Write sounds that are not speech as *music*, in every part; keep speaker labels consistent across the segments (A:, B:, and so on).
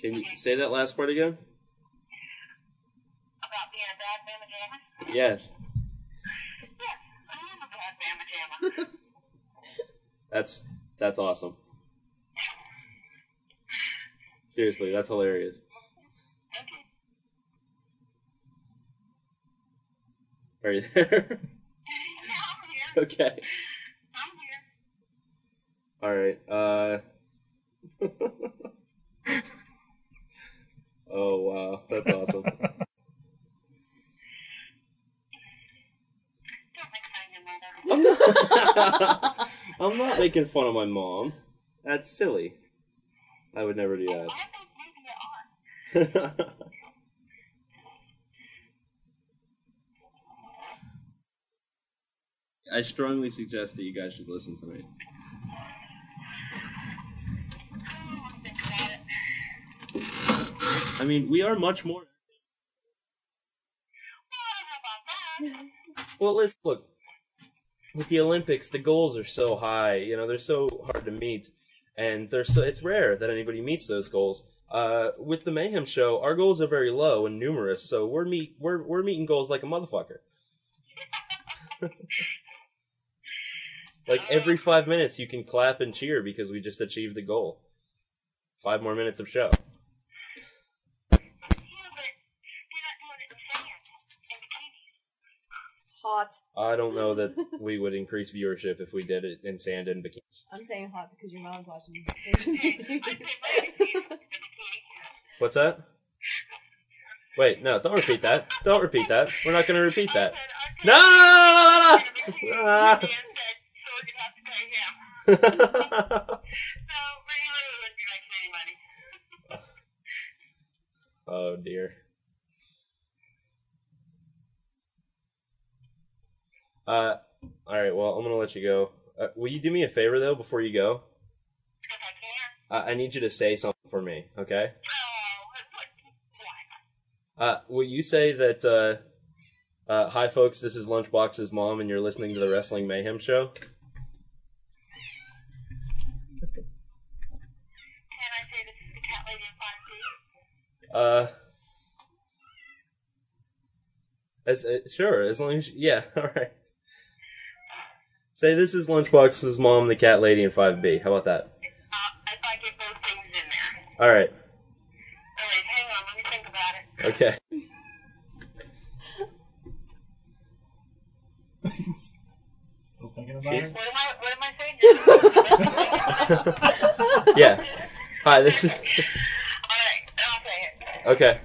A: Can you say that last part again?
B: About being a bad mamma jamma?
A: Yes.
B: Yes, I am a bad mamma jamma.
A: That's that's awesome. Seriously, that's hilarious.
B: okay.
A: Are you there? *laughs*
B: I'm here.
A: okay.
B: I'm here.
A: All right. Uh. *laughs* oh wow, that's awesome.
B: Don't make fun of your mother.
A: I'm not. I'm not making fun of my mom. That's silly. I would never do that.
B: I think maybe you are.
A: I strongly suggest that you guys should listen to me.
B: Oh, I think about it.
A: I mean, we are much more.
B: Well, I don't know about that.
A: Well, let's look. With the Olympics, the goals are so high. You know, they're so hard to meet, and they're so it's rare that anybody meets those goals. Uh, with the Mayhem Show, our goals are very low and numerous, so we're meet we're we're meeting goals like a motherfucker. *laughs* like every five minutes, you can clap and cheer because we just achieved the goal. Five more minutes of show.
B: Yeah, but you're not doing it in sand and bikinis.
C: Hot.
A: I don't know that we would increase viewership if we did it in sand and bikinis.
C: I'm saying hot because your mom's watching.
B: I'd say maybe the bikini.
A: What's that? Wait, no, don't repeat that. Don't repeat that. We're not going to repeat that. No, *laughs* no,
B: And
A: no,
B: Dan said, so we're gonna have to pay him.
A: no, no, no, no, no.
B: So we literally wouldn't be making any money.
A: Oh dear. Uh, all right. Well, I'm gonna let you go. Uh, will you do me a favor though before you go?
B: If I can.
A: Uh, I need you to say something for me, okay?
B: Oh, what? What?
A: Uh, will you say that? Uh, uh, hi, folks. This is Lunchbox's mom, and you're listening to the Wrestling Mayhem Show.
B: Can I say this is the cat lady in five feet?
A: Uh, as uh, sure, as long as you- *laughs* yeah, all right. Say this is Lunchbox's mom, the cat lady, and five B. How about that?
B: Uh, if I get both things in there.
A: All right,
B: All right, hang on. Let me think about it.
A: okay.
D: Still thinking about
A: Jeez.
D: it?
B: What am I? What am I saying? All
A: yeah. Hi, this is
B: right, I'll say it.
A: okay.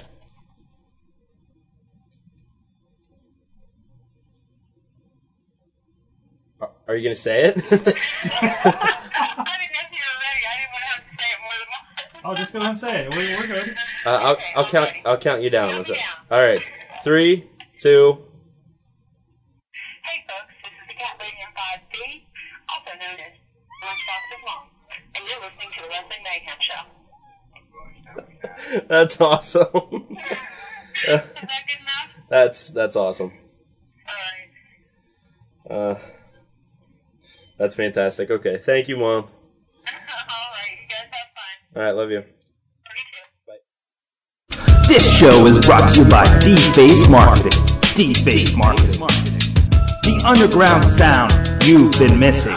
A: Are- Are you gonna
B: *laughs*
A: say it? *laughs*
B: I didn't know if you were ready. I didn't want to have to say it more than once.
D: Oh, just go ahead and say it. We're, we're good.
A: Uh, I'll,
B: Okay,
A: I'll
B: I'm
A: count.
B: ready.
A: I'll count you down.
B: Count me down.
A: All right, three, two.
B: Hey, folks. This is the cat lady in five B, also known as Lunchbox's mom, and you're listening to the Wrestling Mayhem Show.
A: *laughs* That's awesome.
B: *laughs* Is that good enough?
A: that's that's awesome.
B: All right.
A: Uh, that's fantastic. Okay,
B: *laughs*
A: thank you, mom.
B: All right. You guys have fun.
A: All right, love you.
B: Me too.
E: This show is brought to you by DeepFace Marketing. DeepFace Marketing. The underground sound you've been missing.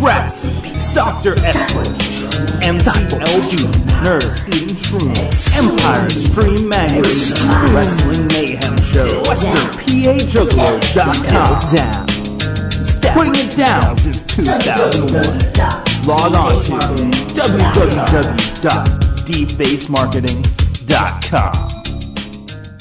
E: Craps, Dr. Esplanade, MCLD, Nerds Eating Shrooms, Empire Stream Magazine, Wrestling Mayhem Show, WesternPAJugglers.com. Down. Putting it down since 2001. Log on to www.dfacemarketing.com.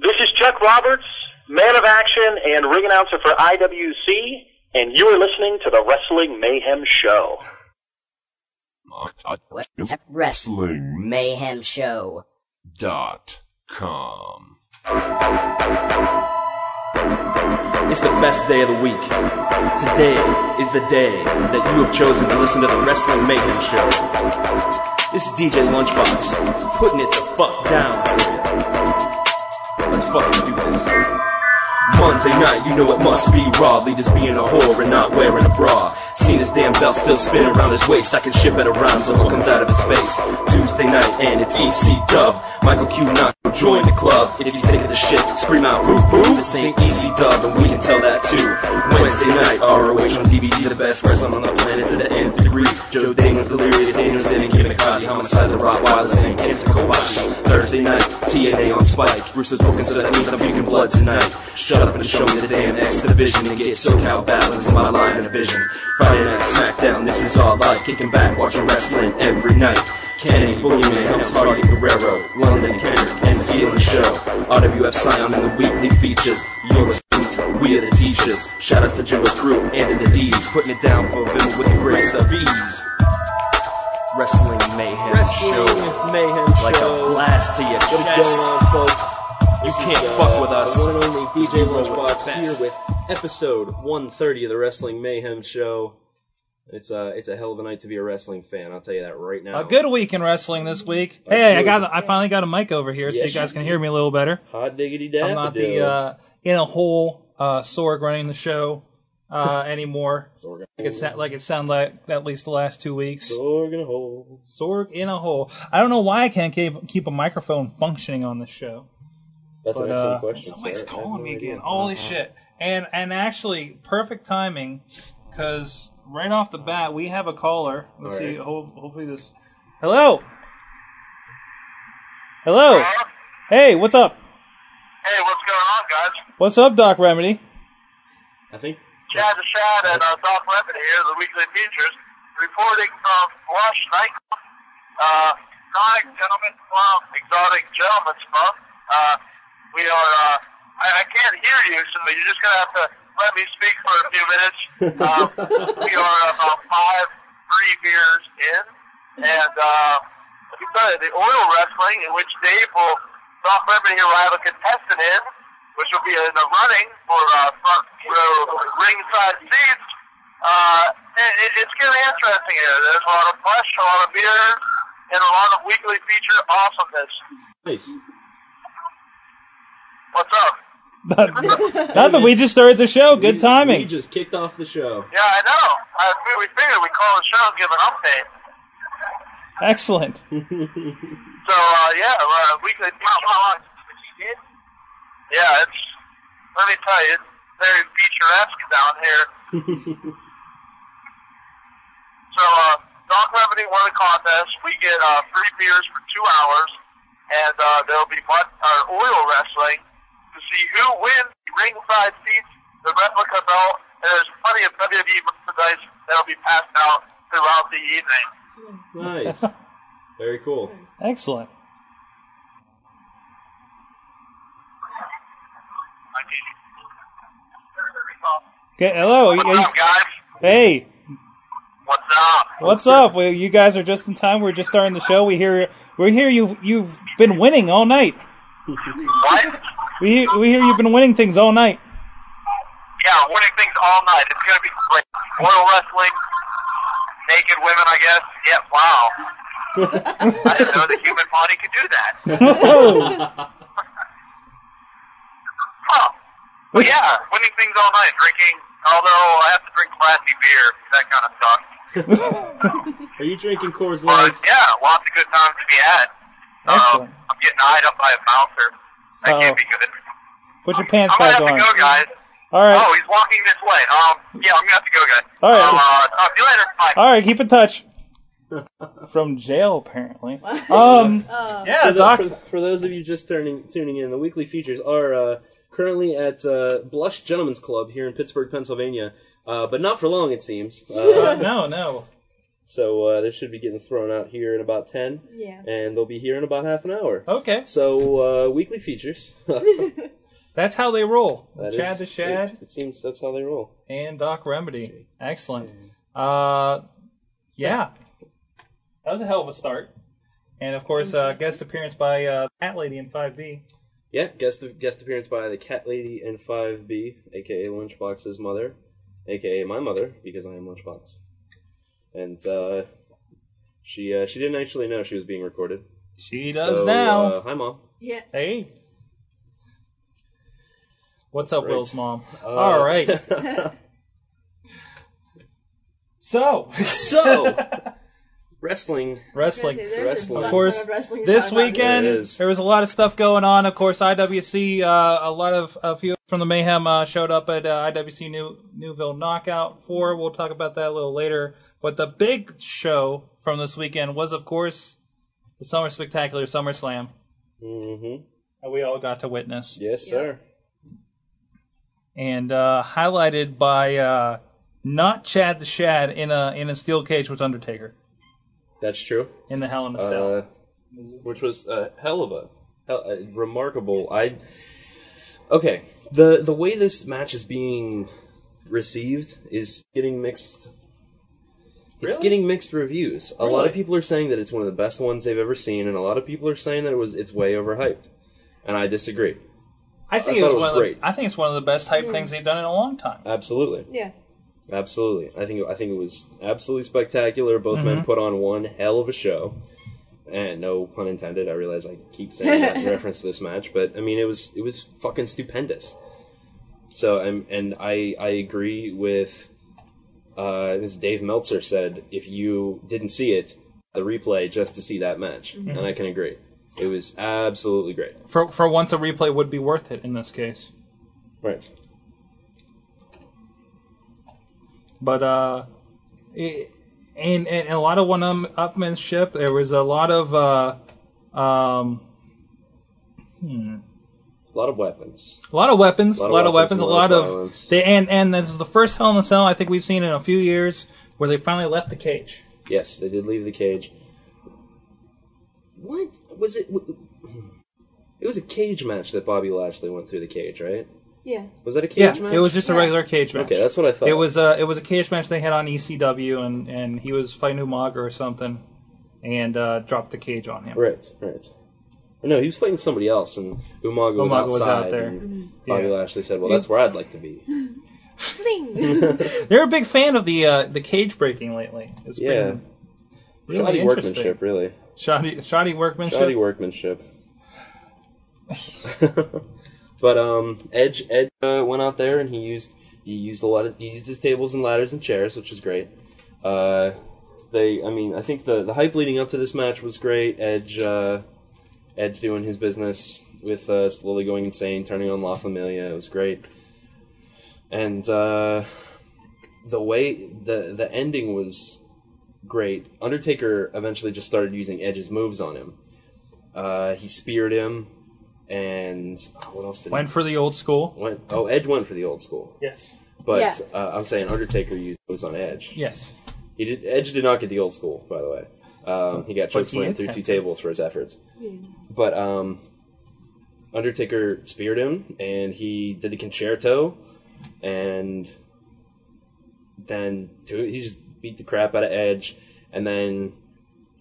F: This is Chuck Roberts, man of action and ring announcer for IWC, and you are listening to the Wrestling Mayhem Show.
G: Wrestling Mayhem Show.
H: dot com.
I: It's the best day of the week. Today is the day that you have chosen to listen to the Wrestling Mayhem Show. This is DJ Lunchbox, putting it the fuck down. Let's fucking do this.
J: Monday night, you know it must be raw. Leaders being a whore and not wearing a bra. Seen his damn belt still spinning around his waist. I can ship better rhymes than what comes out of his face. Tuesday night and it's EC Dub. Michael Q not join the club. If you sick of the shit, scream out woo woo. This ain't E EC Dub and we can tell that too. Wednesday night, ROH on DVD, the best wrestling on the planet to the nth degree. Joe Damon's delirious, dangerous, and Kimikaze. Homicide the Rottweilers and Kenta Kobashi. Thursday night, TNA on Spike. Bruce is booking, so that means I'm puking blood tonight. Shut up and show me the damn X division and get SoCal balance my line of vision. Friday night SmackDown, this is all life. Kicking back, watching wrestling every night. Kenny, Boogeyman, Helms, Hardy, Guerrero, London, Kendrick, and stealing the show. RWF Scion and the weekly features. You're a student, we are the teachers. Shout out to Jimbo's crew and to the D's. Putting it down for Vim with the grace of ease. Wrestling Mayhem
A: Wrestling
J: Show.
A: with Mayhem
J: Like
A: Show.
J: a blast to your
A: What is
J: chest.
A: going on, folks?
J: You
A: This
J: can't
A: is, uh,
J: fuck with us.
A: The one and only DJ
J: roll with the
A: Lunchbox
J: best.
A: here with episode 130 of the Wrestling Mayhem Show. It's a it's a hell of a night to be a wrestling fan. I'll tell you that right now.
D: A good week in wrestling this week. Hey, I
A: good-
D: got I finally got a mic over here, so
A: Yes,
D: you guys
A: you
D: can
A: do.
D: hear me a little better.
A: hot diggity
D: I'm
A: daffodils.
D: not the uh, in a hole uh, Sorg running the show uh, *laughs* anymore.
A: So we're gonna-
D: Like it, sa- like it sounded like at least the last two weeks.
A: so we're gonna hold.
D: Sorg in a hole. I don't know why I can't keep, keep a microphone functioning on this show.
A: That's
D: But,
A: an excellent
D: uh,
A: question.
D: Somebody's
A: sir. I have
D: calling
A: no
D: me
A: idea.
D: again. Holy shit! And and actually, perfect timing because right off the bat we have a caller. Let's
A: All
D: see.
A: right.
D: Ho- hopefully this. Hello. Hello. Hey, what's up?
E: Hey, what's going on, guys?
D: What's up, Doc Remedy?
A: I think
E: Chad the Shad and uh, Doc Levin here, the Weekly Futures, reporting from Wash Nightclub. Uh, exotic gentlemen from Exotic Gentlemen Spa. Uh, we are, uh, I, I can't hear you, so you're just going to have to let me speak for a few minutes. Um, we are about five, three beers in, and uh, we started the oil wrestling, in which Dave will, Doc Levin here will have a contestant in which will be in the running for uh, front row ringside seats. Uh, it, it, it's getting interesting here. There's a lot of flesh, a lot of beer, and a lot of weekly feature awesomeness.
A: nice.
E: What's up?
D: *laughs*
E: *laughs*
D: Not that we just started the show. Good
A: We- We
D: timing.
A: just kicked off the show.
E: Yeah, I know. I, we figured we'd call the show and give an update.
D: Excellent.
E: So uh, yeah, uh, we could. Yeah, it's. Let me tell you, it's very picturesque down here. so uh, Doc Levity won the contest. We get uh, free beers for two hours, and uh, there'll be butt or oil wrestling to see who wins the ringside seats, the replica belt. And there's plenty of WWE merchandise that'll be passed out throughout the evening.
A: *laughs* Nice. Very cool.
D: Excellent. Okay. Hello. Are you- are
E: What's
D: you-
E: up, guys?
D: hey.
E: What's up?
D: What's up? Well, you guys are just in time. We're just starting the show. We hear we hear you you've been winning all night.
E: What?
D: We hear, we hear you've been winning things all night.
E: Yeah, winning things all night. It's gonna be great. Oil wrestling, naked women, I guess. Yeah, wow. I didn't know the human body could do that.
D: Oh,
E: Huh. But yeah, winning things all night, drinking. Although I have to drink classy beer, that kind of
A: *laughs*
E: sucks.
A: Are you drinking Coors
E: But
A: Light?
E: yeah, lots of good times to be had. Um,
D: excellent.
E: I'm getting eyed up by a bouncer. That
D: Uh-oh.
E: can't be good.
D: Put your pants
E: I'm gonna
D: back
E: have to
D: on.
E: go, guys.
D: All right,
E: Oh, he's walking this way. Um, yeah, I'm gonna have to go, guys.
D: All right.
E: So, uh, talk to you later. Bye.
D: all right. Keep in touch. From jail, apparently. Um, yeah,
A: For, the-
D: Doc.
A: for- for those of you just turning tuning in, the weekly features are uh, currently at uh, Blush Gentlemen's Club here in Pittsburgh, Pennsylvania, uh, but not for long, it seems. Uh,
D: No, no.
A: so uh, they should be getting thrown out here in about ten,
K: Yeah.
A: and they'll be here in about half an hour.
D: Okay,
A: So uh, weekly features. *laughs* That
D: that's how they roll.
A: is-
D: Chad the Shad.
A: It, it seems that's how they roll.
D: and Doc Remedy. Excellent. Uh, yeah, that was a hell of a start. And of course, uh, guest appearance by uh, Cat Lady in 5B.
A: Yeah, guest guest appearance by the Cat Lady and Five B, aka Lunchbox's mother, aka my mother, because I am Lunchbox. And uh, she uh, she didn't actually know she was being recorded.
D: She does
A: So,
D: now.
A: Uh, hi, mom.
K: Yeah.
D: hey, What's up,
A: right.
D: Will's mom?
A: Uh,
D: All
A: *laughs*
D: right. so,
A: so
D: *laughs*
A: wrestling.
D: wrestling.
K: There's
A: Wrestling.
K: a
A: Of
K: ton
D: course,
K: of wrestling to
D: This
K: talk about.
D: weekend,
A: It is.
D: there was a lot of stuff going on. Of course, IWC, uh, a lot of a few from the Mayhem uh, showed up at uh, IWC New Newville Knockout 4. We'll talk about that a little later. But the big show from this weekend was, of course, the Summer Spectacular SummerSlam
A: Mm-hmm.
D: that we all got to witness.
A: Yes, sir.
D: and uh, highlighted by uh, not Chad the Shad in a in a steel cage with Undertaker
A: That's true.
D: in the Hell in a Cell.
A: Uh, which was a hell of a, hell, a remarkable. I okay. the The way this match is being received is getting mixed. It's
D: Really?
A: getting mixed reviews. A lot
D: Really?
A: of people are saying that it's one of the best ones they've ever seen, and a lot of people are saying that it was it's way overhyped. And I disagree.
D: I think
A: I
D: it was,
A: thought it was
D: one of the,
A: great.
D: I think it's one of the best hype things they've done in a long time.
A: Absolutely,
K: Yeah.
A: absolutely. I think I think it was absolutely spectacular. Both men put on one hell of a show, and no pun intended. I realize I keep saying that in reference to this match, but I mean it was it was fucking stupendous. So and and I I agree with uh, as Dave Meltzer said. If you didn't see it, the replay just to see that match, and I can agree. It was absolutely great.
D: For for once, a replay would be worth it in this case.
A: Right.
D: But uh, it, and, and and a lot of one um, upmanship. There was a lot of uh, um, hmm,
A: A lot of weapons.
D: A lot of weapons, a
A: Lot
D: lot,
A: of
D: of weapons,
A: weapons,
D: a lot
A: violence.
D: of they, and and this is the first Hell in a Cell I think we've seen in a few years where they finally left the cage.
A: Yes, they did leave the cage. What was it? It was a cage match that Bobby Lashley went through the cage, right?
K: Yeah.
A: Was that a cage
D: yeah,
A: match?
D: it was just a
K: Yeah.
D: regular cage match.
A: Okay, that's what I thought.
D: it was a it was a cage match they had on ECW and and he was fighting Umaga or something and uh, dropped the cage on him.
A: right, right. No, he was fighting somebody else, and Umaga was
D: Umaga
A: outside.
D: was out there. Mm-hmm.
A: And Bobby
D: Yeah.
A: Lashley said, "Well, that's where I'd like to be." *laughs*
K: Fling.
D: *laughs* They're a big fan of the uh, the cage breaking lately. It's
A: Yeah,
D: been really
A: shoddy
D: interesting.
A: workmanship, really.
D: Shoddy, shoddy workmanship.
A: Shoddy workmanship. *laughs* but um, Edge Edge uh, went out there and he used he used a lot of he used his tables and ladders and chairs, which is great. Uh, they, I mean, I think the the hype leading up to this match was great. Edge uh, Edge doing his business with uh, slowly going insane, turning on La Familia. It was great, and uh, the way the the ending was great. Undertaker eventually just started using Edge's moves on him. Uh, he speared him, and oh, what else did
D: Went for the old
A: he
D: school.
A: went? Oh, Edge went for the old school,
D: Yes.
A: but
K: Yeah.
A: uh, I'm saying Undertaker used moves on Edge.
D: Yes.
A: He did, Edge did not get the old school, by the way. Um, he got
D: But
A: chokeslammed
D: he
A: through two
D: attempted.
A: tables for his efforts. But um, Undertaker speared him, and he did the concerto, and then two, he just beat the crap out of Edge, and then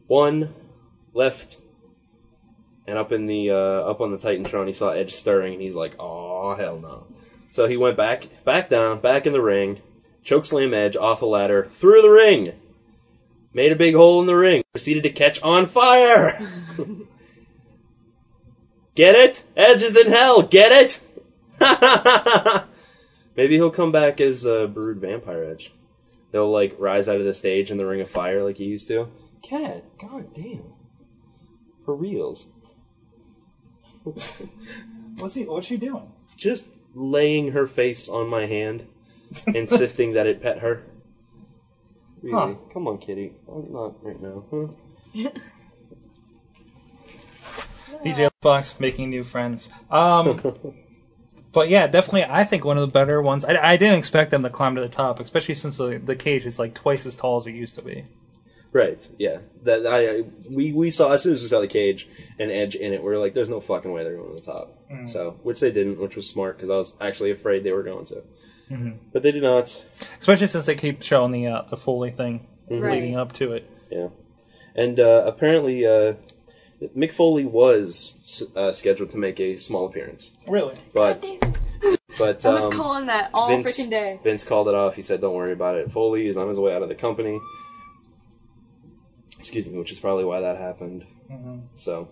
A: one left, and up in the uh, up on the Titantron, he saw Edge stirring, and he's like, "Oh hell no!" So he went back, back down, back in the ring, chokeslam Edge off a ladder through the ring, made a big hole in the ring, proceeded to catch on fire. *laughs* Get it? Edge is in hell. Get it? *laughs* Maybe he'll come back as a uh, brood vampire Edge. They'll like rise out of the stage in the ring of fire like he used to. Cat, god damn, for reals.
D: *laughs* What's he? What's she doing?
A: just laying her face on my hand, insisting that it pet her. Really?
D: Huh.
A: Come on, kitty. Oh, not right now. Huh?
D: DJ Fox making new friends. Um, but yeah, definitely, I think one of the better ones. I, I didn't expect them to climb to the top, especially since the, the cage is like twice as tall as it used to be.
A: Right. Yeah. That I, I we we saw as soon as we saw the cage and Edge in it, we were like, "There's no fucking way they're going to the top." So, which they didn't, which was smart because I was actually afraid they were going to, but they did not.
D: Especially since they keep showing the uh, the Foley thing leading
K: Right.
D: up to it.
A: Yeah, and uh, apparently, uh, Mick Foley was s- uh, scheduled to make a small appearance,
D: Really?
A: but but
K: I was
A: um,
K: calling that all
A: Vince,
K: freaking day.
A: Vince called it off. He said, "Don't worry about it." Foley is on his way out of the company.
D: Mm-hmm.
A: Excuse me, which is probably why that happened. So,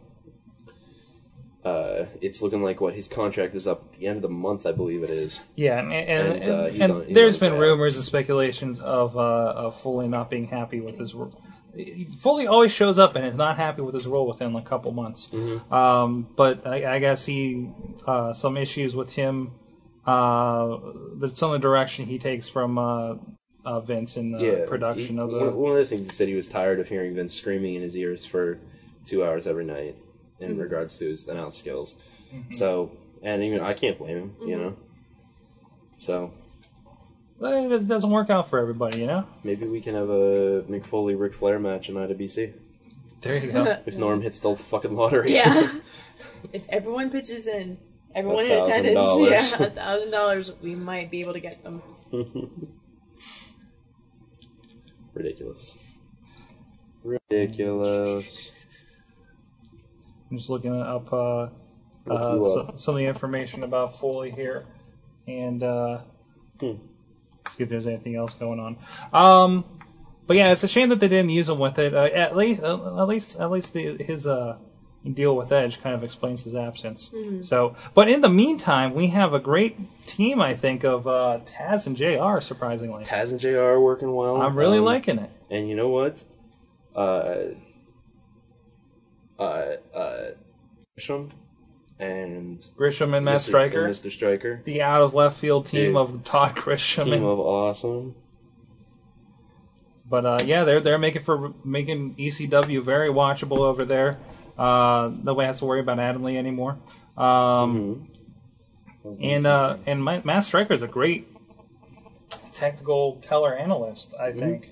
A: uh, it's looking like what his contract is up at the end of the month, I believe it is.
D: Yeah, and, and,
A: And, uh,
D: and-
A: he's
D: and
A: on- he's
D: there's
A: on
D: been
A: trial.
D: rumors and speculations of uh, of Foley not being happy with his role. Foley always shows up and is not happy with his role within a couple months.
A: Mm-hmm.
D: Um, but I, I guess he uh, some issues with him. Uh, the- some of the direction he takes from uh, uh, Vince in the
A: yeah,
D: production
A: he-
D: of
A: one,
D: the.
A: one of the things he said he was tired of hearing Vince screaming in his ears for two hours every night in
D: Mhm.
A: regards to his announce skills.
D: Mm-hmm.
A: So, and even I can't blame him, you
K: Mm-hmm.
D: Mhm.
A: know. So
D: Well, It doesn't work out for everybody, you know.
A: maybe we can have a Mick Foley Ric Flair match in IWC.
D: There
C: you go.
A: if Norm hits the fucking lottery,
C: Yeah. *laughs* if everyone pitches in, everyone in attendance,
A: $1,000.
C: yeah, a thousand dollars, we might be able to get them.
A: *laughs* ridiculous, ridiculous.
D: I'm just looking up uh, uh,
A: you
D: so,
A: up.
D: some of the information about Foley here, and uh,
A: Hmm.
D: see if there's anything else going on. Um, but yeah, it's a shame that they didn't use him with it. Uh, at least, uh, at least, at least the, his uh, deal with Edge kind of explains his absence.
I: Mhm.
D: So, but in the meantime, we have a great team, I think, of uh, Taz and Jr. Surprisingly,
A: Taz and Jr. are working well.
D: I'm really
A: Um,
D: liking it.
A: And you know what? Uh, uh, uh, Grisham and
D: Grisham and Matt
A: Mr.
D: Stryker.
A: and Mr. Striker,
D: The out of left field team
A: Dude.
D: of Todd Grisham
A: team
D: and
A: of awesome.
D: But uh, yeah, they're they're making for making ECW very watchable over there. Uh, nobody has to worry about Adam Lee anymore. Um, And uh, and Ma- Matt Stryker is a great technical color analyst. I think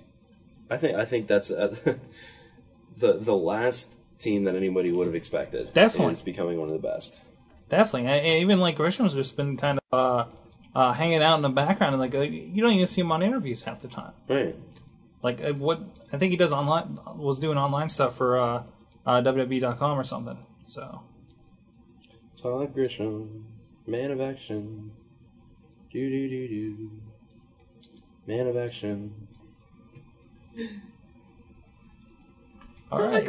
A: I think I think that's uh, *laughs* the the last team that anybody would have expected.
D: Definitely.
A: is becoming one of the best.
D: definitely. I, and even like Grisham's just been kind of uh, uh, hanging out in the background, and like uh, you don't even see him on interviews half the time.
A: Right.
D: Like uh, what I think he does online was doing online stuff for uh, uh, WWE.com or something. So.
A: Todd Grisham, man of action. Do do do do. Man of action.
D: *laughs* All right.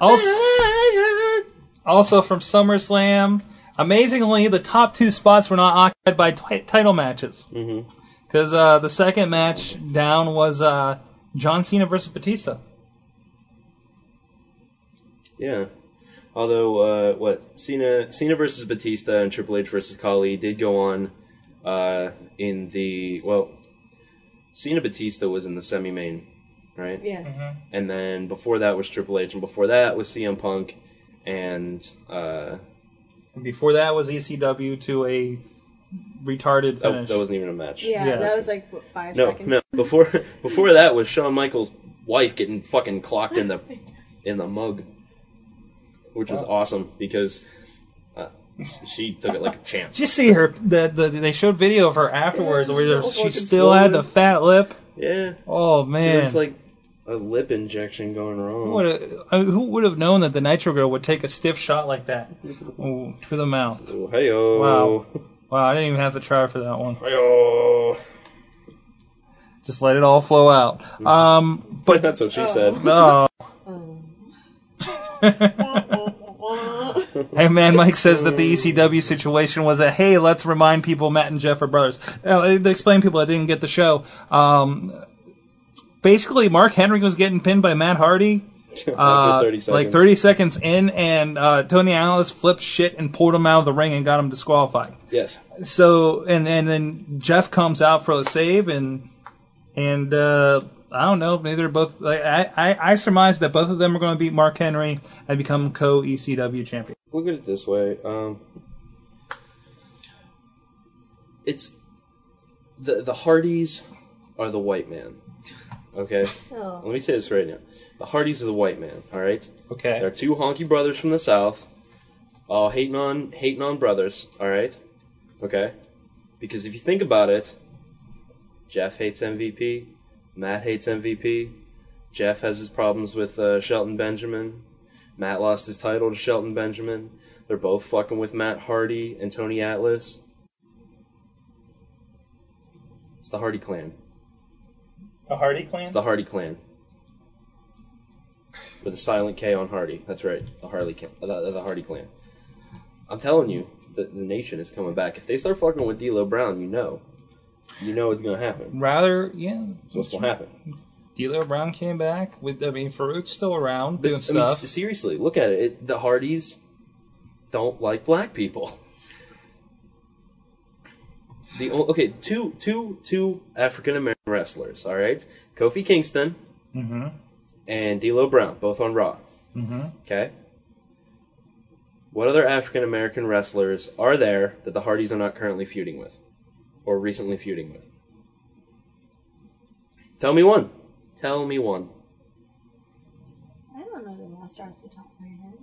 D: Also,
E: Also,
D: also from SummerSlam, amazingly, the top two spots were not occupied by t- title matches.
A: Mm-hmm.
D: Because uh, the second match down was uh, John Cena versus Batista.
A: Yeah. Although, uh, what Cena Cena versus Batista and Triple H versus Kali did go on uh, in the well, Cena Batista was in the semi main, right?
C: Yeah. Mhm.
D: Mm-hmm.
K: *laughs*
A: And then before that was Triple H, and before that was CM Punk, and uh,
D: And before that was ECW to a retarded
A: that,
D: finish.
A: that wasn't even a match.
C: Yeah, that was like what, five
A: no,
C: seconds.
A: no. Before before that was Shawn Michaels' wife getting fucking clocked in the in the mug, which was
D: Wow.
A: awesome because uh, she took it like a champ.
D: Did you see her? The, the, they showed video of her afterwards
A: Yeah,
D: where
A: little
D: she
A: fucking
D: still had the
A: swollen.
D: fat lip.
A: Yeah.
D: Oh, man.
A: it's like a lip injection going wrong.
D: Who would've- I mean, Who would have known that the Nitro Girl would take a stiff shot like
A: *laughs*
D: that Ooh, to the mouth?
A: hey
D: Wow. Wow, I didn't even have to try for that one.
A: Hey-oh.
D: Just let it all flow out. Um, but
A: *laughs* that's what she said. *laughs* Um.
D: No. *laughs* hey man, Mike says that the ECW situation was a hey, let's remind people Matt and Jeff are brothers. Now, to explain people that didn't get the show, um, basically Mark Henry was getting pinned by Matt
A: *laughs*
D: Hardy. uh,
A: 30
D: like
A: seconds.
D: 30 seconds in, and uh, Tony Alice flipped shit and pulled him out of the ring and got him disqualified.
A: Yes.
D: So and and then Jeff comes out for a save and and uh, I don't know. Maybe they're both. Like, I I I surmise that both of them are going to beat Mark Henry and become co ECW champion.
A: Look at it this way. Um, it's the the Hardys are the white man. Okay.
E: Oh.
A: Let me say this right now. The Hardys are the white man. All right.
D: Okay.
A: They're two honky brothers from the south. All hating on hating on brothers. All right. Okay. Because if you think about it, Jeff hates MVP. Matt hates MVP. Jeff has his problems with uh, Shelton Benjamin. Matt lost his title to Shelton Benjamin. They're both fucking with Matt Hardy and Tony Atlas. It's the Hardy clan.
D: The Hardy
A: It's
D: Clan.
A: the Hardy clan. with a silent K on Hardy. That's right, the Harley, clan, the, the Hardy clan. I'm telling you, the, the nation is coming back. If they start fucking with D'Lo Brown, you know, you know it's gonna happen.
D: Rather, yeah.
A: That's what's gonna happen.
D: D'Lo Brown came back with. I mean, Farouk's still around doing
A: I mean,
D: stuff.
A: s- seriously, look at it. it. The Hardys don't like black people. The o- okay, two two two African American wrestlers. All right, Kofi Kingston
D: Mm-hmm.
A: and D'Lo Brown, both on Raw.
D: Mm-hmm.
A: Okay. What other African American wrestlers are there that the Hardys are not currently feuding with, or recently feuding with? Tell me one. Tell me one.
K: I don't know the roster off the top of my head.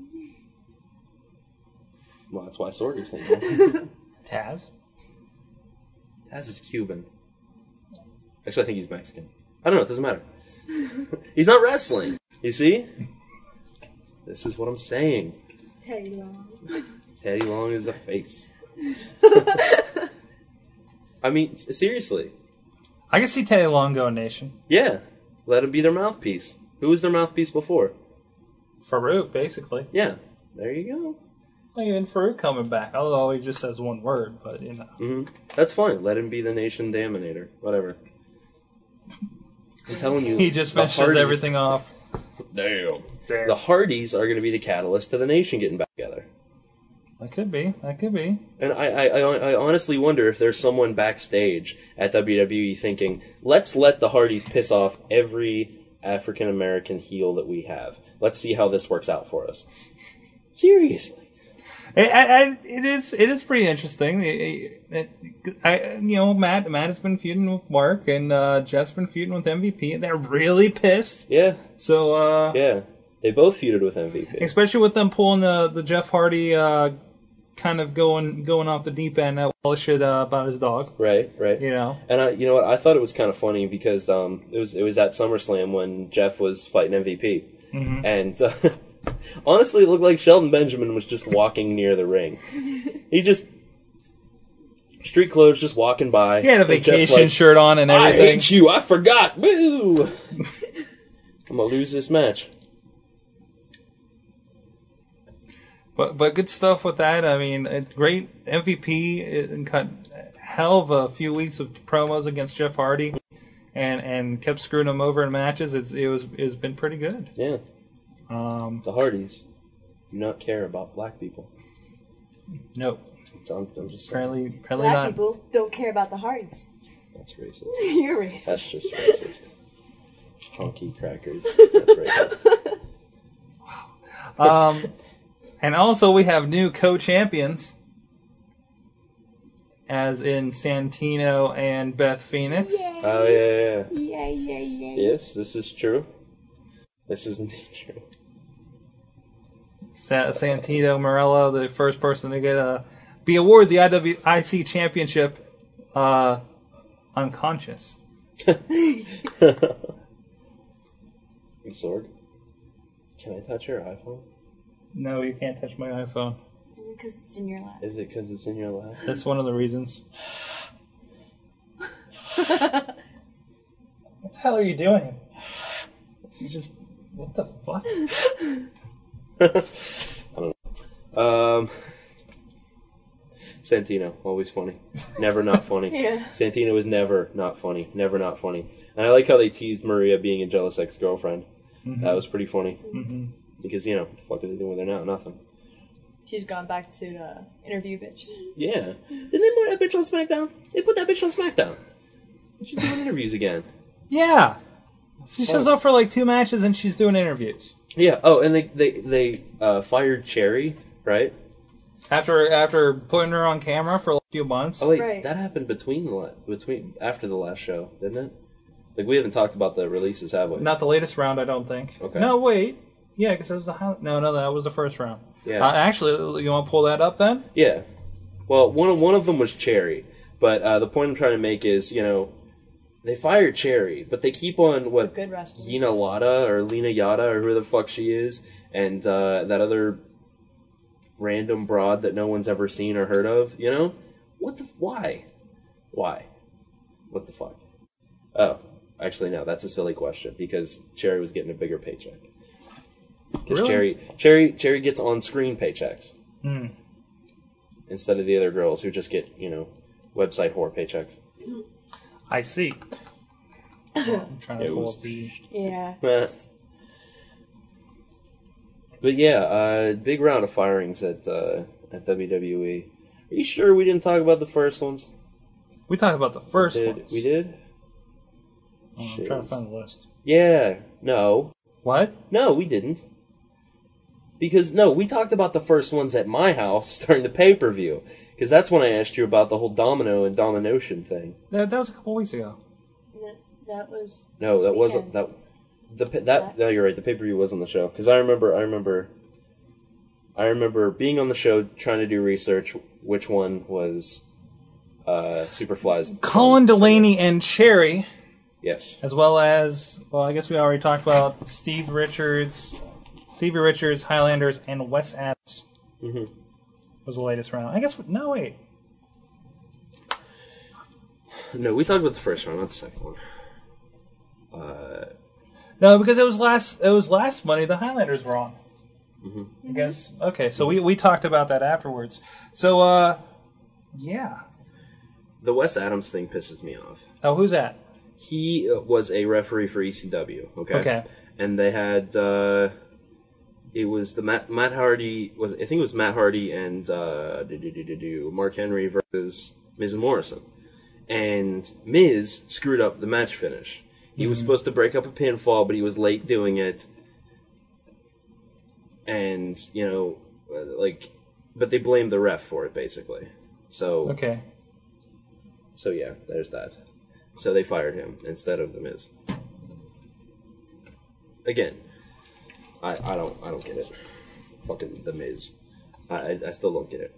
A: Well, that's why Sorgy's thinking.
D: Taz.
A: Taz is Cuban. Actually, I think he's Mexican. I don't know. It doesn't matter. He's not wrestling. You see? This is what I'm saying.
K: Teddy Long.
A: Teddy Long is a face. I mean, s- seriously.
D: I can see Teddy Long going nation.
A: Yeah. Let him be their mouthpiece. Who was their mouthpiece before?
D: Farouk, basically.
A: Yeah. There you go.
D: Even Farouk coming back, although he just says one word, but you know.
A: hmm That's fine. Let him be the nation dominator. Whatever. I'm telling
D: *laughs*
A: you.
D: He just
A: the
D: finishes
A: Hardys-
D: everything off.
A: Damn. The Hardys are going to be the catalyst to the nation getting back together.
D: That could be. That could be.
A: And I, I, I, I honestly wonder if there's someone backstage at WWE thinking, let's let the Hardys piss off every African American heel that we have. Let's see how this works out for us. Seriously.
D: It, I, I, it is. It is pretty interesting. It- it- it- I, you know, Matt. Matt has been feuding with Mark, and uh, Jeff's been feuding with MVP, and they're really pissed.
A: Yeah.
D: So. uh
A: Yeah. They both feuded with MVP.
D: Especially with them pulling the the Jeff Hardy, uh, kind of going going off the deep end at all shit uh, about his dog.
A: Right, right.
D: You know.
A: And I, you know what? I thought it was kind of funny because um, it was it was at SummerSlam when Jeff was fighting MVP,
D: Mhm.
A: and uh, *laughs* honestly, it looked like Sheldon Benjamin was just walking near the ring. He just street clothes, just walking by.
D: He had a
A: and just
D: vacation
A: like,
D: shirt on and
A: I
D: everything.
A: hate you. I
D: *laughs*
A: forgot. Woo! I'm gonna lose this match.
D: But but good stuff with that. I mean, it's great MVP and cut hell of a few weeks of promos against Jeff Hardy, and and kept screwing him over in matches. It's it was it's been pretty good.
A: Yeah.
D: Um,
A: the Hardys do not care about black people.
D: Nope.
A: I'm, I'm just saying.
D: Apparently, apparently
C: Black
D: not.
C: people don't care about the Hardys.
A: That's racist.
C: *laughs* You're racist.
A: That's just racist. Funky crackers. That's racist.
D: Um, and also we have new co-champions, as in Santino and Beth Phoenix.
A: Oh yeah, yeah,
K: Yeah, yeah,
A: yeah.
K: yeah.
A: Yes, this is true. This is *laughs* indeed true.
D: Sa- Santino Morello, the first person to get a be awarded the IWIC championship, uh, unconscious.
A: And Sorg, can I touch your iPhone?
D: No, you can't touch my iPhone.
C: Because it's in your lap.
A: Is it because it's in your lap?
D: That's one of the reasons. what the hell are you doing? You just what the fuck?
A: I don't know. Um, Santino, always funny. Never not funny.
D: Yeah.
A: Santino is never not funny. Never not funny. And I like how they teased Maria being a jealous ex girlfriend.
D: Mhm.
A: That was pretty funny.
D: Mhm.
A: Because, you know, what the fuck are they doing with her now? Nothing.
C: She's gone back to uh, interview bitch.
A: Yeah. Didn't they put that bitch on SmackDown? They put that bitch on SmackDown. She's doing interviews again.
D: *laughs* Yeah. She shows up for like two matches and she's doing interviews.
A: Yeah. Oh, and they they they uh, fired Cherry, right?
D: After after putting her on camera for a few months.
A: Oh wait, that happened between the la- between after the last show, didn't it? Like we haven't talked about the releases, have we?
D: Not the latest round, I don't think.
A: Okay.
D: No, wait. Yeah, because that was the highlight. No, no, that was the first round.
A: Yeah.
D: Uh, actually, you want to pull that up then?
A: Yeah. Well, one of, one of them was Cherry, but uh, the point I'm trying to make is, you know, they fired Cherry, but they keep on what
C: Good wrestler.
A: Yina Lada or Lena Yada or who the fuck she is, and uh, that other random broad that no one's ever seen or heard of. You know, what the why, why, what the fuck? Oh, actually, no, that's a silly question because Cherry was getting a bigger paycheck. Because
D: Really?
A: Cherry, Cherry, Cherry gets on-screen paychecks
D: Hmm.
A: instead of the other girls who just get you know website whore paychecks.
D: *laughs* I see. I'm trying to
A: It
D: pull
A: was-
D: up the.
C: Yeah.
A: *laughs* but yeah, uh, big round of firings at uh, at WWE. Are you sure we didn't talk about the first ones?
D: We talked about the first
A: we did.
D: ones.
A: We did.
D: Oh, I'm trying
A: Shiz.
D: to find the list.
A: Yeah. No.
D: What?
A: No, we didn't. Because no, we talked about the first ones at my house *laughs* during the pay per view. Because that's when I asked you about the whole domino and domination thing.
D: That, that was a couple weeks ago.
K: That, that was.
A: No, that wasn't that. The pa- that no, you're right. The pay per view was on the show because I remember. I remember. I remember being on the show trying to do research. Which one was uh, Superfly's?
D: Colin Delaney and Cherry,
A: Yes.
D: as well as well, I guess we already talked about Steve Richards, Stevie Richards, Highlanders, and Wes Adams
A: Mm-hmm.
D: was the latest round. I guess no wait,
A: No, we talked about the first one, not the second one. Uh,
D: no because it was last it was last Monday the Highlanders were on.
A: mhm.
D: I guess okay, so we we talked about that afterwards. So uh, yeah.
A: The Wes Adams thing pisses me off.
D: Oh, who's that?
A: He uh, was a referee for ECW. Okay.
D: Okay.
A: and they had uh it was the Matt, Matt Hardy was I think it was Matt Hardy and uh do, do, do, do, do, Mark Henry versus Miz and Morrison. And Miz screwed up the match finish. He was
D: Mhm.
A: supposed to break up a pinfall, but he was late doing it. And, you know, uh, like but they blamed the ref for it basically. So
D: Okay.
A: so yeah, there's that. So they fired him instead of the Miz. Again, I, I don't I don't get it. Fucking the Miz. I I, I still don't get it.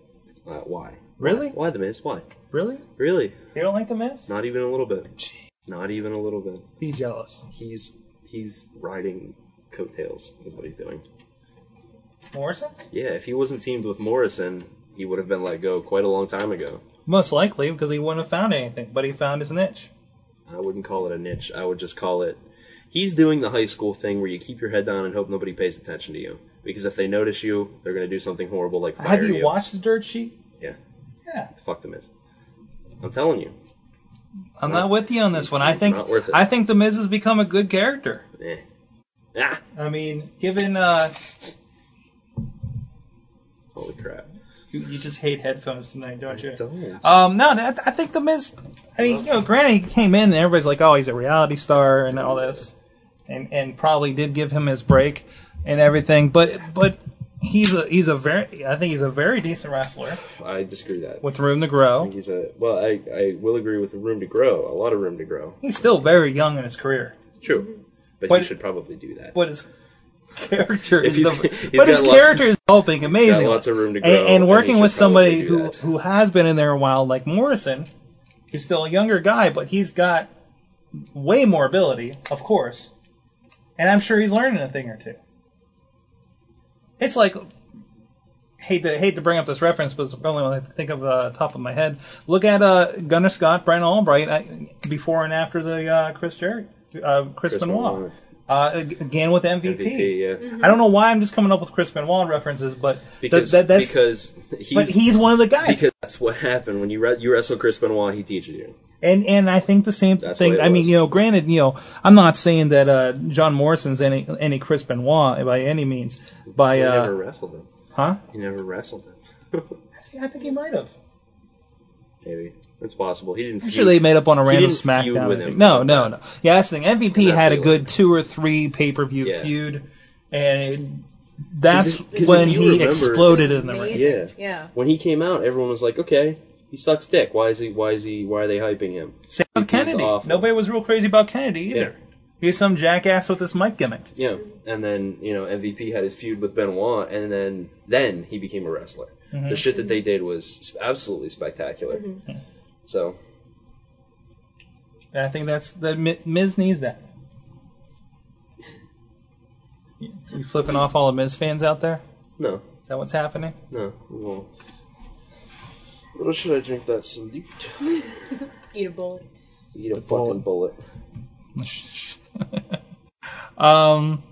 A: Uh, why?
D: Really?
A: Why the Miz? Why?
D: Really?
A: Really?
D: You don't like the Miz?
A: Not even a little bit. Not even a little bit.
D: Be jealous.
A: He's he's riding coattails is what he's doing.
D: Morrison's?
A: Yeah, if he wasn't teamed with Morrison, he would have been let go quite a long time ago.
D: Most likely because he wouldn't have found anything, but he found his niche.
A: I wouldn't call it a niche. I would just call it. He's doing the high school thing where you keep your head down and hope nobody pays attention to you. Because if they notice you, they're going to do something horrible like fire
D: Have you watched the Dirt Sheet?
A: Yeah.
D: Yeah.
A: Fuck the Miz. I'm telling you.
D: I'm not with you on this one. I think
A: not worth it.
D: I think the Miz has become a good character.
A: Eh. Ah.
D: I mean, given uh,
A: Holy crap.
D: you, you just hate headphones tonight, don't you?
A: Don't.
D: Um, no, that, I think the Miz. I mean, you know, granted he came in and everybody's like, oh, he's a reality star and all this, and and probably did give him his break and everything, but but he's a he's a very I think he's a very decent wrestler
A: I disagree with that.
D: with room to grow.
A: I think he's a well. I I will agree with the room to grow. A lot of room to grow.
D: He's still very young in his career,
A: True. But,
D: But-
A: he should probably do that.
D: but his character
A: If
D: is
A: he's-
D: the-
A: *laughs* he's
D: but his
A: got lots of-
D: character is helping
A: He's
D: amazing.
A: got lots of room to grow.
D: and, and working
A: he
D: with
A: should probably
D: somebody
A: do
D: who
A: that.
D: who has been in there a while, like Morrison, who's still a younger guy, but he's got way more ability, of course. And I'm sure he's learning a thing or two. It's like hate to hate to bring up this reference, but it's the only one I can think of uh, top of my head. Look at uh, Gunnar Scott, Brian Albright, uh, before and after the uh, Chris Jerry, uh, Chris,
A: Chris
D: Benoit.
A: Benoit.
D: Uh, ag- again with MVP.
A: MVP, yeah.
D: I don't know why I'm just coming up with Chris Benoit references, but
A: because
D: that, that, that's
A: because he's,
D: but he's one of the guys.
A: because that's what happened when you re- you wrestle Chris Benoit. He teaches you.
D: and and I think the same
A: That's
D: thing.
A: what it
D: I mean,
A: was.
D: you know, granted, you know, I'm not saying that uh, John Morrison's any any Chris Benoit by any means. By
A: He
D: uh,
A: never wrestled him.
D: huh?
A: He never wrestled him.
D: I think he
A: *laughs*
D: might have.
A: Maybe it's possible he didn't.
D: I'm
A: feud-
D: sure they made up on a
A: he
D: random
A: didn't feud
D: SmackDown.
A: with
D: I
A: him.
D: think. No, no, no. Yeah, that's the thing. MVP
A: That's
D: had a
A: the-
D: good two or three pay per view
A: Yeah.
D: feud, and that's
A: 'Cause if- 'cause if
D: when
A: you
D: he
A: remember-
D: exploded in the ring.
A: Yeah,
C: Yeah.
A: When he came out, everyone was like, "Okay, he sucks dick. Why is he? Why is he? Why are they hyping him?"
D: Same with
A: He was
D: Kennedy.
A: awful.
D: Nobody was real crazy about Kennedy either. He's some jackass with this mic gimmick.
A: Yeah, and then you know MVP had his feud with Benoit, and then then he became a wrestler.
D: Mm-hmm.
A: The shit that they did was absolutely spectacular. So
D: And I think that's the Mi- Miz needs that. You flipping off all the Miz fans out there?
A: no,
D: Is that what's happening?
A: no, well, little should I drink that salute?
C: *laughs* Eat a bullet.
A: Eat a
D: *laughs*
A: fucking bullet.
D: um,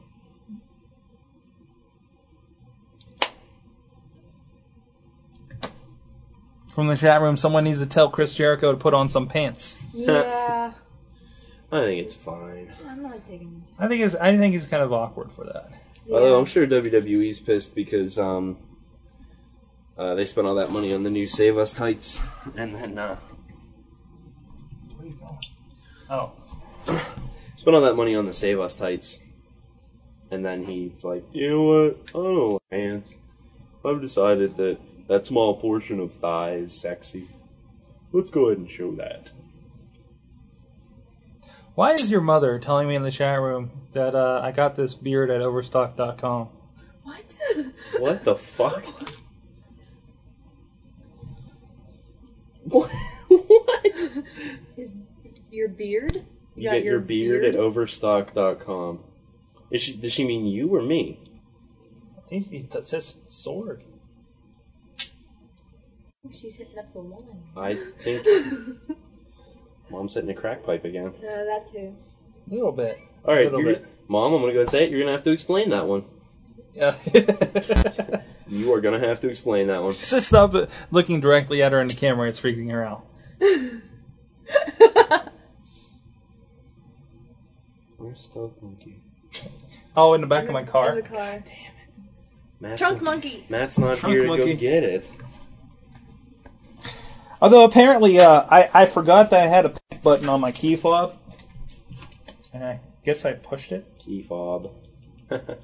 D: from the chat room. Someone needs to tell Chris Jericho to put on some pants.
K: Yeah.
A: I think it's fine.
K: I'm not digging
D: I think he's I think he's kind of awkward for that.
A: Although I'm sure WWE's pissed because um, uh, they spent all that money on the new Save Us tights, and then uh,
D: Oh.
A: spent all that money on the Save Us tights, and then he's like, you know what? I don't like pants. I've decided that that small portion of thigh is sexy. Let's go ahead and show that.
D: Why is your mother telling me in the chat room that uh, I got this beard at Overstock.com?
A: What the fuck?
K: Is your beard?
A: You get your, beard, at overstock.com. Is she, does she mean you or me?
D: I think he- that says sword.
K: She's hitting up a woman.
A: I think. *laughs* Mom's hitting a crack pipe again.
K: No, Uh, that too.
D: A little bit.
A: All right,
D: Little
A: you're-
D: bit.
A: Mom, I'm gonna go and say it. You're gonna have to explain that one.
D: Yeah.
A: *laughs* you are gonna have to explain that one.
D: Just stop looking directly at her in the camera. It's freaking her out.
A: *laughs* Where's Stealth Monkey?
D: Oh, in the back of my car.
C: In the car.
A: Matt's
C: Trunk
A: not-
C: monkey.
A: Matt's not
D: Trunk
A: here to
D: monkey.
A: go get it.
D: Although apparently, uh, I I forgot that I had a pick button on my key fob, and I guess I pushed it.
A: Key fob.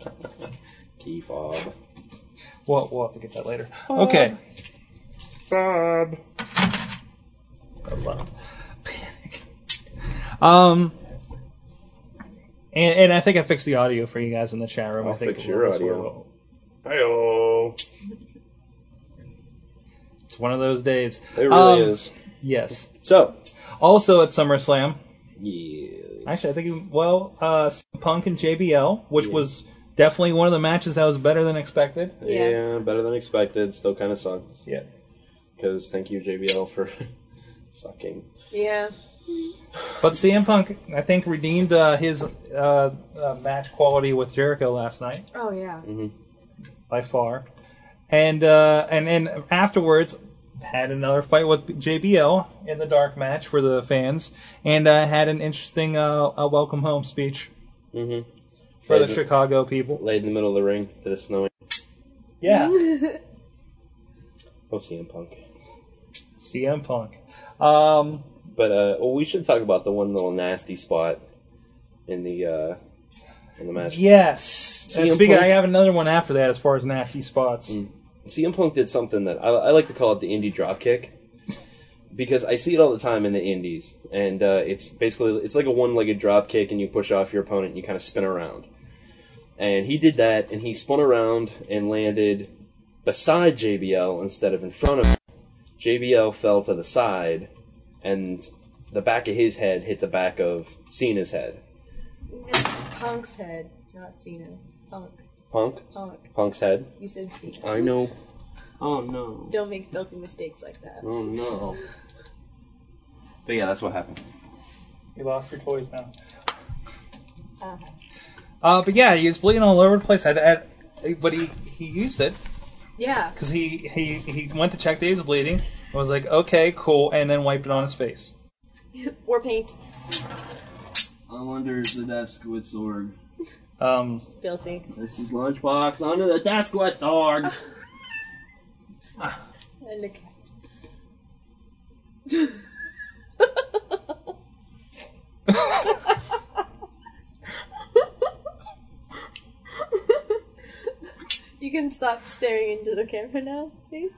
A: *laughs* Key fob.
D: We'll we'll have to get that later. Okay.
A: Fob.
D: That was loud. Panic. Um. And, and I think I fixed the audio for you guys in the chat room.
A: I'll
D: I think
A: fix your
D: it was-
A: audio. Hey-oh.
D: It's one of those days.
A: It really
D: Um,
A: is.
D: Yes.
A: So,
D: also at SummerSlam,
A: Yeah.
D: actually, I think it- well, uh, Punk and JBL, which was definitely one of the matches that was better than expected.
A: Yeah. better than expected. Still kind of sucks.
D: Yeah.
A: Because thank you JBL for *laughs* sucking.
C: Yeah.
D: But CM Punk, I think, redeemed uh, his uh, uh, match quality with Jericho last night
C: Oh yeah.
A: Hmm. Mm-hmm.
D: by far, and uh, and then afterwards had another fight with JBL in the dark match for the fans, and uh, had an interesting uh, a welcome home speech
A: Mm-hmm.
D: for the Chicago people.
A: Laid in the middle of the ring to the snowing.
D: *laughs* Yeah,
A: Oh, CM Punk.
D: CM Punk. Um,
A: But uh, well, we should talk about the one little nasty spot in the uh, in the match.
D: yes. And
A: CM
D: speaking,
A: Punk- Mm.
D: I have another one after that as far as nasty spots.
A: CM Punk did something that I, I like to call it the indie drop kick because I see it all the time in the indies, and uh, it's basically it's like a one-legged drop kick, and you push off your opponent, and you kind of spin around. And he did that, and he spun around and landed beside JBL instead of in front of. Him. JBL fell to the side, and the back of his head hit the back of Cena's head.
C: It's Punk's head, not Cena. Punk.
A: Punk,
C: Punk.
A: Punk's head.
C: You said Cena.
A: I know. Oh no.
C: Don't make filthy mistakes like that.
A: Oh no. But yeah, that's what happened.
D: You lost your toys now.
C: Uh,
D: Uh, but yeah, he was bleeding all over the place. I, I, but he, he used it
C: yeah. *laughs*
D: because he, he, he went to check that he was bleeding. I was like, okay, cool, and then wiped it on his face.
C: War paint.
A: I'm under the desk with Sorg.
D: Um,
C: Filthy.
A: This is Lunchbox under the desk with Sorg.
C: And the cat. *laughs* you can stop staring into the camera now, please.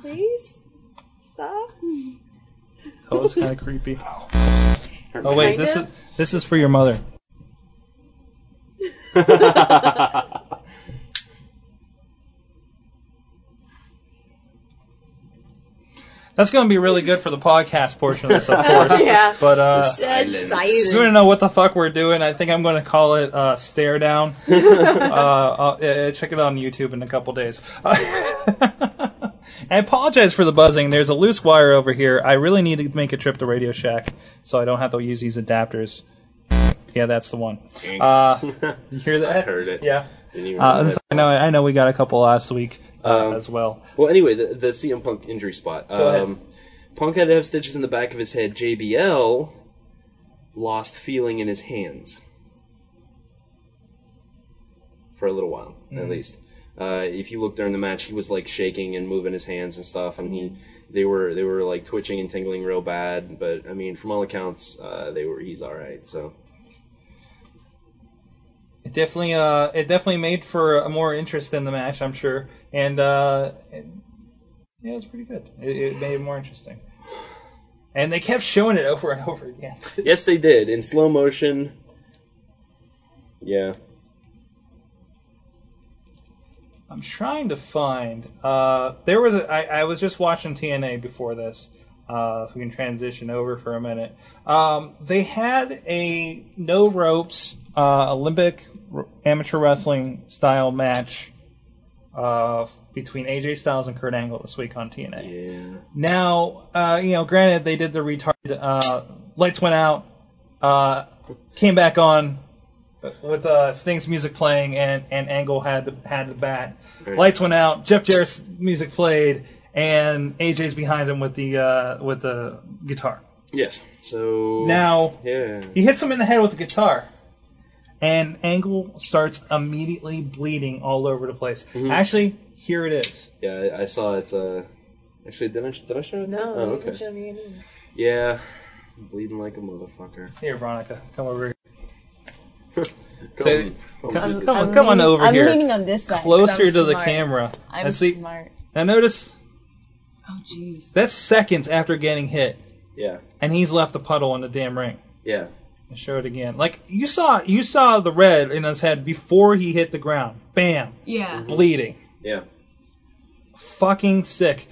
C: Please stop.
A: Oh,
D: that was kind of creepy. Oh wait, this is
C: Kinda?
D: this is for your mother. That's going to be really good for the podcast portion of this, of
C: *laughs*
D: course.
C: Yeah.
D: But uh,
C: Dead
D: If you want to know what the fuck we're doing, I think I'm going to call it uh, stare down. uh, uh, uh, check it on YouTube in a couple days. *laughs* I apologize for the buzzing. There's a loose wire over here. I really need to make a trip to Radio Shack so I don't have to use these adapters. Yeah, that's the one. Uh, *laughs* you hear that?
A: heard it.
D: Yeah.
A: Didn't even
D: Uh,
A: hear
D: this-
A: that.
D: I know. I know. We got a couple last week.
A: um,
D: as well.
A: Well, anyway, the, the CM Punk injury spot.
D: Go ahead.
A: Um, Punk had to have stitches in the back of his head. JBL lost feeling in his hands for a little while, at
D: Mm-hmm.
I: Mhm.
A: least. Uh, if you look during the match, he was like shaking and moving his hands and stuff, and he they were they were like twitching and tingling real bad. But I mean, from all accounts, uh, they were he's all right. So
D: It definitely, uh, it definitely made for a more interest in the match, I'm sure, and uh, it, yeah, it was pretty good. It, it made it more interesting, and they kept showing it over and over again.
A: yes, they did in slow motion. Yeah.
D: I'm trying to find. Uh, there was. A, I, I was just watching TNA before this. Uh, if we can transition over for a minute, um, they had a no ropes uh, Olympic r- amateur wrestling style match uh, between AJ Styles and Kurt Angle this week on TNA.
A: Yeah.
D: Now, uh, you know, granted they did the retarded uh, lights went out, uh, came back on with uh, Sting's music playing, and, and Angle had the had the bat.
I: Right.
D: Lights went out. Jeff Jarrett's music played, and AJ's behind him with the uh, with the guitar.
A: Yes. So
D: Now-
A: yeah,
D: He hits him in the head with the guitar, and Angle starts immediately bleeding all over the place.
A: Mhm.
D: Actually, here it is.
A: yeah. I, I saw it. Uh, actually, did I did I show it?
C: No,
A: Oh,
C: you can
A: okay.
C: show me any.
A: Yeah, bleeding like a motherfucker.
D: Here, Veronica, come over here.
A: Come-
D: so, come,
A: come do
D: come
A: this.
D: on, come on
A: I'm
D: over
A: leaning- I'm
D: here.
A: leaning on this side 'cause
D: Closer
A: I'm
D: to the
A: smart.
D: camera.
A: I'm
D: Let's see.
A: smart.
D: Now notice
K: Oh, jeez.
D: that's seconds after getting hit,
A: Yeah,
D: and he's left the puddle in the damn ring.
A: yeah.
D: And show it again. Like you saw, you saw the red in his head before he hit the ground. Bam,
K: Yeah.
D: bleeding.
A: Yeah.
D: Fucking sick.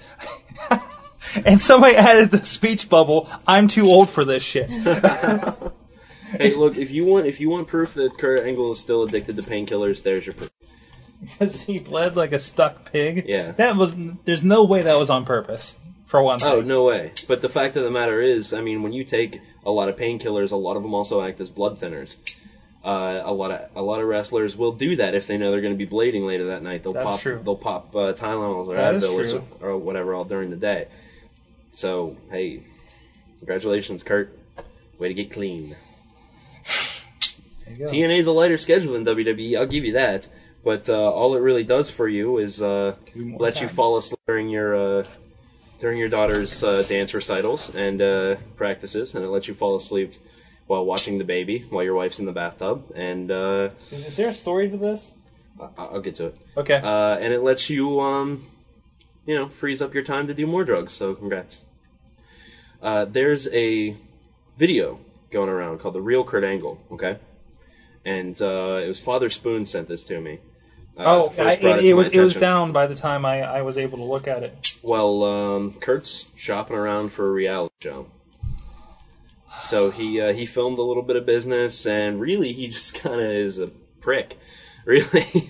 D: *laughs* and somebody added the speech bubble. I'm too old for this
A: *laughs*
D: shit.
A: Hey, look if you want if you want proof that Kurt Angle is still addicted to painkillers, there's your proof.
D: Because he bled like a stuck pig.
A: Yeah.
D: That was. There's no way that was on purpose. For one thing.
A: Oh no way! But the fact of the matter is, I mean, when you take a lot of painkillers, a lot of them also act as blood thinners. Uh, a lot of a lot of wrestlers will do that if they know they're going to be bleeding later that night. They'll
D: That's
A: pop
D: true.
A: they'll pop uh, Tylenols or
D: That is
A: Advil or, so-
D: true.
A: or whatever all during the day. So hey, congratulations, Kurt! Way to get clean.
D: go.
A: TNA's a lighter schedule than WWE. I'll give you that. But uh, all it really does for you is uh,
D: more
A: let you
D: time.
A: fall asleep during your uh, during your daughter's uh, dance recitals and uh, practices, and it lets you fall asleep while watching the baby while your wife's in the bathtub, and uh,
D: Is, is there a story to this?
A: I- I'll get to it.
D: Okay.
A: Uh, and it lets you, um, you know, frees up your time to do more drugs. So congrats. Uh, there's a video going around called "The Real Kurt Angle." Okay, and uh, it was Father Spoon sent this to me. Uh,
D: oh,
A: first
D: I, it,
A: brought
D: it
A: to my
D: was. It was
A: attention.
D: down by the time I, I was able to look at it.
A: Well, um, Kurt's shopping around for a reality show. So he uh, he filmed a little bit of business, and really, he *laughs* just kind of is a prick. *laughs* Really,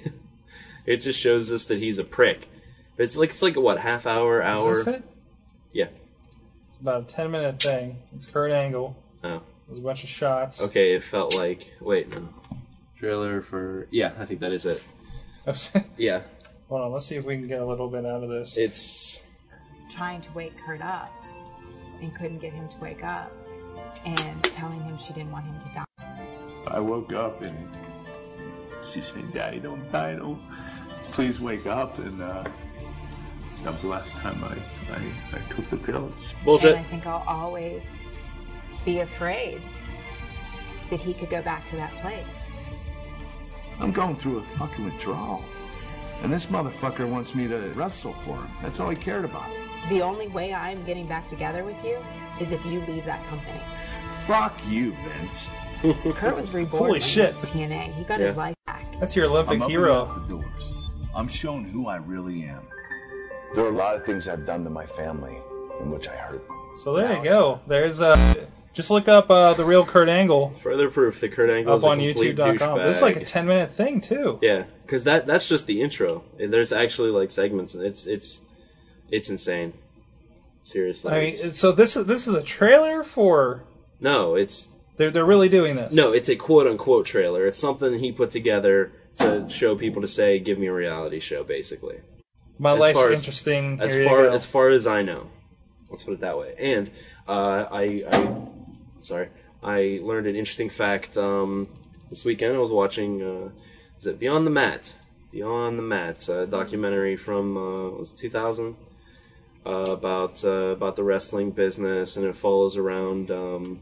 A: it just shows us that he's a prick. It's like it's like a what half hour hour?
D: Is this it?
A: Yeah.
D: It's about a ten minute thing. It's Kurt Angle.
A: Oh.
D: There's a bunch of shots.
A: Okay, it felt like wait no. Trailer for yeah, I think that is it. Yeah,
D: Hold on, let's see if we can get a little bit out of this.
A: It's
L: trying to wake Kurt up and couldn't get him to wake up and telling him she didn't want him to die.
M: I woke up and she's saying, Daddy, don't die, don't. Please wake up. And uh, that was the last time I, I, I took the pills.
L: And I think I'll always be afraid that he could go back to that place.
N: I'm going through a fucking withdrawal. And this motherfucker wants me to wrestle for him. That's all he cared about.
L: The only way I'm getting back together with you is if you leave that company.
N: Fuck you, Vince.
L: *laughs* Kurt was reborn
N: Holy
L: when he
N: shit.
L: was TNA. He got
N: Yeah.
L: his life back.
D: That's your Olympic
N: I'm opening
D: hero.
N: up the doors. I'm showing who I really am. There are a lot of things I've done to my family in which I hurt.
D: So there you go. There's uh, just look up uh, the real Kurt Angle
A: further proof that Kurt Angle
D: up
A: is a
D: on
A: complete
D: YouTube.com. This is like
A: douchebag.
D: a ten minute thing too.
A: Yeah, because that that's just the intro. There's actually like segments. and It's it's it's insane. Seriously,
D: I mean,
A: it's-
D: so this is this is a trailer for
A: no, it's
D: they're they're really doing this.
A: no, it's a quote unquote trailer. It's something he put together to show people to say, "Give me a reality show," basically.
D: My
A: As
D: life's
A: far as-
D: interesting.
A: As
D: Here you
A: far
D: go.
A: as far as I know, let's put it that way. And uh, I, I, sorry, I learned an interesting fact um, this weekend. I was watching, uh, was it Beyond the Mat? Beyond the Mat, a documentary from uh, was it 2000 uh, about uh, about the wrestling business, and it follows around. Um,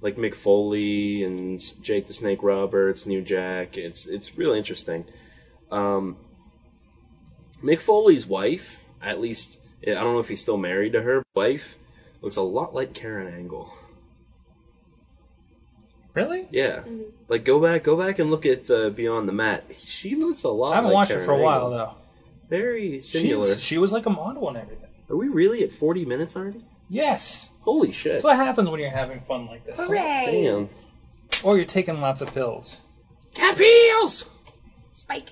A: like Mick Foley and Jake the Snake Roberts, New Jack. It's it's really interesting. Um, Mick Foley's wife, at least I don't know if he's still married to her wife, looks a lot like Karen Angle.
D: Really?
A: Yeah. Like go back, go back and look at uh, Beyond the Mat. She looks a lot.
D: I haven't
A: like
D: watched
A: Karen
D: it for a while
A: Angle.
D: though.
A: Very singular.
D: She's, she was like a model and everything.
A: Are we really at forty minutes already?
D: Yes.
A: Holy shit!
D: That's what happens when you're having fun like this.
K: Hooray! Damn.
D: Or you're taking lots of pills.
A: Cat peels!
K: Spike.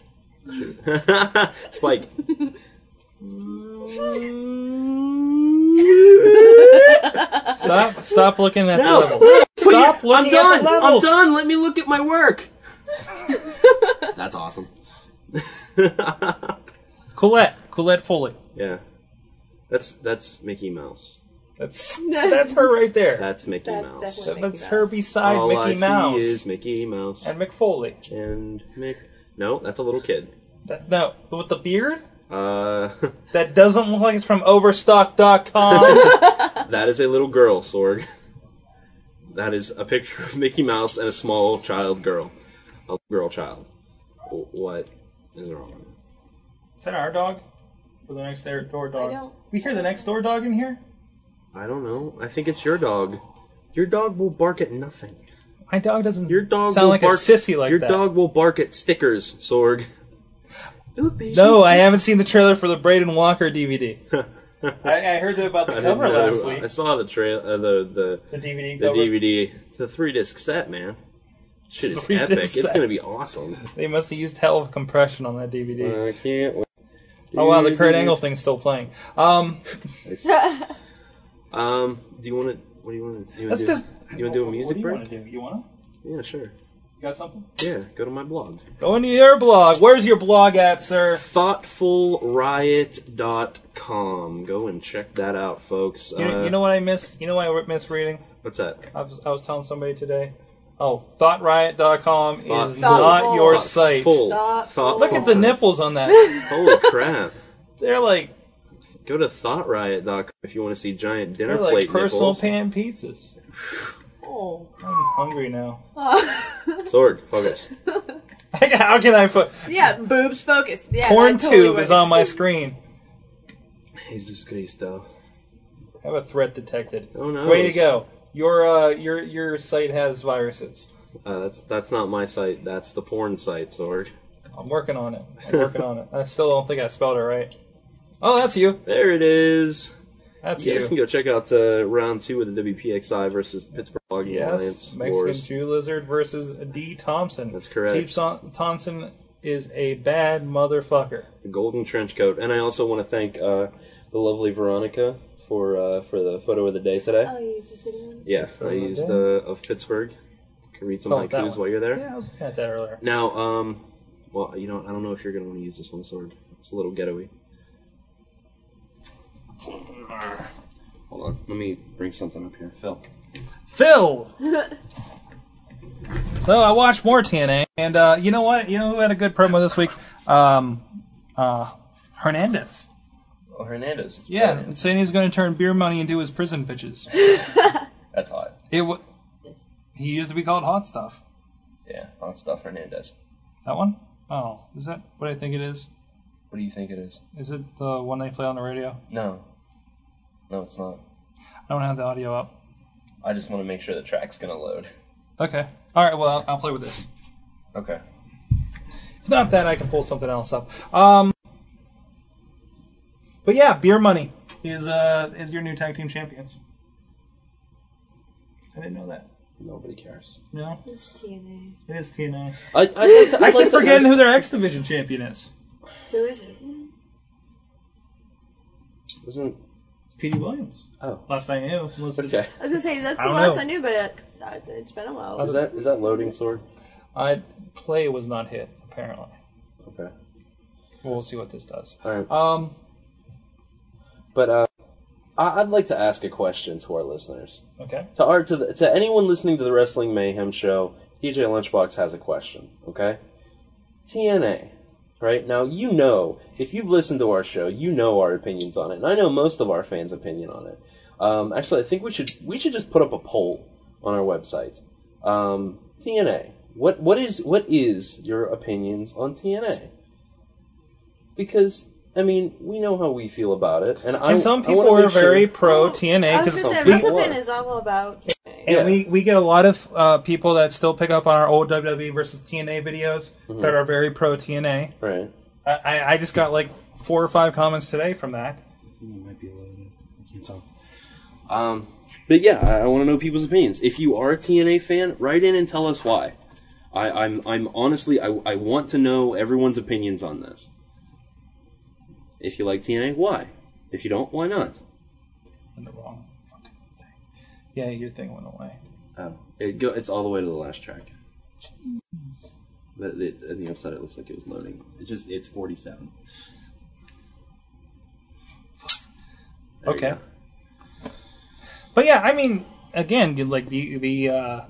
A: Spike.
D: Stop! Stop looking at
A: No.
D: the levels. Stop
A: I'm
D: looking
A: done.
D: at the levels.
A: I'm done. Let me look at my work. That's awesome.
D: *laughs* Colette. Colette Foley.
A: Yeah. That's that's Mickey Mouse.
D: That's that's her right there.
A: That's Mickey
D: That's
A: Mouse.
D: definitely Mickey That's her Mouse. beside
A: All
D: Mickey
A: I see
D: Mouse.
A: is Mickey Mouse
D: And McFoley.
A: and Mick. No, that's a little kid.
D: That, no, but with the beard
A: Uh, *laughs*
D: that doesn't look like it's from
A: *laughs*
D: Overstock.com.
A: that is a little girl, Sorg. That is a picture of Mickey Mouse and a small child girl, a girl child. W- What is wrong?
D: Is that our dog? Or the next door door dog?
C: I don't-
D: We hear the next door dog in here.
A: I don't know. I think it's your dog. Your dog will bark at nothing.
D: My dog doesn't.
A: Your dog
D: sound
A: will
D: like
A: bark,
D: a sissy like
A: your
D: that.
A: dog will bark at stickers, Sorg.
D: No, I haven't seen the trailer for the Braden Walker
A: *laughs*
D: DVD. I, I heard about the
A: I didn't
D: cover
A: know.
D: last week.
A: I saw the trail, uh, the
D: The DVD
A: the
D: cover.
A: DVD. It's a three disc set, man. Shit is
D: Three-disc
A: epic. It's
D: set.
A: gonna
D: *laughs*
A: be awesome.
D: They must have used hell of compression on that DVD.
A: I can't wait.
D: Oh wow, the Kurt Angle thing's still playing. Um,
A: Um, do you want to? What do you want to?
D: Let's
A: do,
D: just-
A: You want to do a
D: what do
A: music
D: you
A: break?
D: wanna do? You want
A: to? Yeah, sure.
D: got something?
A: Yeah, go to my blog.
D: Go into your blog. Where's your blog at, sir?
A: Thoughtfulriot.com. Go and check that out, folks.
D: You,
A: uh,
D: you know what I miss? You know what I miss reading?
A: what's that?
D: I was, I was telling somebody today. Oh, thoughtriot.com
A: Thought-
D: is not your
A: Thoughtful.
D: site.
A: Thoughtful. Thoughtful.
D: Look at the nipples on that.
A: *laughs* Holy crap!
D: *laughs* They're like
A: Go to thoughtriot.com if you want to see giant dinner
D: they're like
A: plate
D: personal
A: nipples.
D: pan pizzas.
C: Oh. *laughs*
D: I'm hungry now.
A: *laughs* Sorg, focus.
D: *laughs* How can I put
C: yeah, boobs focus. Yeah,
D: corn
C: that totally
D: tube
C: works.
D: is on my screen?
A: Jesus Cristo.
D: I have a threat detected. Oh
A: no.
D: Way to go. Your uh your your site has viruses.
A: Uh, that's that's not my site. That's the porn site, Sorg.
D: I'm working on it. I'm working on it. I still don't think I spelled it right. Oh, that's you.
A: There it is.
D: That's
A: you.
D: you.
A: guys can go check out uh, round two of the WPXI versus Pittsburgh Logging
D: Yes,
A: Alliance
D: Mexican
A: Wars.
D: Jew Lizard versus D. Thompson. That's
A: correct.
D: Jeep Son- Thompson is a bad motherfucker.
A: The golden trench coat. And I also want to thank uh, the lovely Veronica for uh, for the photo of the day today.
K: Oh, you used the city one?
A: yeah,
D: Photo
A: I
D: of the
A: used
D: day.
A: the of Pittsburgh. You can read some
D: Oh, that
A: haikus
D: one.
A: while you're there.
D: Yeah, I was looking at that earlier.
A: Now, um, well, you know, I don't know if you're going to want to use this one, Sorg. It's a little ghetto-y. Hold on, let me bring something up here. Phil.
D: Phil. *laughs* so I watched more TNA, and uh, you know what? You know who had a good promo this week? Um, uh, Hernandez.
A: Oh, Hernandez.
D: Yeah, saying he's going to turn beer money into his prison *laughs* pitches.
A: That's hot.
D: It w- he used to be called Hot Stuff.
A: Yeah, hot stuff, Hernandez.
D: That one? Oh, is that what I think it is?
A: What do you think it is?
D: Is it the one they play on the radio?
A: No. No, it's not.
D: I don't have the audio up.
A: I just want to make sure the track's going to load.
D: Okay. All right. Well, I'll, I'll play with this.
A: Okay.
D: If not that, I can pull something else up. Um, but yeah, beer money is uh is your new tag team champions. I didn't know that.
A: Nobody cares.
D: No,
K: It's TNA.
D: it is TNA.
A: I, I'd like to- I'd
D: I
A: like
D: keep
A: to
D: forgetting
A: ask-
D: who their X Division champion is.
K: Who is it?
A: Wasn't
D: It's Petey Williams.
A: Oh,
D: last I knew. most of-
A: Okay.
C: I was gonna say that's
D: I
C: the
D: don't
C: last
D: know.
C: I knew, but it, uh, it's been a while.
A: Is that is that loading sword?
D: I play was not hit apparently.
A: Okay.
D: We'll see what this does.
A: All right.
D: Um,
A: But uh, I- I'd like to ask a question to our listeners.
D: okay.
A: To our to the, to anyone listening to the Wrestling Mayhem show, DJ Lunchbox has a question. Okay, TNA. Right now, you know if you've listened to our show, you know our opinions on it, and I know most of our fans' opinion on it. Um, actually, I think we should we should just put up a poll on our website. Um, TNA. What what is what is your opinions on TNA? Because I mean, we know how we feel about it, and, I
D: and some
A: I wanna
D: people are
A: make sure-
D: very pro TNA
C: Oh, I was
D: because
C: gonna say, WrestleFan is all about.
D: And we, we get a lot of uh, people that still pick up on our old WWE versus TNA videos
A: Mhm.
D: that are very pro TNA.
A: Right.
D: I, I, I just got like four or five comments today from that.
A: might be loaded. I can't tell. Um, but yeah, I, I want to know people's opinions. If you are a TNA fan, write in and tell us why. I, I'm I'm honestly I, I want to know everyone's opinions on this. If you like TNA, why? If you don't, why not?
D: In the wrong fucking thing. Yeah, your thing went away.
A: Oh, it go, it's all the way to the last track. The, the, on the upside, it looks like it was loading. It just it's 47. There you
D: okay.
A: go.
D: But yeah, I mean, again, you- like the the uh,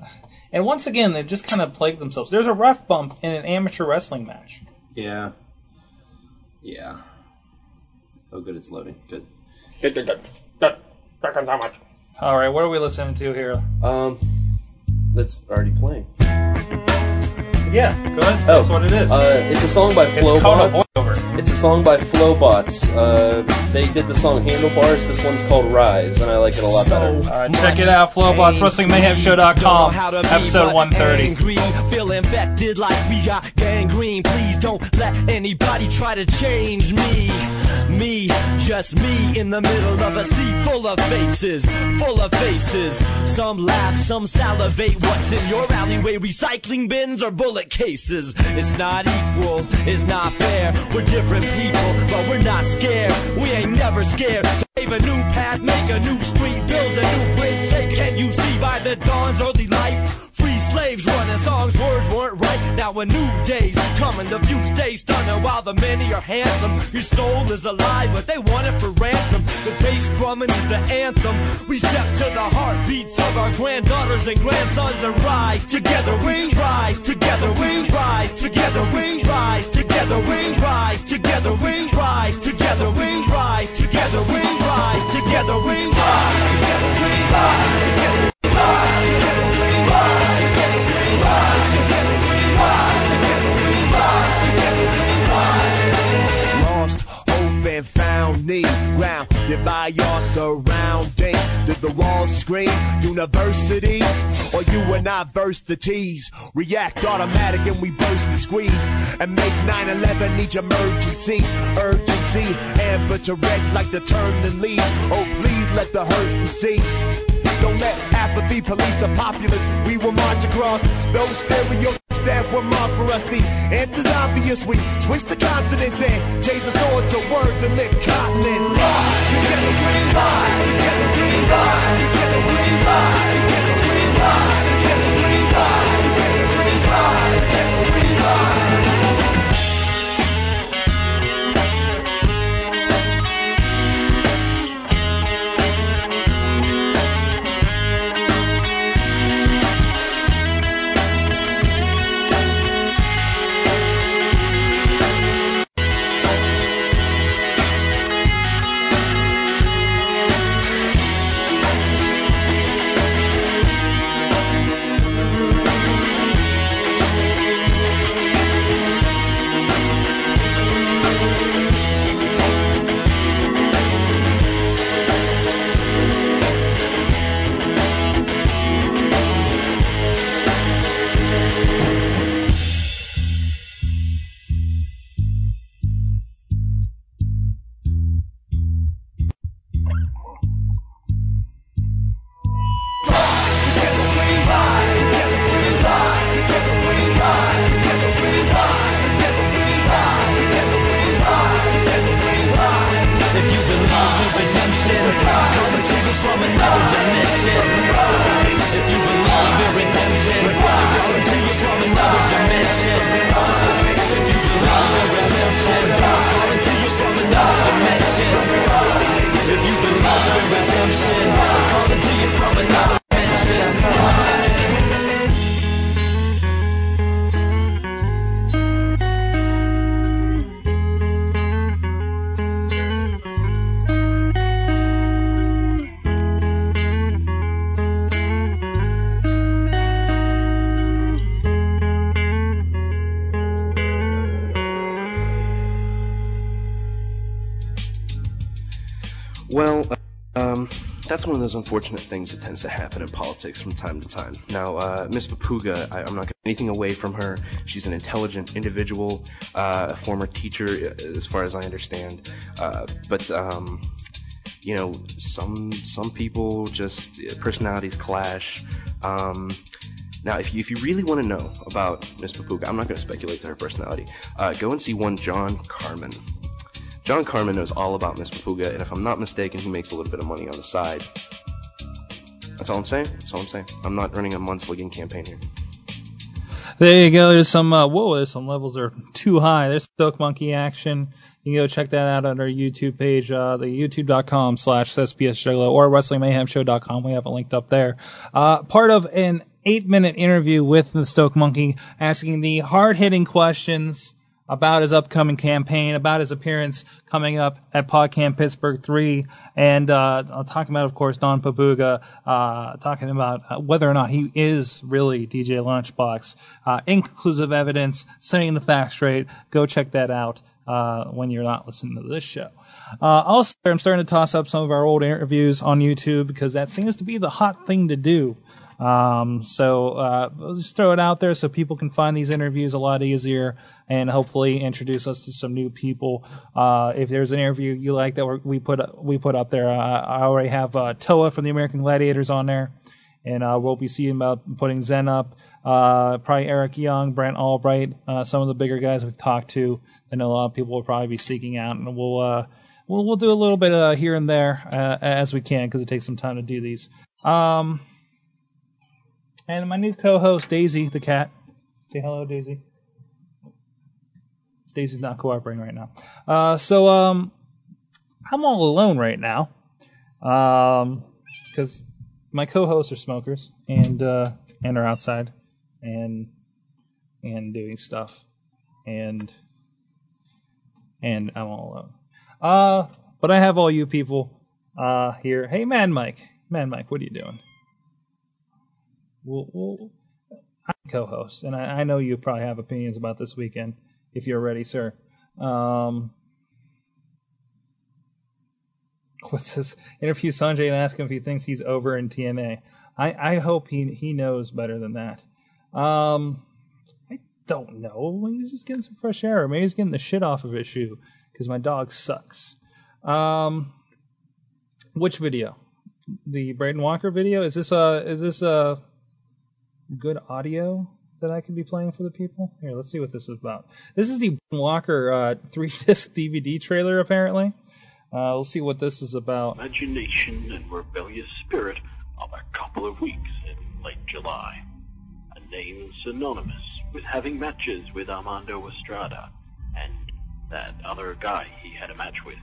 D: and once again, they just kind of plagued themselves. There's a rough bump in an amateur wrestling match.
A: Yeah. Yeah. Oh, good, it's loading. Good. Good, good, good. Good. Reckons how much?
D: All right, what are we listening to here?
A: Um, that's already playing. Oh,
D: Yeah, good. That's what it is.
A: Uh, it's a song by
D: It's called
A: Flowbots. It's a song by Flowbots. Uh, they did the song Handlebars. This one's called Rise, and I like it a lot better.
D: Alright, uh, check it out, Flowbots, WrestlingMayhemShow.com, episode 130.
I: Angry, feel infected like we got gangrene. Please don't let anybody try to change me. Me, just me, in the middle of a sea full of faces, full of faces. Some laugh, some salivate. What's in your alleyway? Recycling bins or bullet cases? It's not equal, it's not fair. We're different people, but we're not scared. We ain't never scared. to Pave a new path, make a new street, build a new bridge. Say, can you see by the dawn's early light? Free slaves running songs, words weren't right. Now a new day's coming, the few stay stunning while the many are handsome. Your soul is alive, but they want it for ransom. The bass drumming is the anthem. We step to the heartbeats of our granddaughters and grandsons and rise. Together we rise, together we rise, together we rise, together we rise, together we rise, together we rise, together we rise, together we rise, together we rise, together we rise, together we rise, together we rise, together we rise, together we rise, together we rise.
O: Lost hope and found new ground. Did by your surroundings. Did the walls scream universities? Or you and I versities? React automatic and we burst and squeeze. And make 9 11 each emergency. Urgency, amateur red like the turning leaves. Oh, please let the hurt cease. Don't let apathy police the populace. We will march across those stereotypes that were marked for us. The answer's obvious. We twist the consonants and change the sword to words and live continent. Rise, together we rise, together we rise, together we rise, together we rise, together we rise, together we rise, together we rise.
I: If you believe in redemption, contact us from another dimension. If you believe in redemption, contact us from another dimension. If you believe in redemption,
J: Well, uh, um, that's one of those unfortunate things that tends to happen in politics from time to time. Now, uh, Miss Papuga, I, I'm not getting anything away from her. She's an intelligent individual, uh, a former teacher, uh, as far as I understand. Uh, but um, you know, some some people just uh, personalities clash. Um, now, if you, if you really want to know about Miss Papuga, I'm not going to speculate to her personality. Uh, go and see one John Carmen. John Carmen knows all about Miss Papuga, and if I'm not mistaken, he makes a little bit of money on the side. That's all I'm saying. That's all I'm saying. I'm not running a munsligging campaign here.
D: There you go. There's some. Uh, whoa, there's some levels are too high. There's Stoke Monkey action. You can go check that out on our YouTube page, uh, the youtube.com slash SPS Juggalo or WrestlingMayhemShow.com. We have it linked up there. Uh, part of an eight minute interview with the Stoke Monkey asking the hard hitting questions about his upcoming campaign, about his appearance coming up at PodCamp Pittsburgh 3, and uh, talking about, of course, Don Pabuga, uh, talking about uh, whether or not he is really DJ Lunchbox. Uh, inconclusive evidence, setting the facts straight. Go check that out uh, when you're not listening to this show. Uh, also, I'm starting to toss up some of our old interviews on YouTube because that seems to be the hot thing to do. Um, so uh, I'll just throw it out there so people can find these interviews a lot easier and hopefully introduce us to some new people. Uh, if there's an interview you like that we're- we put we put up there, uh, I already have uh, Toa from the American Gladiators on there, and uh, we'll be seeing about putting Zen up. Uh, probably Eric Young, Brent Albright, uh, some of the bigger guys we've talked to. I know a lot of people will probably be seeking out, and we'll. Uh, We'll, we'll do a little bit uh, here and there uh, as we can because it takes some time to do these. Um, and my new co-host Daisy the cat. Say hello, Daisy. Daisy's not cooperating right now. Uh, so um, I'm all alone right now, um, because my co-hosts are smokers and uh, and are outside and and doing stuff and and I'm all alone. Uh, but I have all you people uh here. Hey, man, Mike, man, Mike, what are you doing? we'll, we'll I'm co-host, and I, I know you probably have opinions about this weekend if you're ready, sir. Um, what's this? Interview Sanjay and ask him if he thinks he's over in TNA. I, I hope he he knows better than that. Um, I don't know. Maybe He's just getting some fresh air. Maybe he's getting the shit off of his shoe because my dog sucks. Um, which video? The Braden Walker video? Is this uh is this uh good audio that I could be playing for the people? Here, let's see what this is about. This is the Braden Walker uh, three *laughs* disc DVD trailer apparently. Uh, we'll see what this is about.
F: imagination and rebellious spirit of a couple of weeks in late July. A name synonymous with having matches with Armando Estrada and that other guy he had a match with,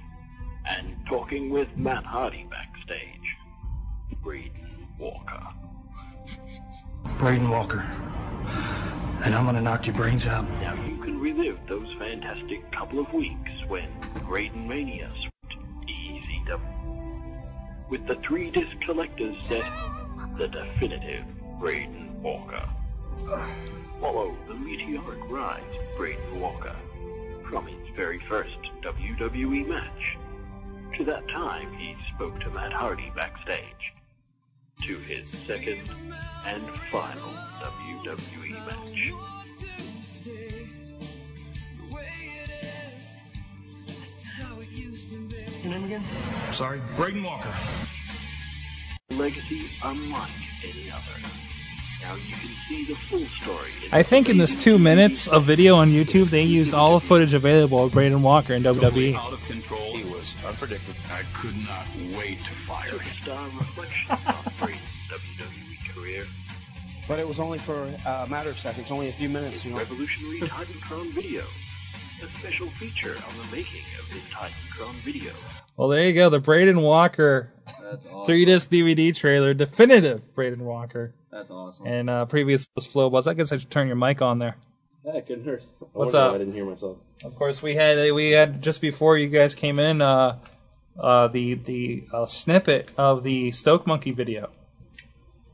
F: and talking with Matt Hardy backstage. Braden Walker.
P: Braden Walker. And I'm gonna knock your brains out.
F: Now you can relive those fantastic couple of weeks when Graydon Mania swept ECW. With the three disc collector's set, the definitive Graydon Walker. Follow the meteoric rise of Graydon Walker from his very first WWE match. To that time, he spoke to Matt Hardy backstage. To his second and final WWE match.
P: Your name again? Sorry, Braden Walker.
F: legacy unlike any other. Now you can see the full story.
D: I think in this two minutes of video on YouTube, they used all the footage available of Braden Walker in E.
H: Totally
D: WWE.
H: out of control. He was unpredictable. I could not wait to fire him.
F: Star reflection on Braden's WWE E career.
Q: But it was only for uh, a matter of seconds, only a few minutes, you know.
F: Revolutionary Titantron video. A special feature on the making of this Titantron video.
D: Well, there you go, the Braden Walker
F: awesome.
D: three disc DVD trailer, definitive Braden Walker.
A: That's awesome.
D: And uh, previous was Flow Buzz. I guess I should turn your mic on there.
A: Yeah, it couldn't hurt. I
D: What's
A: wonder why
D: up?
A: I didn't hear myself.
D: Of course, we had we had just before you guys came in uh, uh, the the uh, snippet of the Stoke Monkey video.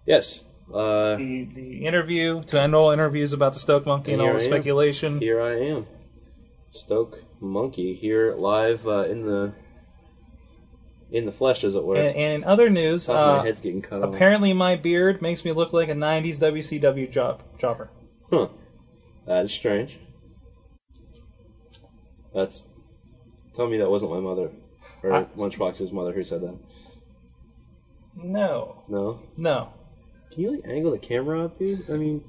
A: Yes. Uh,
D: the the interview to end all interviews about the Stoke Monkey and, all the speculation.
A: Here I am. Stoke Monkey here live uh, in the in the flesh, as it were.
D: And, and in other news,
A: Top of
D: uh,
A: my head's getting cut off.
D: apparently my beard makes me look like a '90s WCW job jobber.
A: Huh. That is strange. That's. Tell me that wasn't my mother. Or Lunchbox's mother who said that.
D: No,
A: No?
D: no.
A: Can you, like, angle the camera up, dude? I mean,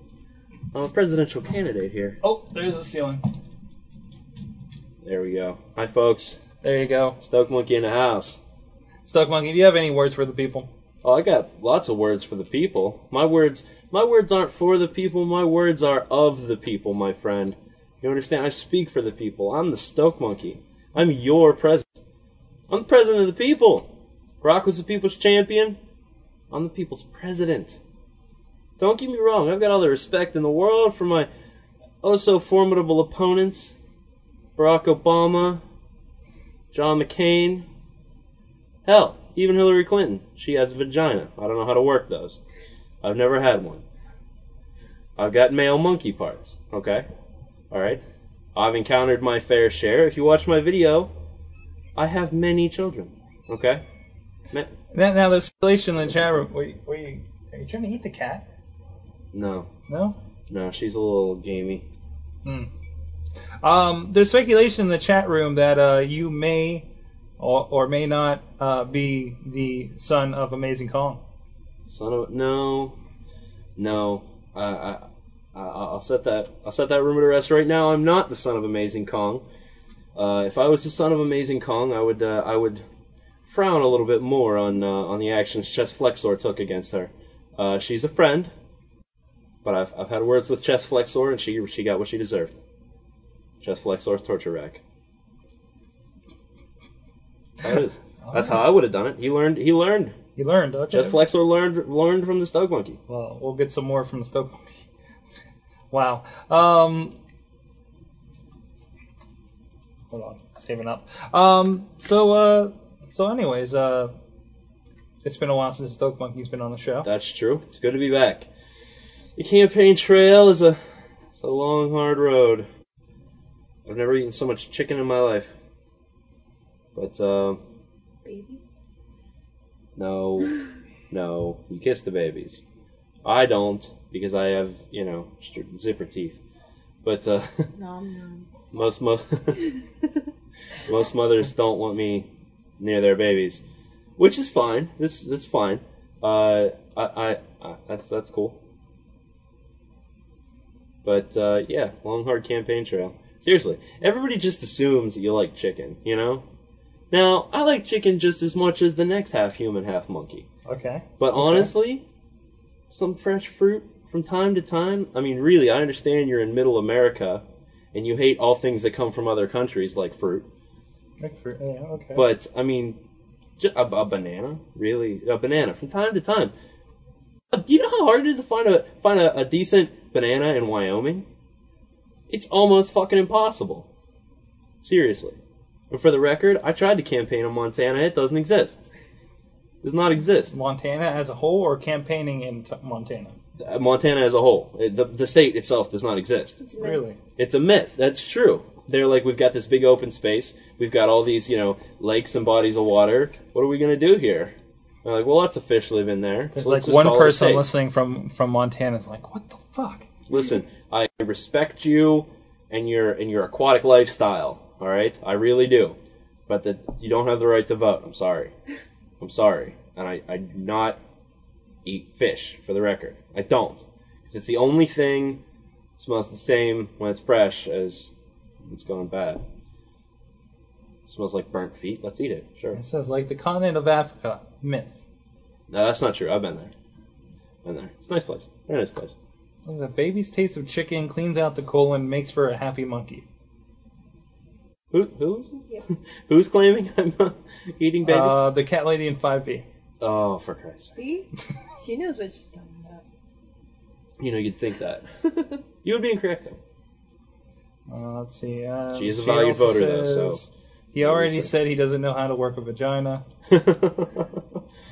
A: I'm a presidential candidate here.
D: Oh, there's the ceiling.
A: There we go. Hi, folks.
D: There you go.
A: Stoke Monkey in the house.
D: Stoke Monkey, do you have any words for the people?
A: Oh, I got lots of words for the people. My words, my words aren't for the people. My words are of the people, my friend. You understand? I speak for the people. I'm the Stoke Monkey. I'm your president. I'm the president of the people. Rock was the people's champion. I'm the people's president. Don't get me wrong. I've got all the respect in the world for my oh so formidable opponents, Barack Obama, John McCain, Hell, even Hillary Clinton. She has a vagina. I don't know how to work those. I've never had one. I've got male monkey parts. Okay? Alright? I've encountered my fair share. If you watch my video, I have many children. Okay? Ma-
D: Now, now there's speculation in the chat room. Were you, were you, are you trying to eat the cat?
A: no.
D: No?
A: No, she's a little gamey.
D: Hmm. Um, there's speculation in the chat room that uh, you may or, or may not uh, be the son of Amazing Kong.
A: Son of a- no, no. I, I, I, I'll set that. I'll set that rumor to rest right now. I'm not the son of Amazing Kong. Uh, if I was the son of Amazing Kong, I would. Uh, I would frown a little bit more on uh, on the actions Chess Flexor took against her. Uh, she's a friend, but I've I've had words with Chess Flexor, and she she got what she deserved. Chess Flexor torture rack. That is. That's how I would have done it. He learned. He learned.
D: He learned. Okay.
A: Jeff Flexor learned learned from the Stoke Monkey.
D: Well, we'll get some more from the Stoke Monkey. wow. Um, hold on, saving up. Um, so, uh, so, anyways, uh, it's been a while since Stoke Monkey's been on the show.
A: That's true. It's good to be back. The campaign trail is a it's a long, hard road. I've never eaten so much chicken in my life. But um,
K: Babies?
D: *laughs*
A: no, no, you kiss the babies. I don't because I have you know stri- zipper teeth. But uh, *laughs*
K: Nom nom.
A: most mo- *laughs* most mothers don't want me near their babies, which is fine. This that's fine. Uh, I, I, I that's that's cool. But uh, yeah, long hard campaign trail. Seriously, everybody just assumes that you like chicken, you know. Now I like chicken just as much as the next half human, half monkey.
D: Okay.
A: But
D: Okay.
A: honestly, some fresh fruit from time to time. I mean, really, I understand you're in middle America and you hate all things that come from other countries like fruit.
D: Like for- yeah, okay.
A: But, I mean, ju- a, a banana? Really? A banana from time to time. Uh, You know how hard it is to find a find a, a decent banana in Wyoming? It's almost fucking impossible. Seriously. And for the record, I tried to campaign in Montana. It doesn't exist. Does not exist.
D: Montana as a whole, or campaigning in t- Montana?
A: uh, Montana as a whole. It- The, the state itself does not exist.
D: a myth. Really?
A: It's a myth. That's true. They're like, we've got this big open space. We've got all these, you know, lakes and bodies of water. What are we going to do here? They're like, well, lots of fish live in there.
D: There's
A: so
D: like
A: let's just
D: one
A: call it a
D: person
A: state."
D: listening from from Montana is like, what the fuck?
A: Listen, I respect you and your and your aquatic lifestyle. All right, I really do. But that you don't have the right to vote. I'm sorry. I'm sorry, and I, I do not eat fish. For the record, I don't. 'Cause it's the only thing that smells the same when it's fresh as when it's gone bad. It smells like burnt feet. Let's eat it. Sure.
D: It says like the continent of Africa myth.
A: No, that's not true. I've been there. Been there. It's a nice place. Very nice place.
D: There's a baby's taste of chicken cleans out the colon, makes for a happy monkey.
A: Who who's *laughs* who's claiming I'm *laughs* not eating babies?
D: Uh, the cat lady in 5B.
A: *laughs* Oh, for Christ's
C: See? she knows what she's talking about.
A: You know, you'd think that. *laughs* you would be incorrect, though.
D: Uh, let's see. Uh,
A: She is a valued
D: also
A: voter, though, so-
D: says- He already said he doesn't know how to work a
A: *laughs*
D: vagina.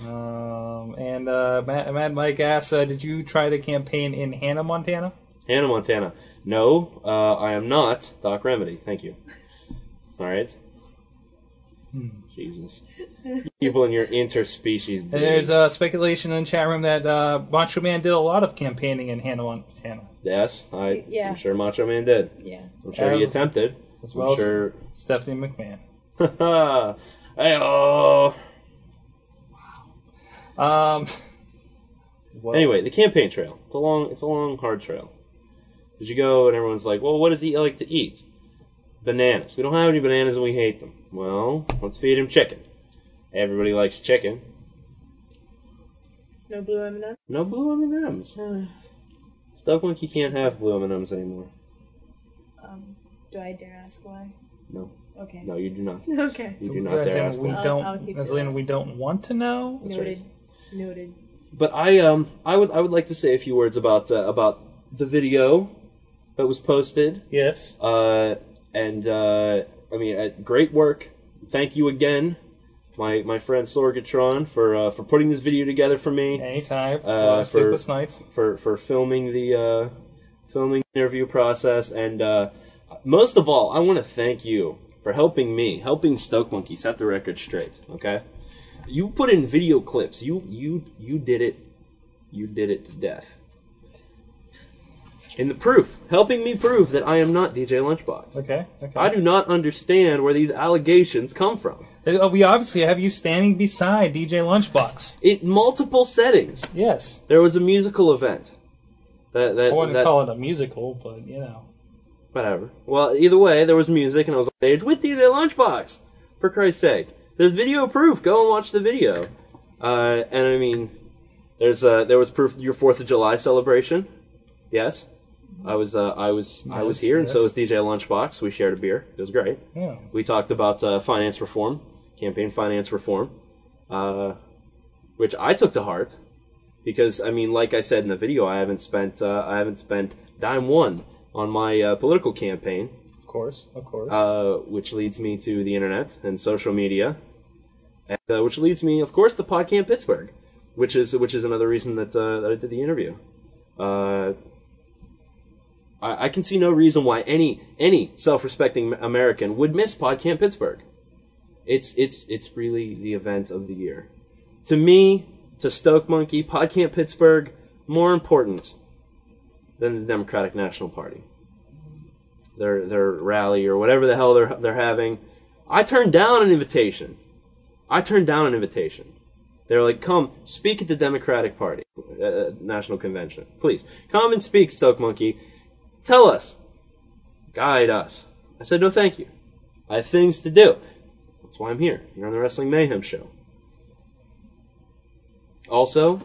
D: um, and uh, Mad, Mad Mike asks, uh, did you try to campaign in Hannah, Montana?
A: Hannah Montana. No, uh, I am not Doc Remedy. Thank you. All right.
D: Hmm.
A: Jesus. People in your interspecies.
D: And there's uh, speculation in the chat room that uh, Macho Man did a lot of campaigning in Hannah Montana.
A: Yes, I,
D: Yeah.
A: I'm sure Macho Man did.
D: Yeah.
A: I'm sure he
D: As-
A: attempted.
D: as well
A: I'm
D: as-
A: sure.
D: Stephanie McMahon. Uh,
A: *laughs* hey, oh.
D: Um.
A: Anyway, the campaign trail. It's a long. It's a long, hard trail. Because you go and everyone's like, "Well, what does he like to eat? Bananas. We don't have any bananas and we hate them. Well, let's feed him chicken. Everybody likes chicken.
C: No blue M&M?
A: No blue M and M's.
C: Uh.
A: Stuck Monkey can't have blue M and M's anymore.
C: Um, do I dare ask why?
A: No.
C: Okay.
A: No, you do not.
C: *laughs* Okay.
A: You do not
D: As in
A: dare ask
D: we
A: why.
D: don't.
C: I'll keep
D: as
C: it.
D: in we don't want to know.
A: That's
C: Noted. Noted.
A: But I um I would I would like to say a few words about uh, about the video that was posted.
D: Yes.
A: Uh, and uh, I mean, uh, great work. Thank you again, my my friend Sorgatron for uh, for putting this video together for me.
D: Anytime. It's a lot
A: Uh,
D: of
A: for,
D: sleepless nights.
A: for for filming the uh, filming the interview process, and uh, most of all, I want to thank you for helping me, helping Stoke Monkey set the record straight. Okay, you put in video clips. You you you did it. You did it to death. In the proof, helping me prove that I am not DJ Lunchbox.
D: Okay. Okay.
A: I do not understand where these allegations come from.
D: Uh, We obviously have you standing beside DJ Lunchbox.
A: In multiple settings.
D: Yes.
A: There was a musical event. That, that,
D: I wouldn't
A: that-
D: call it a musical, but you know.
A: Whatever. Well, either way, there was music and I was on stage with DJ Lunchbox. For Christ's sake. There's video proof. Go and watch the video. Uh, and I mean, there's uh, there was proof of your 4th of July celebration. Yes. I was uh, I was I was
D: Yes,
A: here and so was
D: yes.
A: DJ Lunchbox. We shared a beer. It was great.
D: Yeah.
A: We talked about uh, finance reform, campaign finance reform, uh, which I took to heart because I mean, like I said in the video, I haven't spent uh, I haven't spent dime one on my uh, political campaign,
D: Of course. Of course.
A: uh, which leads me to the internet and social media, and, uh, which leads me, of course, to PodCamp Pittsburgh, which is which is another reason that, uh, that I did the interview. Uh, I, I can see no reason why any any self-respecting American would miss PodCamp Pittsburgh. It's it's it's really the event of the year. To me, to Stoke Monkey, PodCamp Pittsburgh, more important than the Democratic National Party. Their their rally or whatever the hell they're they're having. I turned down an invitation. I turned down an invitation. They were like, "Come speak at the Democratic Party uh, uh, National Convention, please. Come and speak, Stoke Monkey. Tell us, guide us." I said, "No, thank you. I have things to do. That's why I'm here. You're on the Wrestling Mayhem show. Also,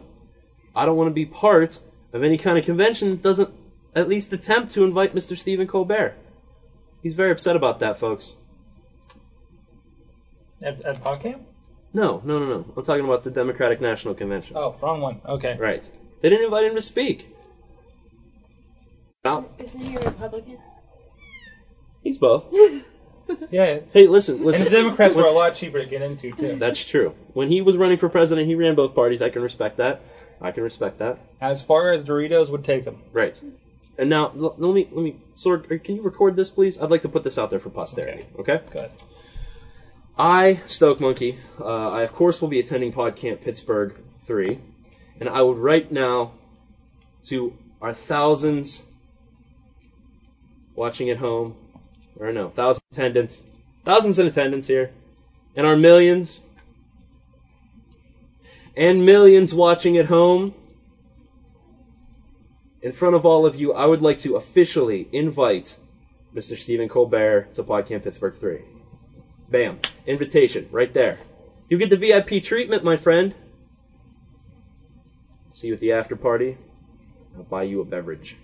A: I don't want to be part of any kind of convention that doesn't at least attempt to invite Mr. Stephen Colbert. He's very upset about that, folks.
D: At, at PodCamp?
A: No, no, no, no. I'm talking about the Democratic National Convention.
D: Oh, wrong one. Okay.
A: Right. They didn't invite him to speak. Now,
C: Isn't he a *laughs* Republican?
A: he's both.
D: Yeah.
A: Hey, listen,
D: And
A: listen.
D: the Democrats were a lot cheaper to get into too.
A: That's true. When he was running for president, he ran both parties. I can respect that. I can respect that.
D: As far as Doritos would take them.
A: Right. And now l- let me let me sort. Can you record this, please? I'd like to put this out there for posterity. Okay.
D: Good.
A: I Stoke Monkey. Uh, I of course will be attending PodCamp Pittsburgh three, and I would right now to our thousands watching at home, or no, thousand attendance, thousands in attendance here, and our millions and millions watching at home. In front of all of you, I would like to officially invite Mr. Stephen Colbert to PodCamp Pittsburgh 3. Bam. Invitation, right there. You get the VIP treatment, my friend. See you at the after party. I'll buy you a beverage.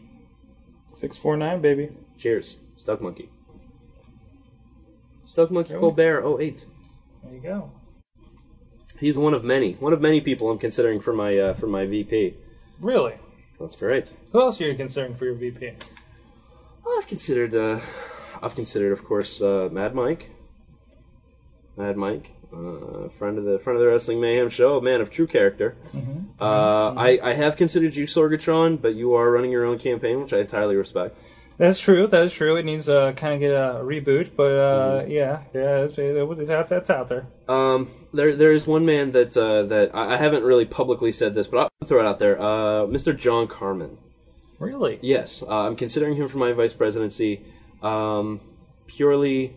D: Six four nine, baby.
A: Cheers. Stuck Monkey. Stuck Monkey
D: Really?
A: Colbert 08.
D: There you go.
A: He's one of many. One of many people I'm considering for my uh, for my VP.
D: Really?
A: That's great.
D: Who else are you considering for your VP?
A: I've considered, uh, I've considered, of course, uh, Mad Mike. Mad Mike, uh, friend of the friend of the Wrestling Mayhem show, a man of true character.
D: Mm-hmm.
A: Uh, I, I have considered you, Sorgatron, but you are running your own campaign, which I entirely respect.
D: That's true. That is true. It needs uh, kind of get a reboot, but
R: Mm-hmm.
D: uh, yeah, yeah, it's, it was, it's out, that's out there.
A: Um, there there is one man that uh, that I, I haven't really publicly said this, but I'll throw it out there. Uh, Mr. John Carmen.
D: Really?
A: Yes, uh, I'm considering him for my vice presidency, um, purely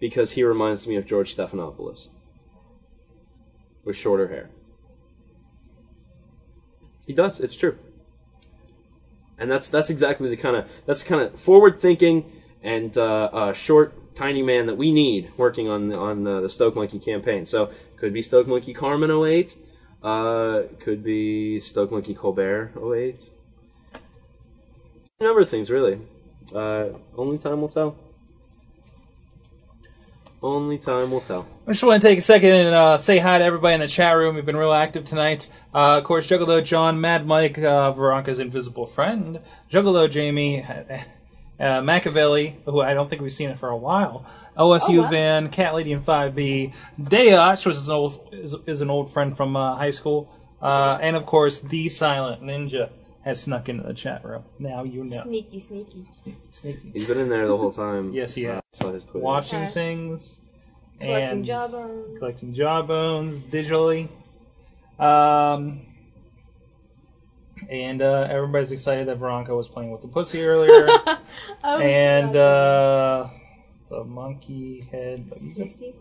A: because he reminds me of George Stephanopoulos with shorter hair. He does. It's true. And that's that's exactly the kind of that's kind of forward thinking and uh, uh, short, tiny man that we need working on the, on uh, the Stoke Monkey campaign. So could be Stoke Monkey Carmen 08, uh, could be Stoke Monkey Colbert 08. A number of things really. Uh, only time will tell. Only time will tell.
D: I just want to take a second and uh, say hi to everybody in the chat room. We've been real active tonight. Uh, of course, Juggalo John, Mad Mike, uh, Veronica's invisible friend, Juggalo Jamie, *laughs* uh, Machiavelli, who I don't think we've seen it for a while, OSU
R: Oh, wow.
D: Van, Cat Lady in 5B, Dayosh, which is an old, is, is an old friend from uh, high school, uh, and of course, The Silent Ninja has snuck into the chat room. Now you know.
K: Sneaky, sneaky.
D: Sneaky.
A: He's been in there the whole time.
D: *laughs*
A: Uh,
D: Yes, he has.
A: saw his Twitter.
D: Watching
K: Okay.
D: things.
K: Collecting
D: and
K: jawbones.
D: Collecting jawbones digitally. Um, and uh, everybody's excited that Veronica was playing with the
K: *laughs*
D: pussy earlier.
K: I was
D: and uh, the monkey head.
K: Tasty.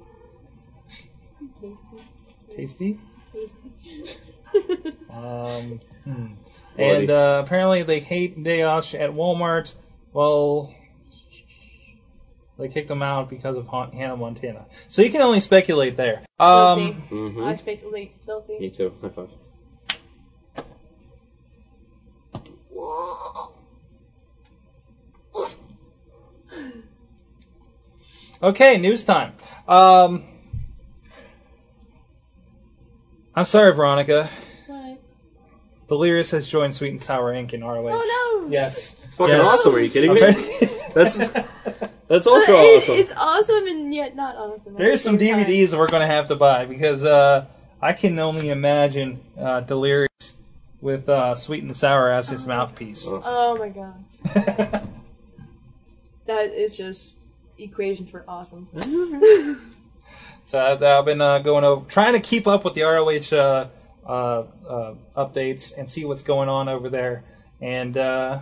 K: Tasty.
D: Tasty.
K: Tasty.
D: Um, hmm.
A: Quality.
D: And uh, apparently they hate Dayosh at Walmart. Well, they kicked them out because of Han- Hannah Montana. So you can only speculate there. Um,
A: Mhm.
C: I speculate filthy.
A: Me too. High five.
D: okay, news time. Um, I'm sorry, Veronica.
C: What?
D: Delirious has joined Sweet and Sour Inc. in ROH.
C: Oh, no.
D: Yes.
A: It's fucking
D: Yes.
A: awesome. Are you kidding me?
D: *laughs*
A: that's
C: But *laughs*
A: that's ultra
C: it-
A: awesome.
C: It's awesome and yet not awesome.
D: There's some DVDs we're gonna have to buy because uh, I can only imagine uh, Delirious with uh, Sweet and Sour as his mouthpiece.
C: Oh my god. that is just equation for awesome.
D: So I've, I've been uh, going over, trying to keep up with the ROH uh, uh, uh, updates and see what's going on over there, and uh,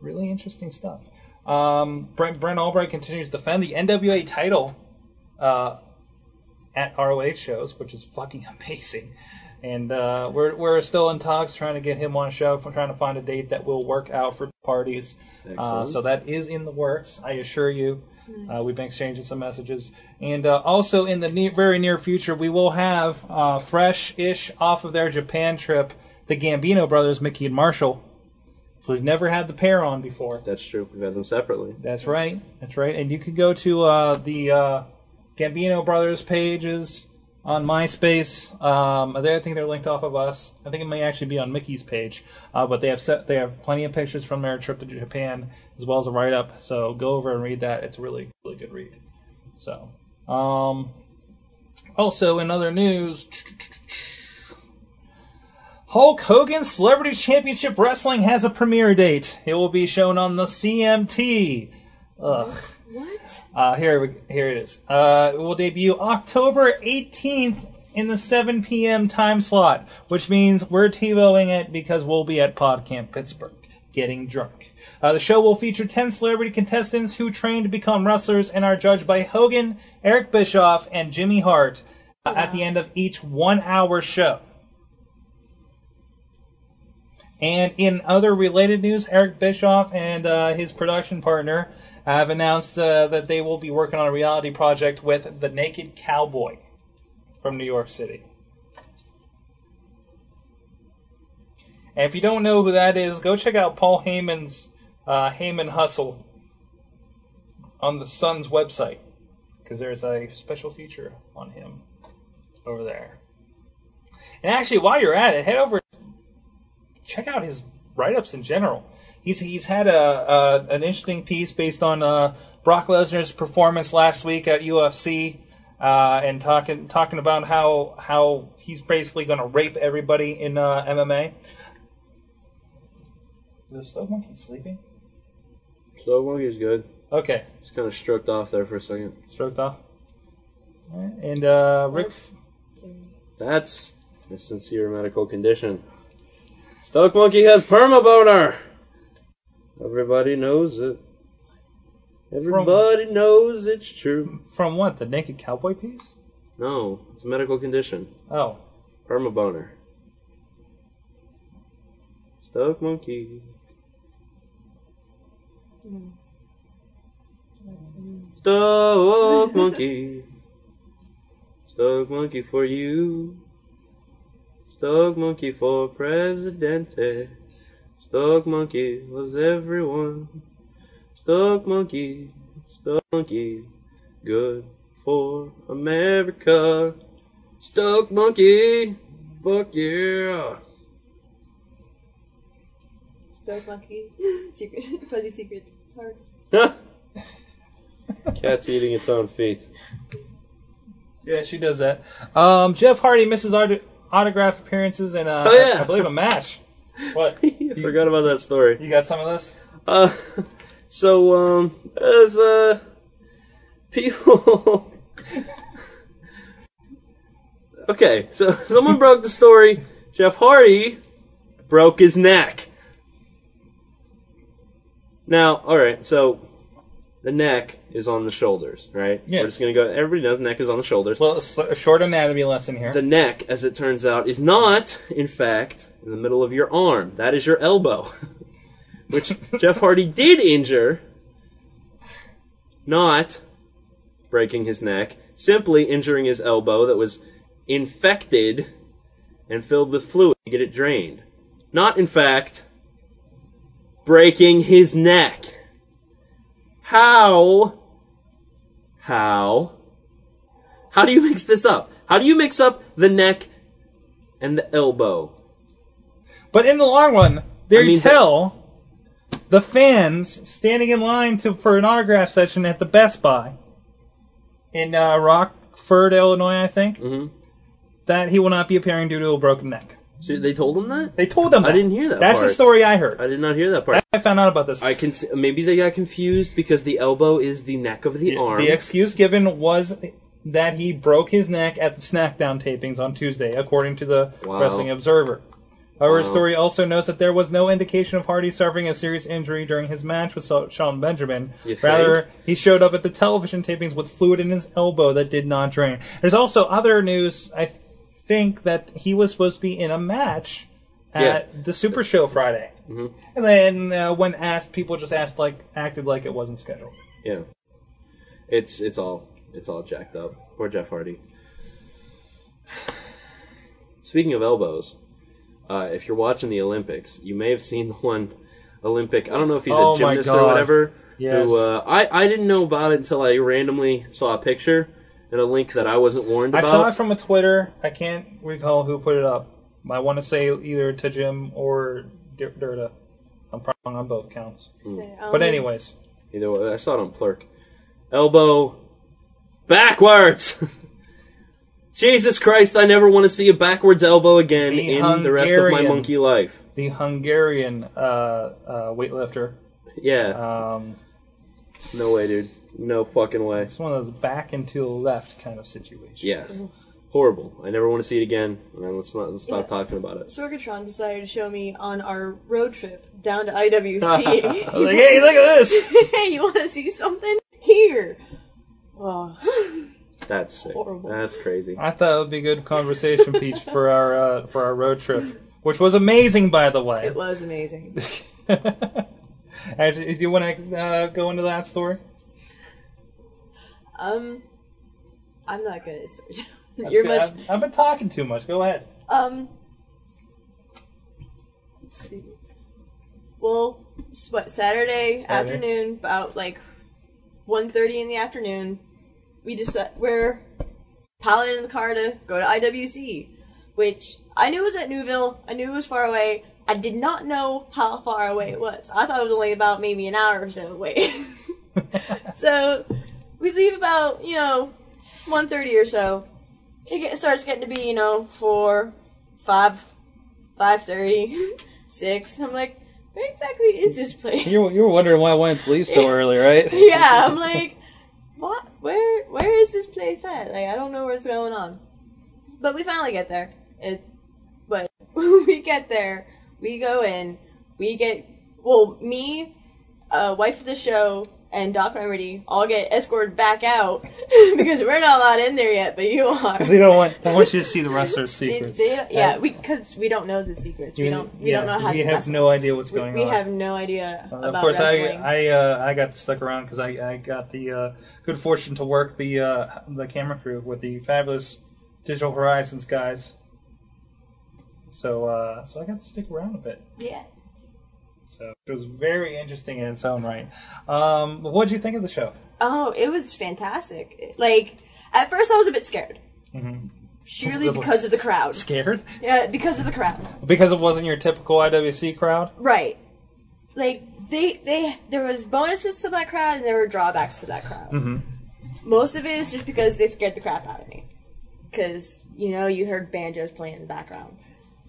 D: really interesting stuff. Um, Brent, Brent Albright continues to defend the NWA title uh, at ROH shows, which is fucking *laughs* amazing. And uh, we're we're still in talks, trying to get him on a show, for trying to find a date that will work out for parties. Uh,
A: Excellent.
D: so that is in the works, I assure you.
A: Nice.
D: Uh, we've been exchanging some messages, and uh, also in the near, very near future, we will have uh, fresh-ish off of their Japan trip, the Gambino brothers, Mickey and Marshall. So we've never had the pair on before.
A: That's true. We've had them separately.
D: That's right. That's right. And you could go to uh, the uh, Gambino Brothers pages on MySpace. Um, they, I think they're linked off of us. I think it may actually be on Mickey's page. Uh, but they have set, they have plenty of pictures from their trip to Japan as well as a write up. So go over and read that. It's a really really good read. So um, also in other news. Hulk Hogan's Celebrity Championship Wrestling has a premiere date. It will be shown on the CMT. Ugh.
K: What?
D: Uh, here, we- here it is. Uh, it will debut October 18th in the 7 p.m. time slot, which means we're TiVoing it because we'll be at PodCamp Pittsburgh getting drunk. Uh, the show will feature 10 celebrity contestants who train to become wrestlers and are judged by Hogan, Eric Bischoff, and Jimmy Hart uh, at the end of each one hour show. And in other related news, Eric Bischoff and uh, his production partner have announced uh, that they will be working on a reality project with The Naked Cowboy from New York City. And if you don't know who that is, go check out Paul Heyman's uh, Heyman Hustle on the Sun's website because there's a special feature on him over there. And actually, while you're at it, head over check out his write-ups in general. He's he's had a, a an interesting piece based on uh, Brock Lesnar's performance last week at UFC, uh, and talking talking about how how he's basically going to rape everybody in uh, MMA. Is the stove monkey sleeping?
A: So Woogie's good.
D: Okay.
A: Just kind of stroked off there for a second.
D: Stroked off. And uh, Rick.
A: That's a sincere medical condition. Stoke Monkey has permaboner. Everybody knows it. Everybody knows it's true.
D: From what? The naked cowboy piece?
A: No, it's a medical condition.
D: Oh.
A: Permaboner. Stoke Monkey. Stoke Monkey. Stoke Monkey for you. Stoke Monkey for Presidente. Stoke Monkey loves everyone. Stoke Monkey. Stoke Monkey. Good for America. Stoke Monkey. Fuck yeah.
C: Stroke monkey. *laughs* Secret. Fuzzy secret. Heart.
A: Cat's eating its own feet.
D: Yeah, she does that. Um, Jeff Hardy misses aut- autograph appearances and uh,
A: Oh, yeah.
D: I, I believe a match. What?
A: *laughs* I forgot about that story.
D: You got some of this?
A: Uh, *laughs* so um, as uh, people. *laughs* okay, so *laughs* someone broke the story. Jeff Hardy broke his neck. Now, all right, so the neck is on the shoulders, right? Yeah. We're just gonna go. Everybody knows neck is on the shoulders.
D: Well, a short anatomy lesson here.
A: The neck, as it turns out, is not, in fact, in the middle of your arm. That is your elbow, which Jeff Hardy did injure, not breaking his neck, simply injuring his elbow that was infected and filled with fluid to get it drained. Not, in fact, breaking his neck. How? How? How do you mix this up? How do you mix up the neck and the elbow?
D: But in the long run,
A: I
D: there
A: mean,
D: you tell the fans standing in line to, for an autograph session at the Best Buy in uh, Rockford, Illinois, I think,
A: mm-hmm.
D: that he will not be appearing due to a broken neck.
A: So they told him that?
D: They told him.
A: I didn't hear that
D: That's
A: part.
D: the story I heard.
A: I did not hear that part.
D: I found out about this.
A: I can see, maybe they got confused because the elbow is the neck of the arm.
D: The excuse given was that he broke his neck at the SmackDown tapings on Tuesday, according to the
A: Wow.
D: Wrestling Observer. However, the
A: Wow.
D: story also notes that there was no indication of Hardy suffering a serious injury during his match with Sa- Shawn Benjamin.
A: You
D: Rather,
A: think?
D: he showed up at the television tapings with fluid in his elbow that did not drain. There's also other news, I think, that he was supposed to be in a match at
A: Yeah.
D: the Super Show Friday.
A: Mhm.
D: And then uh, when asked, people just asked like acted like it wasn't scheduled.
A: Yeah, it's it's all it's all jacked up. Poor Jeff Hardy. *sighs* Speaking of elbows, uh, if you're watching the Olympics, you may have seen the one Olympic. I don't know if he's
D: Oh
A: a
D: my
A: gymnast or
D: God.
A: whatever.
D: Yes.
A: Who uh, I I didn't know about it until I randomly saw a picture and a link that I wasn't warned
D: I
A: about.
D: saw it from a Twitter. I can't recall who put it up. I want to say either to Jim or D- Dirta. I'm probably wrong on both counts.
C: Hmm.
A: Mm.
D: But anyways,
A: Either way, I saw it on Plurk. Elbow backwards. *laughs* Jesus Christ! I never want to see a backwards elbow again
D: The
A: in the rest of my
D: Hungarian.
A: monkey life.
D: the Hungarian uh, uh, weightlifter.
A: Yeah.
D: Um,
A: no way, dude. No fucking way.
D: It's one of those back and to the left kind of situations.
A: Yes. Horrible. I never want to see it again. And let's not let's stop talking about it.
C: Sorgatron decided to show me on our road trip down to IWC.
A: *laughs* I was
C: *laughs*
A: like, "Hey, look at this!"
C: hey, you want to see something? Here. Oh.
A: That's sick.
C: Horrible.
A: That's crazy.
D: I thought it would be good conversation, Peach, for our uh, for our road trip, which was amazing, by the way.
C: It was amazing.
D: Actually, do you want to uh, go into that story?
C: Um, I'm not good at stories.
D: That's
C: You're
D: good.
C: much.
D: I've, I've been talking too much. Go ahead.
C: Um, let's see. Well, s- what Saturday,
D: Saturday.
C: afternoon, about like 1.30 in the afternoon, we decide we're piling in the car to go to IWC, which I knew was at Newville. I knew it was far away. I did not know how far away it was. I thought it was only about maybe an hour or so away. *laughs* so we leave about you know 1.30 or so. It, get, it starts getting to be you know four, five, five thirty, *laughs* six. I'm like, Where exactly is this *laughs* place?
D: You were, you were wondering why I went to leave so
C: *laughs*
D: early, right?
C: yeah,
D: *laughs*
C: I'm like, what? Where? Where is this place at? Like, I don't know what's going on. But we finally get there. It, but *laughs* we get there. We go in. We get well. Me, uh, wife of the show, and Doc Remedy all get escorted back out *laughs* because we're not allowed in there yet. But you
D: *laughs*
C: are.
D: Because they don't want they want you to see the wrestler's
C: They-
D: secrets.
C: they don't- yeah,
D: Uh,
C: because we don't know the secrets. We
D: you-
C: don't. We
D: yeah,
C: don't know how.
D: we
C: to
D: have
C: wrestle.
D: no idea what's going
C: we,
D: on.
C: We have no idea
D: Uh,
C: about
D: of course,
C: wrestling.
D: I I uh, I got stuck around because I, I got the uh, good fortune to work the uh, the camera crew with the fabulous Digital Horizons guys. So uh, so I got to stick around a bit.
C: yeah.
D: So it was very interesting in its own right. Um, what did you think of the show?
C: Oh, it was fantastic. It- Like at first, I was a bit scared,
D: Mm-hmm.
C: surely because of the crowd.
D: Scared
C: Yeah, because of the crowd.
D: because it wasn't your typical IWC crowd.
C: Right. Like they they there was bonuses to that crowd and there were drawbacks to that crowd.
D: Mm-hmm.
C: Most of it is just because they scared the crap out of me. Because, you know, you heard banjos playing in the background.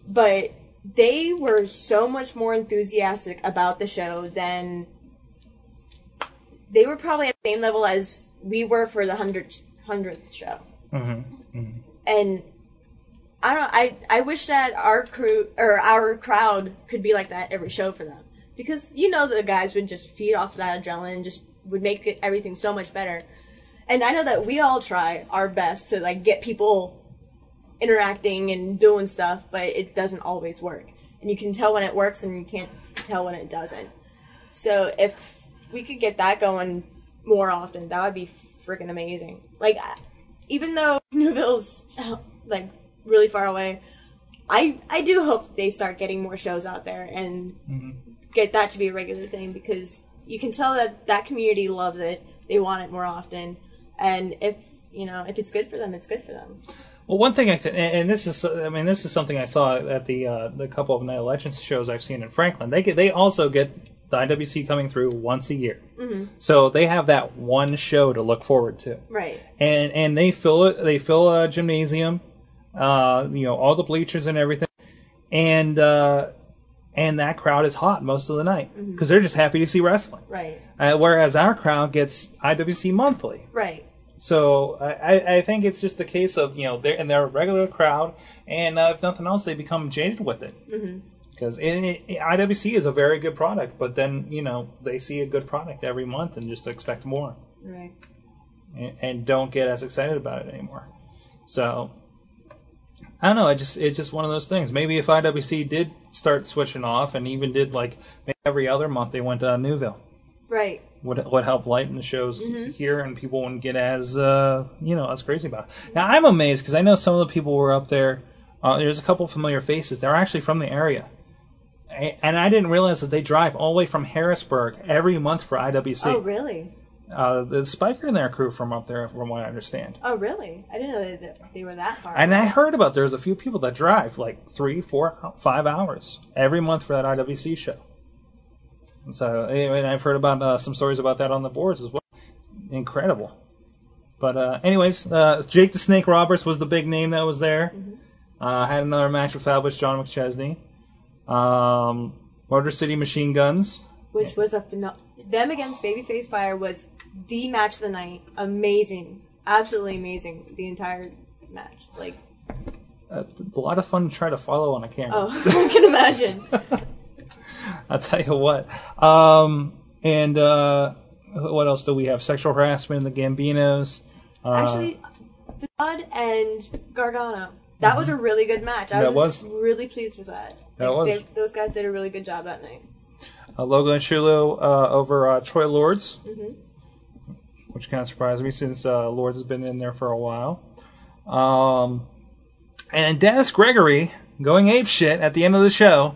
C: But they were so much more enthusiastic about the show than. They were probably at the same level as we were for the 100th, 100th show.
D: Mm-hmm.
C: And. I don't. I I wish that our crew or our crowd could be like that every show for them because you know the guys would just feed off that adrenaline, just would make it, everything so much better and I know that we all try our best to like get people interacting and doing stuff, but it doesn't always work. And you can tell when it works and you can't tell when it doesn't. So if we could get that going more often, that would be freaking amazing. Like I- even though *laughs* Newville's like really far away, I I do hope they start getting more shows out there and
D: Mm-hmm.
C: get that to be a regular thing because you can tell that that community loves it. They want it more often, and if you know if it's good for them, it's good for them.
D: Well, one thing I th- and and this is I mean this is something I saw at the uh, the couple of Night Legends shows I've seen in Franklin. They get, they also get the IWC coming through once a year,
C: Mm-hmm.
D: so they have that one show to look forward to,
C: Right.
D: and and they fill it they fill a gymnasium, uh, you know all the bleachers and everything, and uh, and that crowd is hot most of the night because
C: Mhm.
D: they're just happy to see wrestling.
C: Right.
D: Uh, whereas our crowd gets IWC monthly,
C: Right.
D: so I, I- I think it's just the case of you know they're and they're a regular crowd, and uh, if nothing else, they become jaded with it
C: Mm-hmm.
D: because IWC is a very good product, but then you know they see a good product every month and just expect more
C: Right.
D: and, and don't get as excited about it anymore. So I don't know. I just it's just one of those things. Maybe if IWC did start switching off and even did like maybe every other month they went to Newville
C: Right.
D: would would help lighten the shows
C: Mhm.
D: here, and people wouldn't get as uh, you know as crazy about it. Now I'm amazed because I know some of the people were up there. Uh, there's a couple familiar faces. They're actually from the area, A- and I didn't realize that they drive all the way from Harrisburg every month for IWC.
C: Oh really?
D: uh, the Spiker and their crew from up there, from what I understand.
C: Oh really? I didn't know that- that they were that far.
D: And I heard about there's a few people that drive like three, four, hou- five hours every month for that IWC show. And so, anyway, and I've heard about uh, some stories about that on the boards as well. Incredible. But, uh, anyways, uh, Jake the Snake Roberts was the big name that was there. Uh, had another match with Fabulous John McChesney. Um, Motor City Machine Guns.
C: Which was a pheno- them against Babyface Fire was the match of the night. Amazing, absolutely amazing. The entire match, like
D: Uh, a lot of fun to try to follow on a camera. *laughs*
C: oh, *laughs* I can imagine.
D: Uh, I'll tell you what. Um, and uh, what else do we have? Sexual harassment in the Gambinos. Uh,
C: Actually, Thud and Gargano. That was a really good match. I
D: Mhm. That
C: was, really pleased with that.
D: That was.
C: they- those guys did a really good job that night.
D: uh, Logo and Shulo uh, over uh, Troy Lords,
C: hmm
D: which kind of surprised me since uh, Lords has been in there for a while. Um, and Dennis Gregory going ape shit at the end of the show,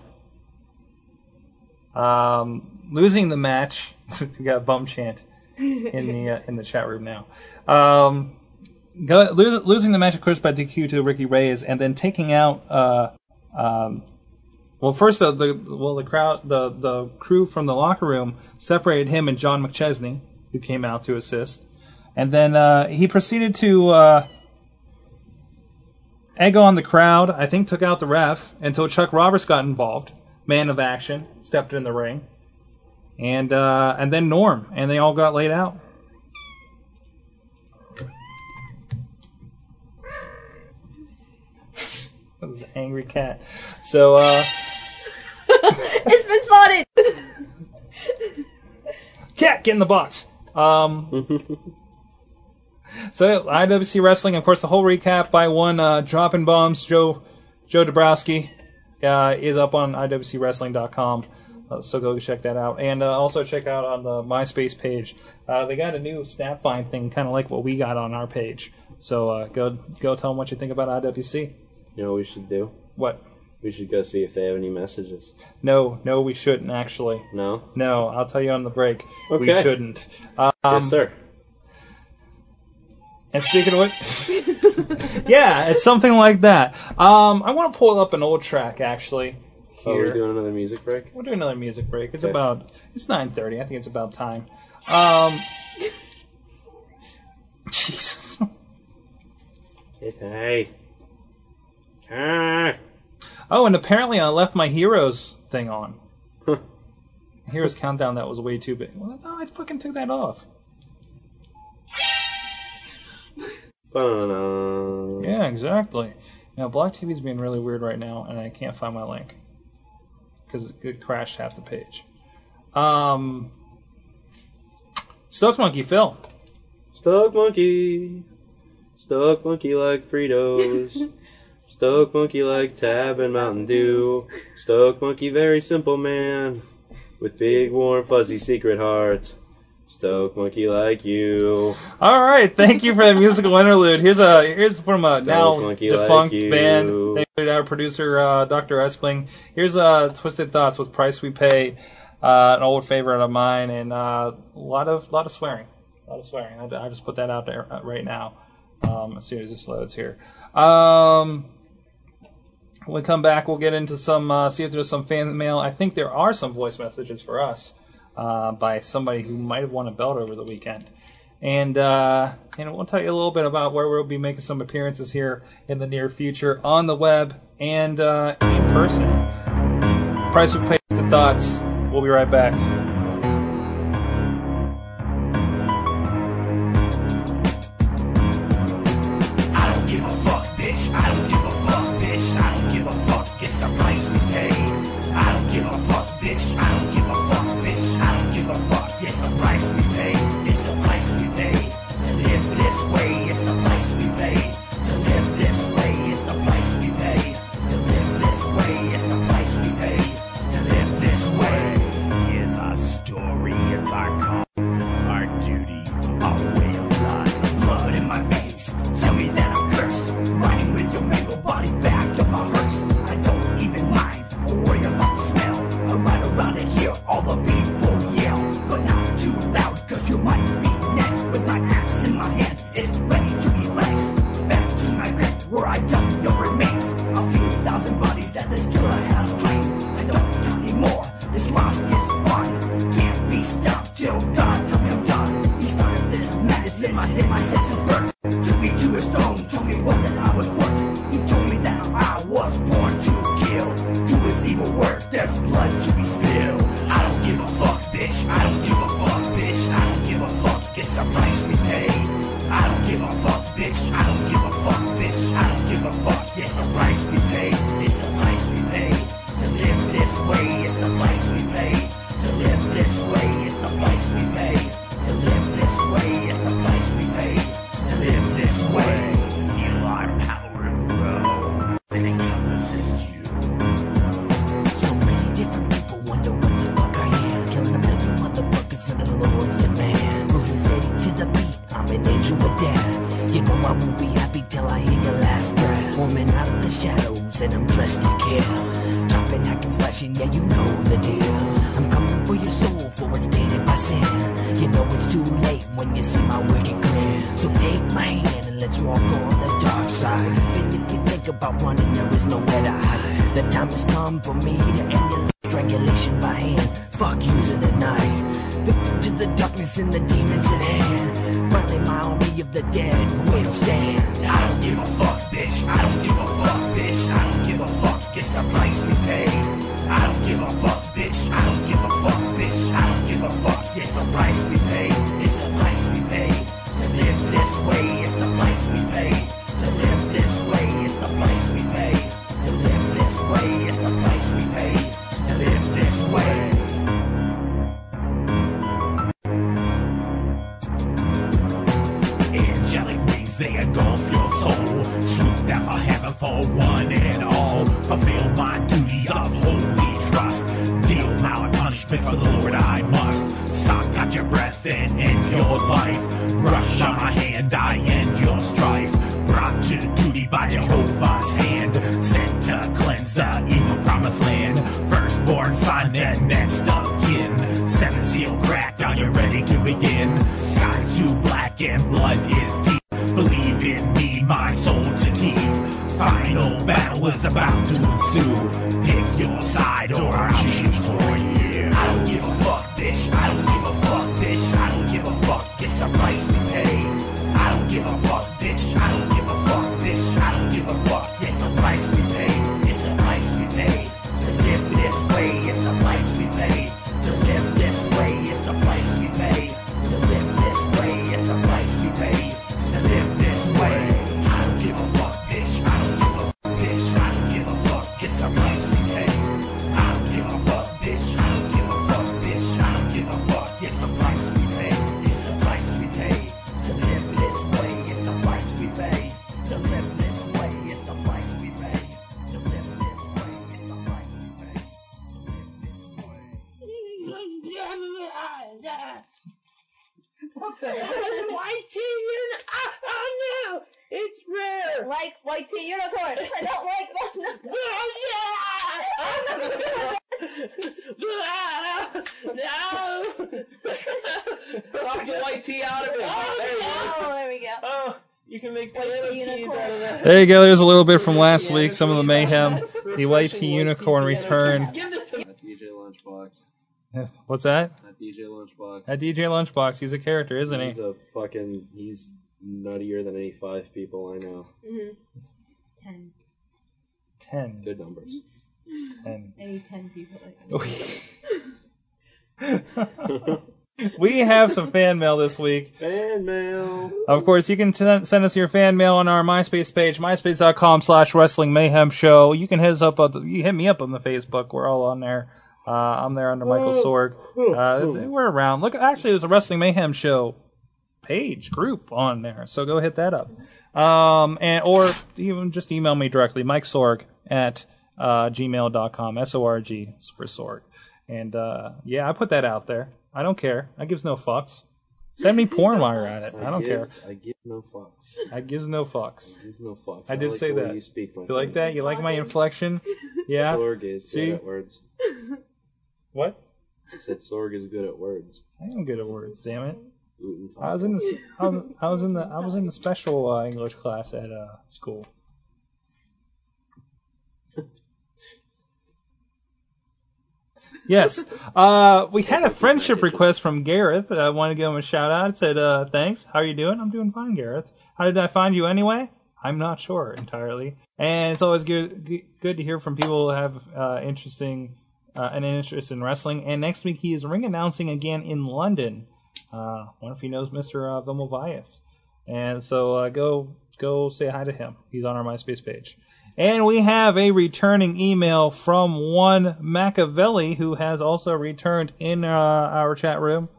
D: um, losing the match. *laughs* we got a bum chant. in the uh, in the chat room now. Um, go, lo- losing the match, of course, by DQ to Ricky Reyes, and then taking out. Uh, um, well, first uh, the well the crowd the the crew from the locker room separated him and John McChesney, who came out to assist, and then uh, he proceeded to. Uh, Egg on the crowd, I think took out the ref until Chuck Roberts got involved, man of action, stepped in the ring, and uh, and then Norm, and they all got laid out. *laughs* That was an angry cat. So uh,
C: *laughs* it's been spotted.
D: cat, get in the box. Um, so IWC Wrestling, of course, the whole recap by one uh, dropping bombs. Joe Joe Dabrowski uh, is up on IWCWrestling.com, uh, so go check that out, and uh, also check out on the MySpace page. Uh, they got a new snap find thing, kind of like what we got on our page. So uh, go go tell them what you think about IWC.
A: You know what we should do?
D: What?
A: We should go see if they have any messages.
D: No, no, we shouldn't actually.
A: No?
D: No, I'll tell you on the break. We
A: Okay.
D: shouldn't. Um,
A: Yes, sir.
D: And speaking of what, *laughs* yeah, it's something like that. Um, I want to pull up an old track actually.
A: Oh,
D: here.
A: we're doing another music break?
D: We'll do another music break. It's
A: Okay.
D: about it's nine thirty. I think it's about time. Um, *laughs* Jesus.
A: Hey. Ah.
D: Oh, and apparently I left my heroes thing on. heroes countdown that was way too big. Well, no, I fucking took that off. Yeah, exactly. Now Block TV's being really weird right now, and I can't find my link because it crashed half the page. Um, Stoke Monkey Phil.
A: Stuck monkey. Stuck monkey like
S: *laughs*
A: Fritos. Stuck monkey like Tab and Mountain Dew. Stuck monkey very simple man. With big warm fuzzy secret heart. Stoke monkey like you.
D: All right, thank you for that musical interlude. Here's a here's from a
A: Stoke
D: now
A: Monkey like
D: defunct
A: you.
D: band. Thank you to our producer uh, Dr. Espling. Here's uh, Twisted Thoughts with Price We Pay, uh, an old favorite of mine, and uh, a lot of lot of swearing, a lot of swearing. I, I just put that out there uh, right now. Um, as soon as this loads here. Um, when we come back, we'll get into some, uh, see if there's some fan mail. I think there are some voice messages for us uh, by somebody who might have won a belt over the weekend. And, uh, and we'll tell you a little bit about where we'll be making some appearances here in the near future on the web and uh, in person. Price would pay the thoughts. We'll be right back.
T: I don't give a fuck, bitch. I don't give a fuck, bitch. I don't give a fuck. It's the price we pay. I don't give a fuck, bitch. I don't give a fuck, bitch. I don't give a fuck. It's the price we pay. It's the price we pay. To live this way, it's the price we pay. To live this way, it's the price we pay. To live this way, it's the price we pay. To live this way. Here's our story, it's our call, our duty, our way of life. Blood in my veins, tell me that I'm cursed. Riding with your mangled body back of my hearse. I don't even mind or worry about the smell. I ride around and hear all the people yell, but not too loud, cause you might be next. With my axe in my hand, it's ready to be flexed. Back to my grave where I dump your remains. A few thousand bodies that this killer has claimed. I don't count anymore, this lost is fun. Can't be stopped till God tell me I'm done. He started this madness in my head, my senses burned. Took me to his throne, told me what that I was worth. He told me that I was born to kill. Do his evil work, there's blood to be spilled. I don't give a fuck, bitch. I don't give a fuck, bitch. I don't give a fuck. It's the price we pay. I don't give a fuck, bitch. I don't give a fuck, bitch. I don't give a fuck. It's the price we pay. It's the price we pay. To live this way is the price we pay. To live this way is the price we pay. To live this way is the price we pay. To live this way. Feel our power grow. It encompasses you. So many different people wonder what the fuck I am. Killing a million motherfuckers in the Lord's demand. Moving steady to the beat. I'm an angel with death. You know I won't be happy till I hear your last breath. Woman out of the shadows and I'm dressed to kill. Chopping, hacking, slashing, yeah, you know the deal. I'm coming for your soul, for it's tainted by sin. You know it's too late when you see my wicked grin. So take my hand and let's walk on the dark side. And if you think about running, there is nowhere to hide. The time has come for me to end your life. strangulation by hand. Fuck using a knife. Victim to the darkness and the demons at hand. Finally, my army of the dead will stand. I don't give a fuck, bitch. I don't give a fuck, bitch. I don't give a fuck. It's the price we pay. I don't give a
R: they engulf your soul. Swoop down for heaven for one and all. Fulfill my duties of holy trust. Deal my punishment for the Lord I must. Sock out your breath and end your life. Brush on my hand, I end your strife. Brought to duty by Jehovah's hand. Sent to cleanse the evil promised land. Firstborn son and next of kin. Seven seal cracked, are you ready to begin? Sky's too black and blood is deep. Believe in me, my soul to keep. Final battle is about to ensue. Pick your side or I'll choose for you. I don't give a fuck, bitch. I don't give a fuck, bitch. I don't give a fuck. It's the price we pay. I don't give a fuck, bitch. I don't give a fuck, bitch. I don't give a fuck. It's the price we pay. It's the price we pay. To live this way, it's the price we pay. To live this way, it's the price we pay. To live this way, it's the price we pay. To live this way, I don't give a fuck, bitch. I don't give a fuck, bitch. I don't give a fuck. It's the price we pay. I don't give a fuck, bitch. I don't give a fuck, bitch. I don't give a fuck. It's the price we pay. It's the price we pay. To live this way, it's the price we pay. To live this way, it's the price we pay. To live this way, it's the price we pay.
U: What the White tea uni- oh, oh no! It's rare! Like white tea unicorn! I don't like *laughs* that! Oh
S: No! Knock the white tea out of it. there you go.
U: Oh, there we go.
S: Oh, you can make banana teas out of that.
D: There you go. There's a little bit from last week. Some of the mayhem. The white tea unicorn return.
S: Give this to DJ Lunchbox.
D: What's that?
A: That DJ Lunchbox.
D: That DJ Lunchbox. He's a character, isn't he?
A: He's a fucking. He's nuttier than any five people I know.
K: Mm-hmm. Ten.
D: Ten.
A: Good numbers.
U: Mm-hmm.
D: Ten.
K: Maybe ten people like
D: *laughs*
S: *laughs*
D: We have some fan mail this week.
A: Fan mail.
D: Of course, you can t- send us your fan mail on our MySpace page, myspace.com slash wrestling mayhem show. You can hit us up, on the, you hit me up on the Facebook. We're all on there. Uh, I'm there under Michael Sorg. Uh, we're around. Look, actually, there's a wrestling mayhem show page group on there, so go hit that up. Um, and or even just email me directly, Mike Sorg at uh, gmail.com, S O R G for Sorg. And uh, yeah, I put that out there. I don't care. I gives no fucks. Send
A: *laughs*
D: me porn while you're at it. I don't care.
A: gives- I give no fucks.
D: I gives no fucks.
A: I gives no fucks.
D: I did
A: like
D: say
A: the way
D: that.
A: You speak. my
D: You like
A: friend.
D: that? You like my inflection? Yeah.
A: *laughs* Sorg is
D: See?
A: good at words.
D: *laughs* What?
A: I said Sorg is good at words.
D: I am good at words. Damn it. I was in the s- I was, I was in the I was in the special uh, English class at uh, school. Yes, uh, we had a friendship request from Gareth. I want to give him a shout out. It said, uh, "Thanks. How are you doing? I'm doing fine, Gareth. How did I find you anyway? I'm not sure entirely. And it's always good g- good to hear from people who have uh, interesting uh, an interest in wrestling. And next week he is ring announcing again in London. Uh, wonder if he knows Mr. Uh, Vilmo Vias. And so uh, go go say hi to him. He's on our MySpace page. And we have a returning email from one Machiavelli who has also returned in uh, our chat room.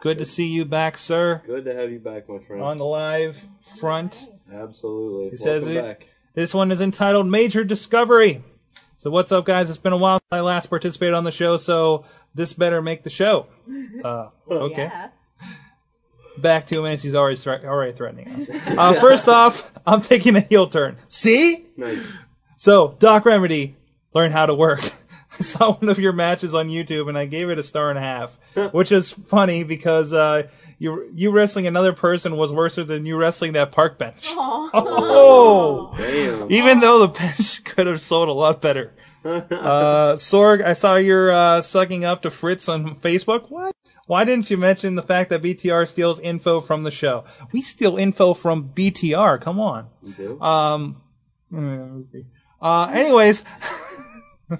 D: Good to see you back, sir,
A: Good to have you back, my friend.
D: on the live front.
A: Absolutely.
D: He says
A: Welcome
D: it-
A: back.
D: This one is entitled Major Discovery. So what's up, guys? It's been a while since I last participated on the show, so this better make the show. Uh, okay. Back to him, and he's already thre- already threatening us. Uh, first off, I'm taking a heel turn. See?
A: Nice.
D: So, Doc Remedy, learn how to work. *laughs* I saw one of your matches on YouTube and I gave it a star and a half, which is funny because uh, you you wrestling another person was worse than you wrestling that park bench. Oh,
A: Damn.
D: even though the bench *laughs* could have sold a lot
A: *laughs*
D: better. Uh, Sorg, I saw you're uh, sucking up to Fritz on Facebook. What? Why didn't you mention the fact that BTR steals info from the show? We steal info from BTR. Come on.
A: You do?
D: Um. mm, Uh. Anyways, *laughs*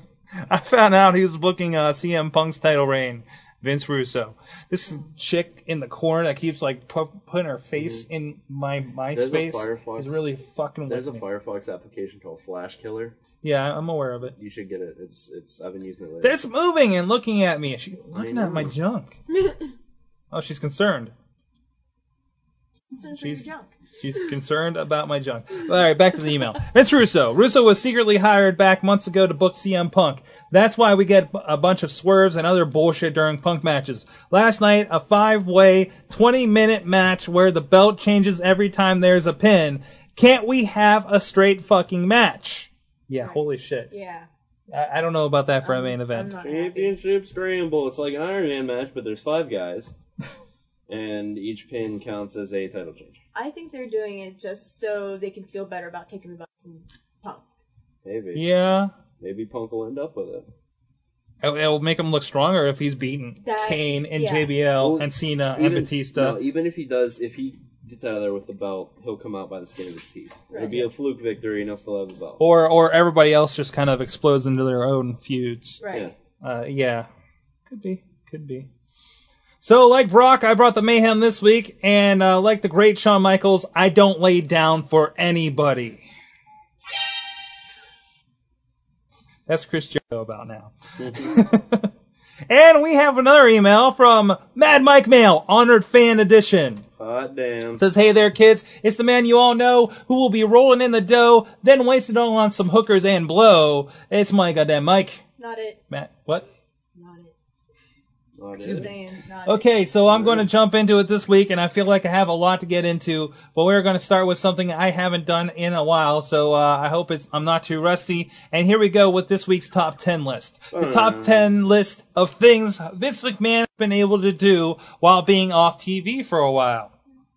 D: I found out he was booking uh, CM Punk's title reign. Vince Russo. This chick in the corner that keeps like pu- putting her face in my my
A: Mm-hmm. There's
D: face
A: a Firefox.
D: is really fucking.
A: There's a
D: with me.
A: Firefox application called Flash Killer.
D: Yeah, I'm aware of it.
A: You should get it. It's it's. I've been using it lately.
D: It's moving and looking
C: *laughs*
D: at me. She's looking
A: I
D: at my
A: know.
D: junk. oh, she's concerned.
C: Concerned for your
D: She's-
C: junk.
D: She's concerned about my junk. All right, back to the email. *laughs* Vince Russo. Russo was secretly hired back months ago to book CM Punk. That's why we get a bunch of swerves and other bullshit during Punk matches. Last night, a five-way, 20-minute match where the belt changes every time there's a pin. Can't we have a straight fucking match? Yeah, holy shit.
L: Yeah.
D: I, I don't know about that for a main event.
A: Championship scramble. It's like an Iron Man match, but there's
D: *laughs*
A: five guys, and each pin counts as a title change.
C: *laughs* I think they're doing it just so they can feel better about taking the belt from Punk.
A: Maybe.
D: Yeah.
A: Maybe Punk will end up with it.
D: It- It'll make him look stronger if he's beaten
C: That-
D: Kane and
C: yeah.
D: JBL and Cena and
A: Even-
D: Batista.
A: no, e- even if he does, if he gets out of there with the belt, he'll come out by the skin of his teeth. It'll be a fluke victory, and he'll still have the
D: *laughs*
A: belt.
D: or or everybody else just kind of explodes into their own feuds.
A: Right.
D: Uh, yeah. Could be. Could be. So, like Brock, I brought the mayhem this week, and uh, like the great Shawn Michaels, I don't lay down for anybody. That's Chris Jericho about now. *laughs* and we have another email from Mad Mike Mail, Honored Fan Edition.
A: Hot damn.
D: It says, hey there, kids. It's the man you all know who will be rolling in the dough, then waste it all on some hookers and blow. It's my goddamn Mike.
C: Not it.
D: Matt, what?
C: Just saying. Not it. *laughs*
D: Okay, so I'm going to jump into it this week, and I feel like I have a lot to get into, but we're going to start with something I haven't done in a while, so uh, I hope it's, I'm not too rusty. And here we go with this week's top 10 list. The top 10 list of things Vince McMahon has been able to do while being off TV for a while.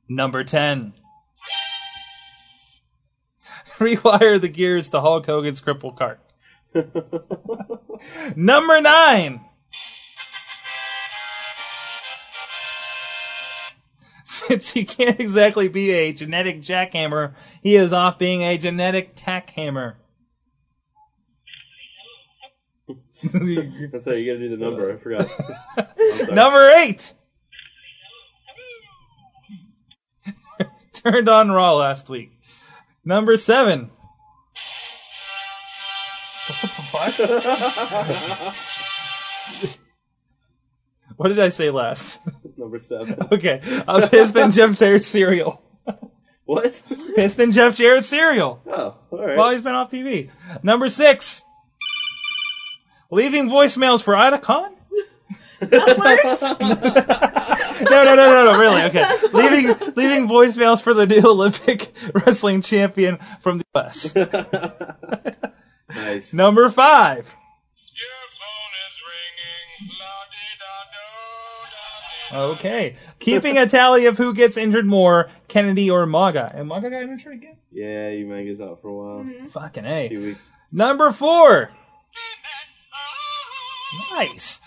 D: Number 10. *laughs* Rewire the gears to Hulk Hogan's cripple cart. Number 9. *laughs* since he can't exactly be a genetic jackhammer, he is off being a genetic tackhammer.
A: That's how you gotta do the number. I
D: *laughs*
A: forgot.
D: Number eight. *laughs* Turned on Raw last week. Number seven. What the fuck? what did I say last? *laughs*
A: Number seven.
D: Okay, uh, Piston Jeff Jarrett cereal. *laughs*
A: What?
D: Piston Jeff Jarrett cereal.
A: Oh, all right.
D: Well, he's been off TV. Number six, leaving voicemails for Ida Khan. *laughs* no, no, no, no, no, really. Okay, leaving leaving voicemails for the new *laughs* Olympic wrestling champion from the U.S.
A: *laughs* nice.
D: Number five. Okay, keeping a tally of who gets injured more, Kennedy or Maga. And Maga got injured again.
A: Yeah, you man goes out for a while.
D: Fucking a.
A: Two weeks.
D: Number four. Nice.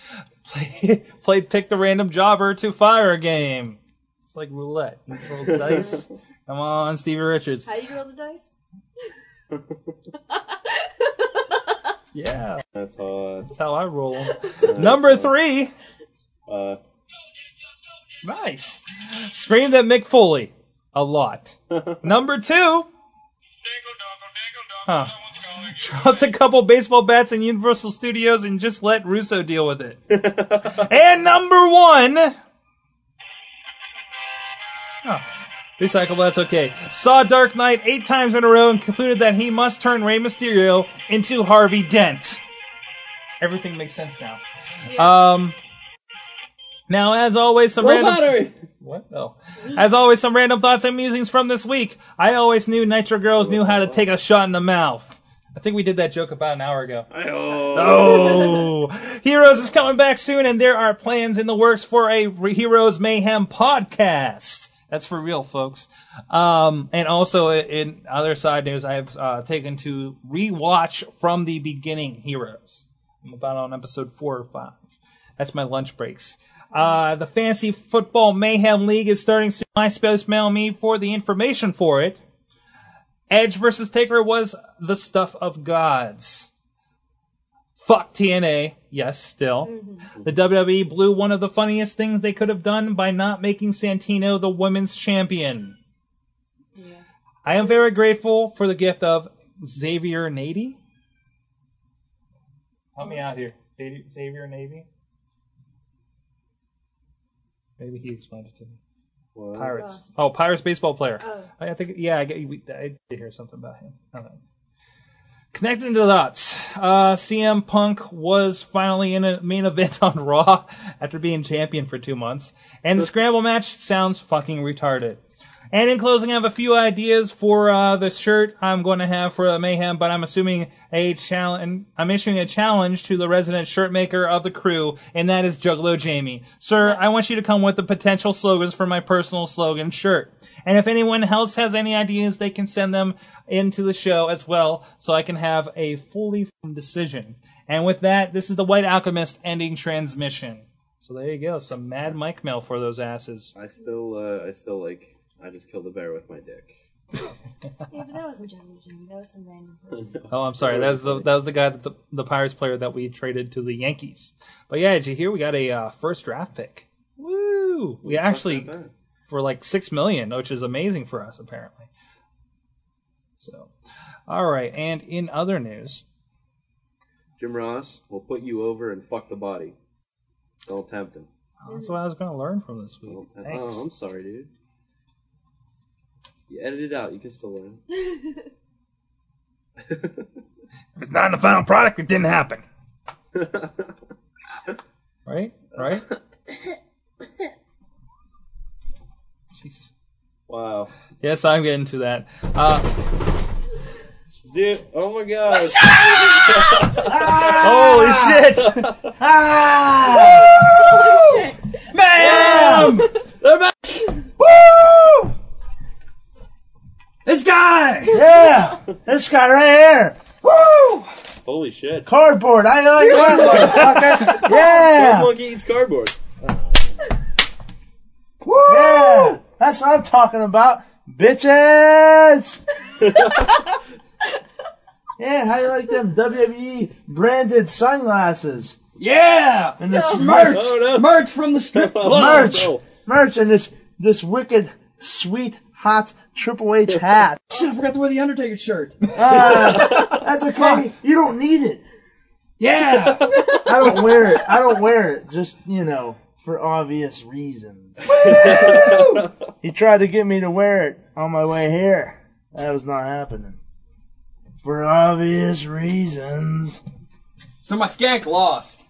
D: Play, *laughs* played pick the random jobber to fire game. It's like roulette. You roll the
A: *laughs*
D: dice. Come on, Stevie Richards.
C: How do you roll the dice?
D: Yeah.
A: That's hot.
D: *laughs* That's how I roll. Number three.
A: Uh,
D: Nice. Screamed at Mick Foley a *laughs* lot. Number two. Huh. *laughs* Dropped a couple baseball bats in Universal Studios and just let Russo deal with *laughs* it. and number one. Huh. Recycle, that's okay. Saw Dark Knight eight times in a row and concluded that he must turn Rey Mysterio into Harvey Dent. Everything makes sense now. Um, now, as always, some
A: Roll
D: random.
A: battery!
D: What? Oh. As always, some random thoughts and musings from this week. I always knew Nitro Girls knew how to take a shot in the mouth. I think we did that joke about an hour ago. Oh. *laughs* Heroes is coming back soon, and there are plans in the works for a Re- Heroes Mayhem podcast. That's for real, folks. Um, and also, i- in other side news, I have uh, taken to rewatch from the beginning Heroes. I'm about on episode four or five. That's my lunch breaks. Uh, the Fancy Football Mayhem League is starting soon. MySpace mail me for the information for it. Edge versus Taker was the stuff of gods. Fuck TNA. Yes, still. The WWE blew one of the funniest things they could have done by not making Santino the women's champion. I am very grateful for the gift of Xavier Nady. Help me out here. Xavier Xavier Navy? Maybe he explained it to me. Pirates. Oh, Pirates baseball player.
V: Oh.
D: I I think yeah, I, get, we, I did hear something about him. I don't know. Connecting the dots, uh, CM Punk was finally in a main event on Raw *laughs* after being champion for two months, and the scramble match sounds fucking retarded. And in closing, I have a few ideas for uh, the shirt I'm going to have for uh, Mayhem, but I'm assuming a challenge. I'm issuing a challenge to the resident shirt maker of the crew, and that is Juggalo Jamie. Sir, I want you to come with the potential slogans for my personal slogan shirt. And if anyone else has any ideas, they can send them into the show as well, so I can have a fully formed decision. And with that, this is the White Alchemist ending transmission. So there you go, some Mad Mike mail for those asses.
A: I still, uh, I still like. I just killed a bear with my dick.
E: Yeah, but that wasn't Jungle Jimmy. That was some random.
D: Oh, I'm sorry. That was the that was the guy that the, the Pirates player that we traded to the Yankees. But yeah, did you hear we got a uh, first draft pick? Woo! We actually for like six million, which is amazing for us apparently. So, all right. And in other news,
A: Jim Ross will put you over and fuck the body. Don't tempt him.
D: that's what I was going to learn from this week. Thanks.
A: Oh, I'm sorry, dude. You edit it out. You can still learn.
C: um,
D: If it's not in the final product, it didn't happen. right? Right? Jesus.
A: Wow.
D: Yes, I'm getting to that. Uh,
A: Dude, oh my
V: *laughs*
A: god.
D: holy shit!
V: ah! Ma'am! They're back! Woo! This guy! Yeah! this guy right here! Woo!
A: Holy shit.
V: Cardboard! I
W: *laughs*
V: like that motherfucker!
A: Dead
V: Yeah!
A: monkey eats cardboard.
V: Woo! That's what I'm talking about,
W: *laughs*
V: bitches! yeah, how you like them WWE branded sunglasses?
W: Yeah, Oh,
V: And this
W: No.
V: merch,
W: No, no. Oh,
V: merch from the
W: *laughs*
V: strip
W: club.
V: merch,
W: No.
V: merch, and this this wicked sweet hot Triple H hat.
W: Shit, *laughs* I forgot to wear the Undertaker shirt.
V: Ah, that's okay. You don't need it.
W: Yeah.
V: *laughs* I don't wear it. I don't wear it. Just you know, for obvious reasons. he tried to get me to wear it on my way here. That was not happening. For obvious reasons.
W: So my skank lost.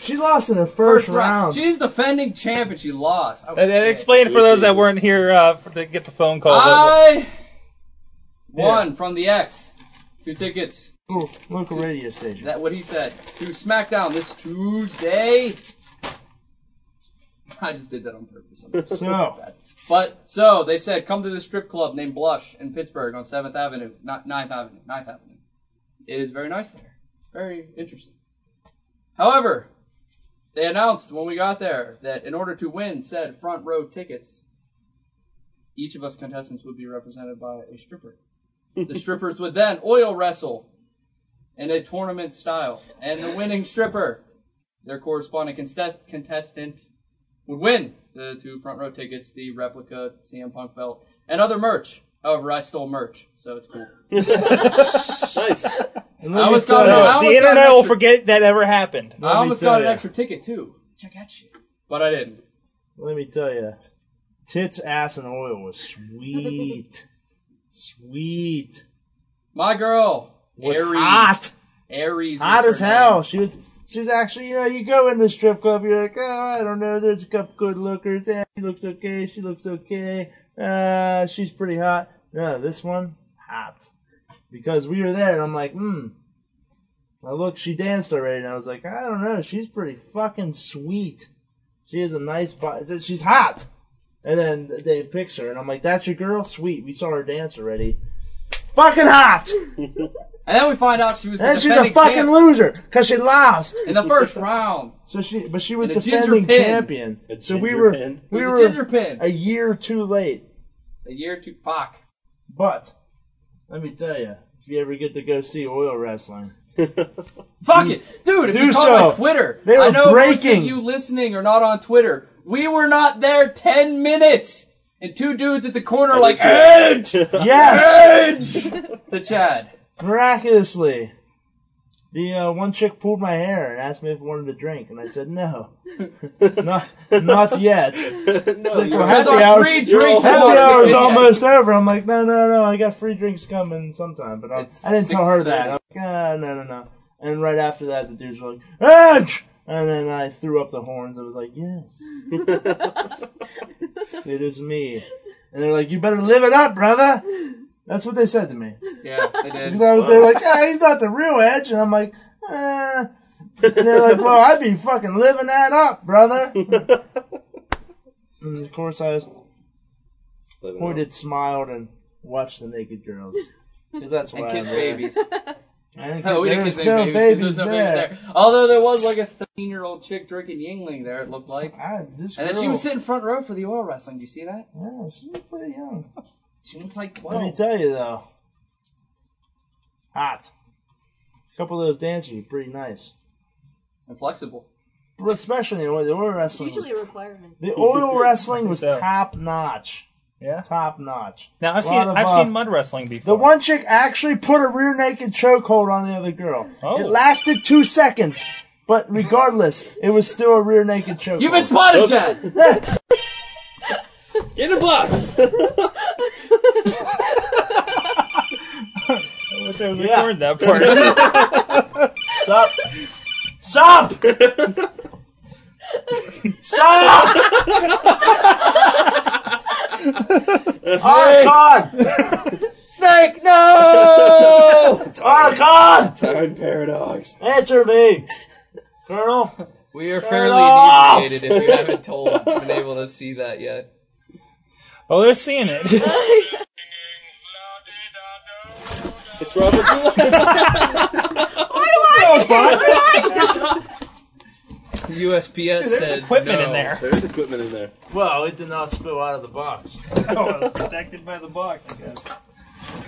V: She lost in her first, round.
W: She's defending champ and she lost. I-
D: that, that explained for those that weren't here uh, for, to get the phone call.
W: I won from the X. Two tickets.
V: Local radio station.
W: That what he said. To SmackDown this Tuesday. *laughs* I just did that on purpose. I'm
V: *laughs* So.
W: bad. But so they said, come to the strip club named Blush in Pittsburgh on Seventh Avenue, not Ninth Avenue, Ninth Avenue. It is very nice there. Very interesting. However, they announced when we got there that in order to win said front row tickets, each of us contestants would be represented by a stripper. The strippers would then oil wrestle in a tournament style, and the winning stripper, their corresponding contest- contestant, would win the two front row tickets, the replica CM Punk belt, and other merch. However, I stole merch, so
V: *laughs*
W: it's cool. nice. I was got, I
D: the
W: almost got an
D: internet will
W: extra-
D: forget that ever happened.
W: I almost got an extra ticket too. Check that shit. But I didn't.
V: Let me tell you, tits, ass, and oil was
W: *laughs*
V: sweet, sweet.
W: My girl
V: Was
W: Aries.
V: hot.
W: Aries. was
V: hot
W: her
V: as hell.
W: name.
V: She was. She was actually, you know, you go in the strip club, you're like, oh, I don't know, there's a couple good lookers. Yeah, she looks okay. She looks okay. Uh, she's pretty hot. No, this one hot because we were there, and I'm like, hmm. I look, she danced already, and I was like, I don't know, she's pretty fucking sweet. She has a nice body. She's hot. And then they picked her, and I'm like, that's your girl, sweet. We saw her dance already. Fucking hot.
W: And then we find out she was.
V: And
W: the
V: she's a
W: defending
V: fucking
W: champ.
V: loser because she lost
W: in the first round.
V: So she, but she was
W: And a ginger
V: defending
W: pin.
V: champion.
W: A
V: So we
W: ginger
V: were
W: pin.
V: we
W: It
V: were
W: was a ginger pin.
V: a year too late.
W: A year to fuck.
V: But let me tell you, if you ever get to go see oil wrestling,
W: *laughs* Fuck it, dude. If
V: Do
W: you caught
V: so.
W: my Twitter,
V: They were
W: I know most
V: breaking.
W: of you listening are not on Twitter. We were not there ten minutes, and two dudes at the corner
V: I
W: like
V: did
W: Edge,
V: Yes.
W: *laughs* Edge, the Chad.
V: miraculously, The uh, one chick pulled my hair and asked me if I wanted a drink, and I said
W: *laughs*
V: no, not not yet. She's like,
W: you're-
V: well,
W: Those
V: happy
W: are
V: hour,
W: free drinks,
V: happy
W: Mark.
V: hour's almost over. I'm like, no, no, no, I got free drinks coming sometime, but I, I didn't tell her that. I'm like, ah, no, no, no. And right after that, the dudes were like, Edge! And then I threw up the horns. I was like, yes, it is me. And they're like, you better live it up, brother. That's what they said to me. *laughs*
W: Yeah, they did.
V: Because I was, they're like, ah, he's not the real Edge, and I'm like, eh. And they're like, well, I'd be fucking living that up, brother. and of course, I
A: Living
V: pointed, smiled, and watched the naked girls. 'Cause that's
W: And
V: why
W: kissed
V: I'm there. *laughs*
W: babies.
V: I
W: *laughs*
V: didn't
W: No, we
V: think there
W: didn't kiss
V: was
W: any
V: no
W: babies. 'cause there
V: babies
W: was no babies
V: there.
W: there. Although there was like a 13 year old chick drinking Yingling there, it looked like.
V: Ah, this
W: and then she
V: girl-
W: was sitting front row for the oil wrestling. Do you see that?
V: Yeah, she was pretty young.
W: She looked like
V: Let me
W: 12.
V: tell you though, hot. A couple of those dancers are pretty nice,
W: and flexible.
V: but especially the oil the oil
C: It's
V: wrestling. was
C: usually a requirement.
V: The
C: *laughs*
V: oil wrestling
D: *laughs*
V: was top notch. Yeah, top notch.
D: Now I've
V: A
D: seen
V: lot of,
D: I've
V: uh,
D: seen mud wrestling
V: *laughs*
D: before.
V: the one chick actually put a rear naked chokehold on the other girl.
D: Oh.
V: It lasted two seconds, but regardless, it was still a rear naked chokehold.
W: You've been spotted,
V: Oops.
W: Chad.
A: Get in the box.
V: *laughs*
D: I wish I was
V: Yeah.
D: recording
V: *laughs*
D: that part.
V: Sup? Sup? *laughs*
D: *laughs*
V: Sup? Archon!
W: Snake,
V: no! Archon!
W: Time paradox.
V: Answer me! Colonel?
W: We are
V: fairly
W: fairly
V: Enough!
W: inebriated if you haven't told, been able to see
V: *laughs*
W: that yet.
D: well, Oh, they're seeing it.
A: It's Robert.
D: *laughs*
V: *laughs*
W: USPS
A: Dude, there's
W: says
A: equipment
W: no.
A: in there. There's equipment in there.
V: Well, it did not spill out of the box. Oh, it was protected by the box, I guess.
D: Uh,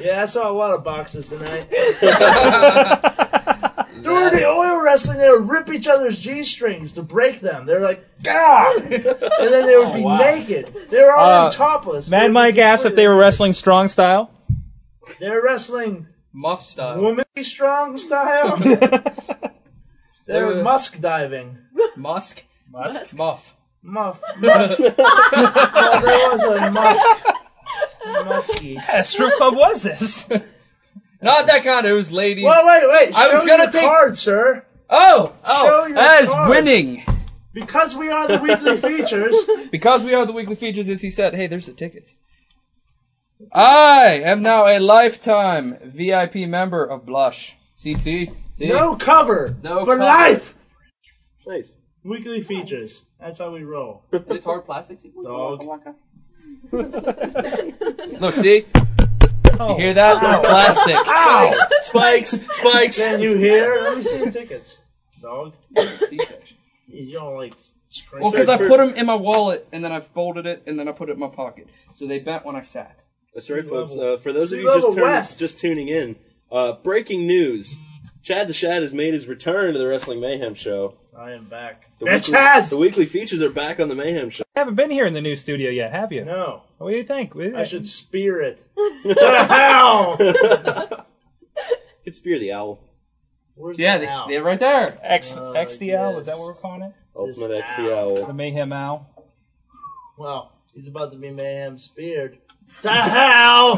V: Yeah, I saw a lot of boxes
D: *laughs*
V: tonight. During the oil wrestling, they would rip each other's G strings to break them. They're like, ah! And then they would be naked. They were all
D: Oh, Uh,
V: in topless.
D: Mad Mike asked if they were wrestling strong style.
V: They're wrestling
W: muff style.
V: woman
D: *laughs*
V: strong style. they were musk diving.
W: *laughs* Musk? Musk? Muff.
V: Muff. Musk. Well, *laughs* there was a
D: *laughs*
V: musk. Musky.
D: Yeah, strip club was this?
W: *laughs* Not that kind. It was ladies.
V: Well, wait, wait.
W: I was
V: Show
W: gonna
V: your
W: take-
V: card, sir.
W: Oh, oh,
V: Show your
W: that is
V: card.
W: winning.
V: Because we
W: *laughs*
V: are the weekly features.
W: Because we are the weekly features, as he said, hey, there's the tickets. I am now a lifetime VIP member of Blush. See, see, see?
V: No cover.
W: No
V: for
W: cover.
V: life.
A: Nice.
V: Weekly features. That's how we roll.
W: It's hard plastic.
V: Dog.
W: Look, see? You hear that? Plastic.
V: Ow!
A: Spikes. Spikes.
V: Can you hear? Let me see the tickets. Dog.
W: C-section.
V: You don't like. scratch-
W: Well, because I put them in my wallet, and then I folded it, and then I put it in my pocket. So they bent when I sat.
A: That's right, folks. Uh, for those of
W: Sea
A: you just,
W: level
A: turn,
W: west.
A: just tuning in, uh, breaking news: Chad the Shad has made his return to the Wrestling Mayhem show.
V: I am back.
A: The
D: It
A: weekly,
D: has!
A: The weekly features are back on the Mayhem show.
D: haven't been here in the new studio yet, have you?
V: No.
D: What do you think?
V: I should
D: *laughs*
V: spear it. to hell!
A: *laughs* Could spear the owl.
V: Where's
D: Yeah,
V: the
D: they-
V: owl?
D: they're right there. X-
V: Oh,
D: XDL,
V: yes.
D: is that what we're calling it?
A: Ultimate X the owl.
D: The Mayhem Owl.
V: Well, he's about to be mayhem speared. *laughs* To hell!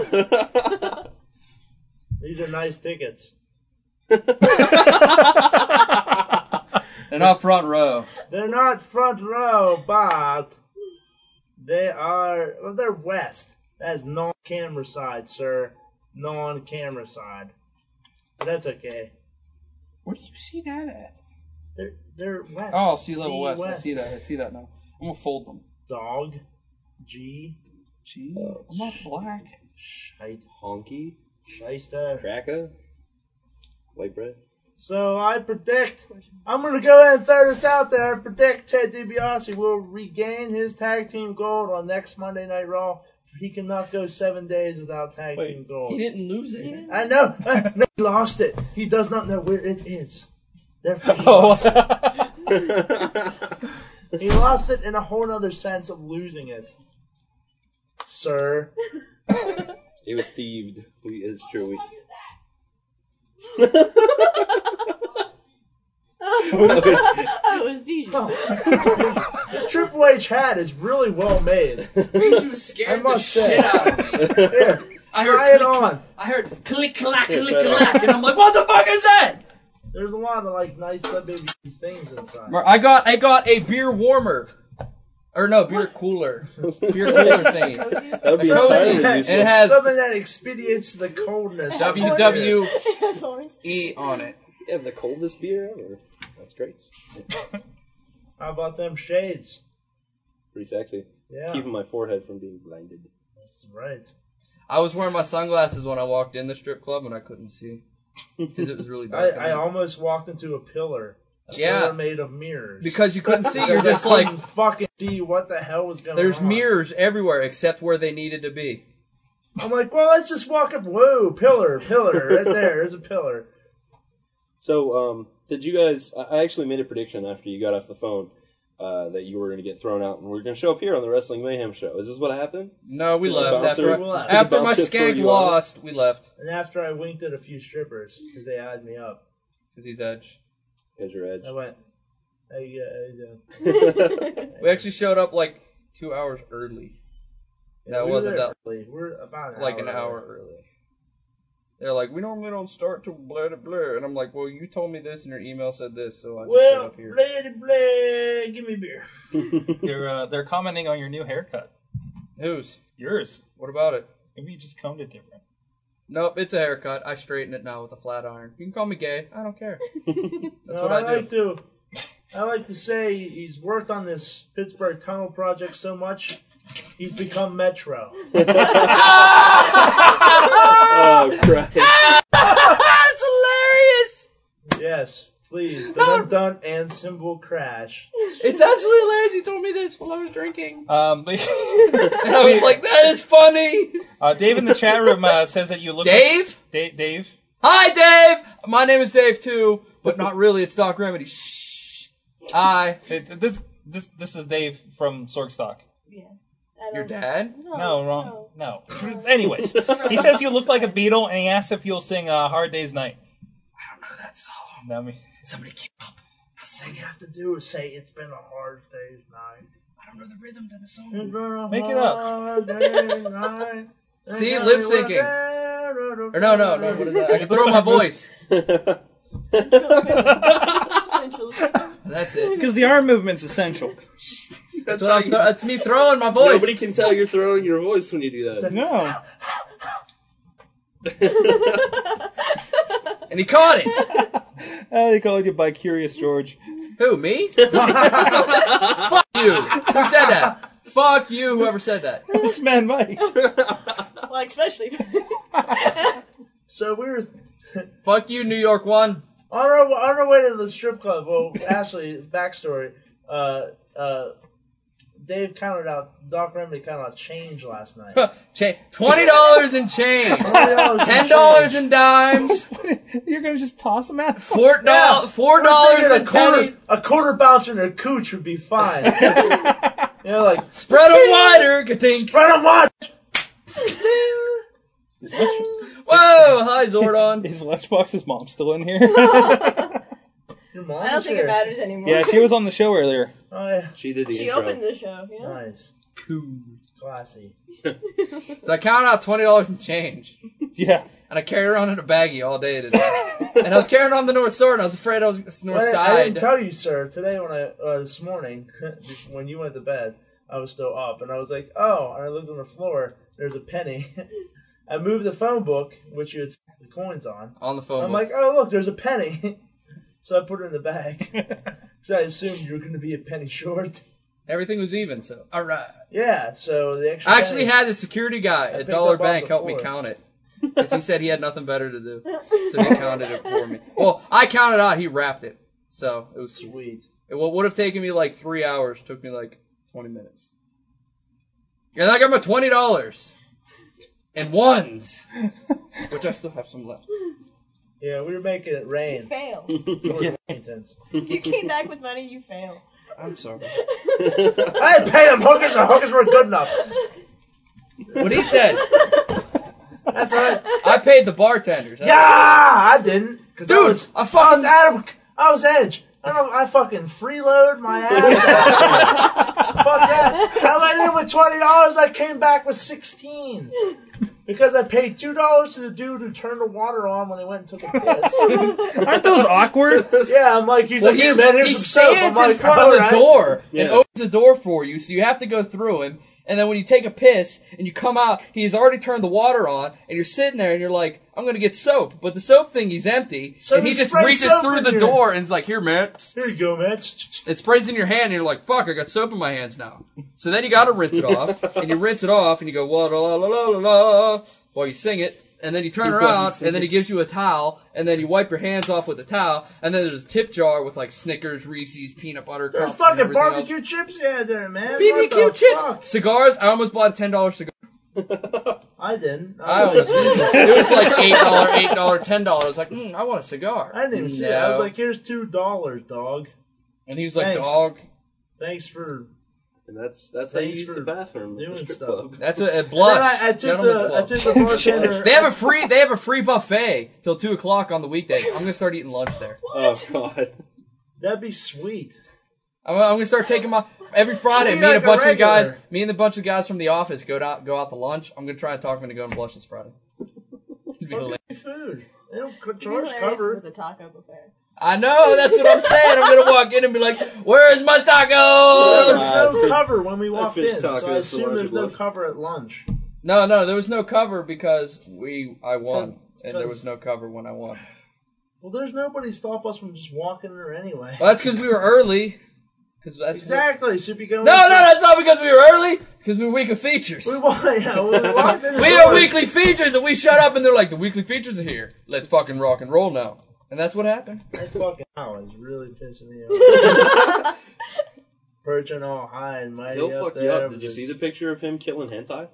V: These are nice tickets.
W: They're not front row.
V: They're not front row, but they are. Well, they're west. That's non-camera side, sir. Non-camera side. But that's okay.
W: Where do you see that at?
V: They're they're west.
W: Oh, sea level
V: Sea
W: west. I see that. I see that now. I'm gonna fold them.
V: Dog. G.
W: G. I'm not black.
V: Shite.
A: Honky.
V: Shyster.
A: Cracker. White bread.
V: So I predict. I'm gonna go ahead and throw this out there. I predict Ted DiBiase will regain his tag team gold on next Monday Night Raw. He cannot go seven days without tag team gold.
W: He didn't lose it.
V: I know. No, *laughs* he lost it. He does not know where it is.
W: *laughs*
V: Therefore, he,
W: Oh.
V: lost it. *laughs* he lost it in a whole other sense of losing it,
W: *laughs*
V: sir.
A: It was thieved. We, it's true. We,
C: *laughs* I was beat.
V: This Triple H hat is really well
W: *laughs*
V: made.
W: You scared
V: I must
W: the
V: say.
W: shit out of
V: *laughs*
W: me.
V: Here,
W: I heard
V: try it on.
W: I heard click clack click clack, and I'm like, what the fuck is that?
V: There's a lot of like nice little baby things inside. *laughs*
W: Mar- I got I got a beer warmer. Or no, beer
A: *laughs*
W: cooler. Beer cooler thingy.
V: That
W: would be entirely useless. It
V: It has
W: has-
V: something that expedites the
W: *laughs*
V: coldness.
W: WWE E on it.
A: You have the coldest beer ever. That's great.
V: How about them shades?
A: Pretty sexy.
V: Yeah.
A: Keeping my forehead from being blinded.
V: Right.
W: I was wearing my sunglasses when I walked in the strip club and I couldn't see because it was really
V: *laughs* I,
W: dark.
V: I almost walked into a pillar. A
W: Yeah.
V: pillar made of mirrors.
W: Because you couldn't
V: *laughs*
W: see, you're
V: I
W: just like-
V: couldn't fucking see what the hell was going
W: There's
V: on.
W: mirrors everywhere except where they needed to be.
V: I'm like, well, let's just walk up. Whoa, pillar, pillar, right there. There's a pillar.
A: So, um, did you guys? I I actually made a prediction after you got off the phone uh, that you were going to get thrown out, and we are going to show up here on the Wrestling Mayhem show. Is this what happened?
W: No, we
A: Did the
W: left
A: bouncer-
W: after
A: did the
W: after my
A: *laughs* bouncer throw
W: skank
A: you out?
W: lost. We left
V: And after I winked at a few strippers because they eyed me up,
W: because he's edge.
A: Because you're edge.
V: I went, hey, yeah,
W: *laughs* we actually showed up like two hours early.
V: Yeah,
W: no, it
V: we were
W: wasn't
V: there
W: that.
V: early. We're about an
W: like
V: hour
W: an hour early. They're like, we normally don't start till blah blah blah, and I'm like, well, you told me this, and your email said this, so I just showed
V: well,
W: up here.
V: lady, bleh, give me beer.
W: *laughs*
D: They're uh, they're commenting on your new haircut.
W: Whose?
D: Yours.
W: What about it?
D: Maybe you just combed it different.
W: Nope, it's a haircut. I straighten it now with a flat iron. You can call me *laughs* gay. I don't care. That's
V: No,
W: what I,
V: like
W: do.
V: to. I like to say he's worked on this Pittsburgh tunnel project so much, he's become
W: *laughs*
V: Metro.
A: oh Christ!
V: *laughs*
W: That's hilarious.
V: Yes, please. Dun dun and symbol crash.
W: It's absolutely hilarious. You told me this while I was drinking.
D: Um, *laughs*
W: And I was like, that is funny.
D: uh, Dave in the chat room uh, says that you look.
W: Dave?
D: Dave. Dave.
W: Hi, Dave. My name is Dave too, but not really. It's Doc Remedy. Shh. Hi.
D: this this this is Dave from Sorgstock.
W: Your dad?
D: No, wrong. No. *laughs* Anyways, he says you look like a beetle, and he asks if you'll sing uh, "Hard Day's Night."
W: I don't know that song.
D: Now me.
W: Somebody keep up. I'll
V: All you have to do is say it's been a hard day's night.
W: I don't know the rhythm to the song.
V: It's been a
W: Make it up.
V: hard day's night.
W: *laughs* See, lip syncing. Or no, no, no. What is that? I can throw my voice.
D: *laughs*
W: That's it.
D: Because the arm movement's essential.
W: That's, what I'm th- that's me throwing my voice.
A: Nobody can tell you're throwing your voice when you do
D: *laughs*
A: that.
D: No.
W: and he caught it.
D: *laughs* Uh, they called you by Curious George.
W: Who, *laughs* me? Fuck you. Who said that? Fuck you, whoever said that.
D: This man, Mike.
C: Like, especially.
V: So we were *laughs*
W: Fuck you, New York One.
V: on our on our way to the strip club. Well, *laughs* actually, backstory. Uh, uh, Dave counted out. Doc Remedy counted out change last night.
W: Cha- $20 in change.
V: $20 in
W: $10 in dimes.
D: You're gonna just toss him out.
W: *laughs* Four dollars. Four
V: We're thinking
W: dollars and
V: a
D: *laughs*
V: quarter,
W: pennies.
V: a quarter bounce and a cooch would be
W: *laughs*
V: fine. you know, like
W: Spread 'em wider, Katink.
V: Spread 'em wider.
W: Whoa! Hi,
D: *laughs*
W: Zordon.
D: Is Lunchbox's mom still in here? *laughs*
C: I don't think it matters anymore.
D: yeah, she was on the show earlier.
V: Oh, yeah.
A: She did
C: She opened the show. Yeah. *laughs*
V: Nice.
W: Cool.
V: Classy.
W: So I counted out twenty dollars in change.
D: Yeah.
W: And I carried around in a baggie all day today. and I was carrying on the north side, and I was afraid I was north
V: I, didn't-
W: side.
V: I didn't tell you, sir. Today, when I uh, this morning, *laughs* when you went to bed, I was still up, and I was like, "Oh!" And I looked on the floor. There's a penny. *laughs* I moved the phone book, which you had stacked the coins on.
W: On the phone
V: I'm
W: book.
V: like, "Oh, look! There's a penny." *laughs* so I put it in the bag.
W: *laughs*
V: so I assumed you were going to be a penny short.
W: Everything was even, so all right.
V: Yeah. So the extra
W: I actually
V: penny-
W: had the security guy
V: I
W: at
V: picked
W: Dollar
V: up off
W: Bank
V: the
W: help me
V: floor. *laughs*
W: count it. Because he said he had nothing better to do. So he counted it for me. Well, I counted out, he wrapped it. So it was
V: sweet.
W: It, what would have taken me like three hours took me like 20 minutes. And I got my $20
V: *laughs*
W: and ones, which I still have some left.
V: Yeah, we were making it rain.
C: Fail.
V: George Washington's.
C: If you came back with money, you fail.
W: I'm sorry.
V: *laughs* I didn't pay them hookers, and hookers were good enough.
W: What he said.
V: That's right.
W: I paid the bartenders.
V: Yeah, I didn't. Cause I
W: Dude,
V: was, I, fucking, I was out of, I was edge. I don't know. I fucking freeload my ass.
W: *laughs*
V: Fuck that. How I did with twenty dollars, I came back with sixteen because I paid two dollars to the dude who turned the water on when he went and took a
W: *laughs*
V: piss.
D: Aren't those awkward?
V: yeah, I'm like, he's
W: Well,
V: like,
W: he,
V: here, man, here's
W: he
V: some soap. I'm
W: stands
V: like,
W: in front of the
V: "Alright."
W: door and
V: Yeah.
W: opens the door for you, so you have to go through him. And then when you take a piss and you come out, he's already turned the water on, and you're sitting there and you're like, "I'm gonna get soap," but the soap thing is empty,
V: So
W: and he
V: he
W: just
V: sprays
W: reaches
V: soap
W: through
V: in
W: the
V: here.
W: door and is like, "Here, man."
V: Here you go, man. It
W: sprays in your hand, and you're like, "Fuck, I got soap in my hands now." So then you gotta rinse it off, and you rinse it off, and you go la la la la la la while you sing it, and then you turn
S: While you
W: around,
S: sing
W: and then
S: it.
W: he gives you a towel, and then you wipe your hands off with the towel, and then there's a tip jar with like Snickers, Reese's, peanut butter,
V: There's
W: cups, and
V: fucking
W: everything else.
V: barbecue chips yeah there, man. What the
W: BBQ chips,
V: fuck?
W: cigars. I almost bought a ten dollar cigar.
V: I didn't.
W: I almost it was like eight dollar, eight dollar, ten dollar. I was like, mm, I want a cigar.
V: I didn't even see it. I was like, here's two dollars, dog.
W: And he was like, dog.
V: Thanks for.
A: And that's that's how you
V: Thanks
A: use
V: for
A: the bathroom. at the
V: doing
A: strip
V: stuff.
A: club.
W: That's a, a blush.
V: And then I- I took
W: Gentlemen's
V: the- I
W: club.
V: took the bartender-
W: *laughs* they have a free. They have a free buffet till two o'clock on the weekdays. I'm gonna start eating lunch there.
A: *laughs* Oh god,
V: that'd be sweet.
W: I'm, I'm gonna start taking my every Friday.
V: Be
W: Me and a
V: like a
W: bunch of the guys.
V: regular.
W: Me and a bunch of guys from the office go out go out to lunch. I'm gonna try and talk them into going to blush this Friday. It'd be hilarious.
V: Food. They don't co-
C: It'd be
V: charge
C: hilarious
V: cover.
C: With a taco buffet.
W: I know that's what I'm saying. I'm gonna walk in and be like, "Where's my
V: There
W: tacos?"
V: was no cover when we walked
W: fish
V: in,
W: tacos
V: so I
W: for
V: assume
W: lunch
V: there's
W: at
V: no
W: lunch.
V: cover at lunch.
W: No, no, there was no cover because we I won, and there
V: because-
W: was no cover when I won.
V: Well, there's nobody to stop us from just walking there anyway.
W: Well, that's because we were early. 'Cause that's
V: Exactly. Should be
W: No,
V: going.
W: no, that's not because we were early. Because we were weak of features.
V: We wa- yeah, we
W: *laughs*
V: walked in the
W: We are
V: doors.
W: weekly features, and we shut up, and they're like, "The weekly features are here. Let's fucking rock and roll now." And that's what happened.
V: That fucking owl is really pissing me
W: *laughs*
V: off. Perching all high and mighty
A: he'll
V: up
A: fuck
V: there.
A: you up. Did
V: with
A: you
V: his-
A: see the picture of him killing hentai?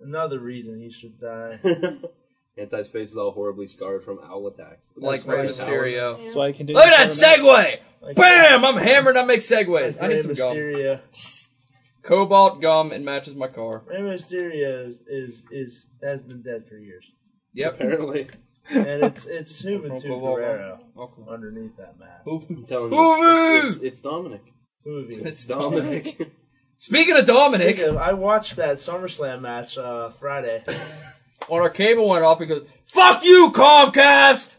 V: Another reason he should die.
A: *laughs* Hentai's face is all horribly scarred from owl attacks.
W: Like Rey Mysterio.
A: That's
D: why I can do.
W: Look at that segue! Bam! I'm hammered. I make segues. I
V: Rey
W: need some gum.
V: Mysterio.
W: Cobalt gum and matches my car.
V: Rey Mysterio is, is is has been dead for years.
W: Yep. Apparently.
V: And it's it's Juventud
A: Uncle
V: Guerrero underneath that mask.
A: I'm telling you, it's, it's, it's Dominic.
V: Movie.
A: It's Dominic.
W: Speaking of Dominic,
V: Speaking of- I watched that SummerSlam match uh, Friday.
W: when our cable went off, he goes, "Fuck you, Comcast."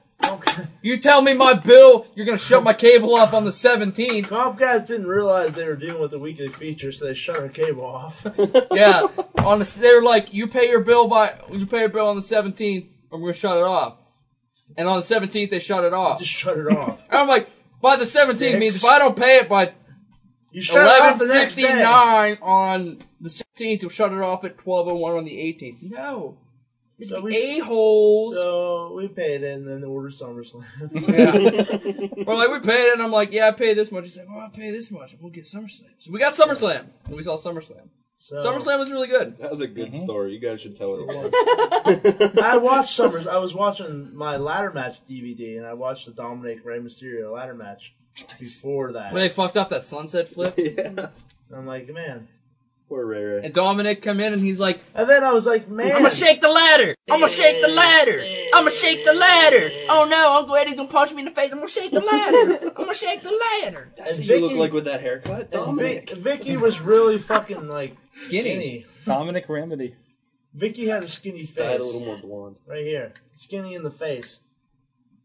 W: You tell me my bill. You're gonna shut my cable off on the 17th.
V: Comcast didn't realize they were dealing with the weekly feature, so they shut our cable off.
W: yeah. On the, they were like, you pay your bill by you pay your bill on the seventeenth, or we're gonna shut it off. And on the seventeenth, they shut it off. Just
V: shut it off.
W: And *laughs* I'm like, by the seventeenth means if I don't pay it by
V: You shut it off
W: eleven
V: the next
W: fifty
V: day.
W: nine on the seventeenth, you'll shut it off at twelve oh one on the eighteenth. No.
V: So
W: a holes.
V: So we paid in and then ordered
W: *laughs*
V: SummerSlam.
W: We're like, we paid it. And I'm like, yeah, I paid this much. He's like, well, I pay this much. We'll get SummerSlam. So we got SummerSlam. And we saw SummerSlam.
V: So-
W: *laughs* SummerSlam was really good.
A: That was a good
D: Mm-hmm.
A: story. You guys should tell it. Once.
V: *laughs* I watched Summers. I was watching my ladder match DVD, and I watched the Dominic Rey Mysterio ladder match before that.
W: When they fucked up that sunset
A: *laughs*
W: flip. yeah.
V: I'm like, man.
A: Poor Ray Ray.
W: And Dominic come in and he's like,
V: And then I was like, man.
W: I'm gonna shake the ladder. I'm gonna shake the ladder. I'm gonna shake the ladder. Oh no, Uncle Eddie's gonna punch me in the face. I'm gonna shake the ladder. I'm gonna shake the ladder.
A: That's
V: And
A: what you look
V: Vicky-
A: like with that haircut,
V: And
A: Dominic.
V: Vic, Vicky was really fucking like
W: skinny.
D: Dominic Remedy.
V: Vicky had a skinny face.
A: I had a little more blonde.
V: Right here, skinny in the face.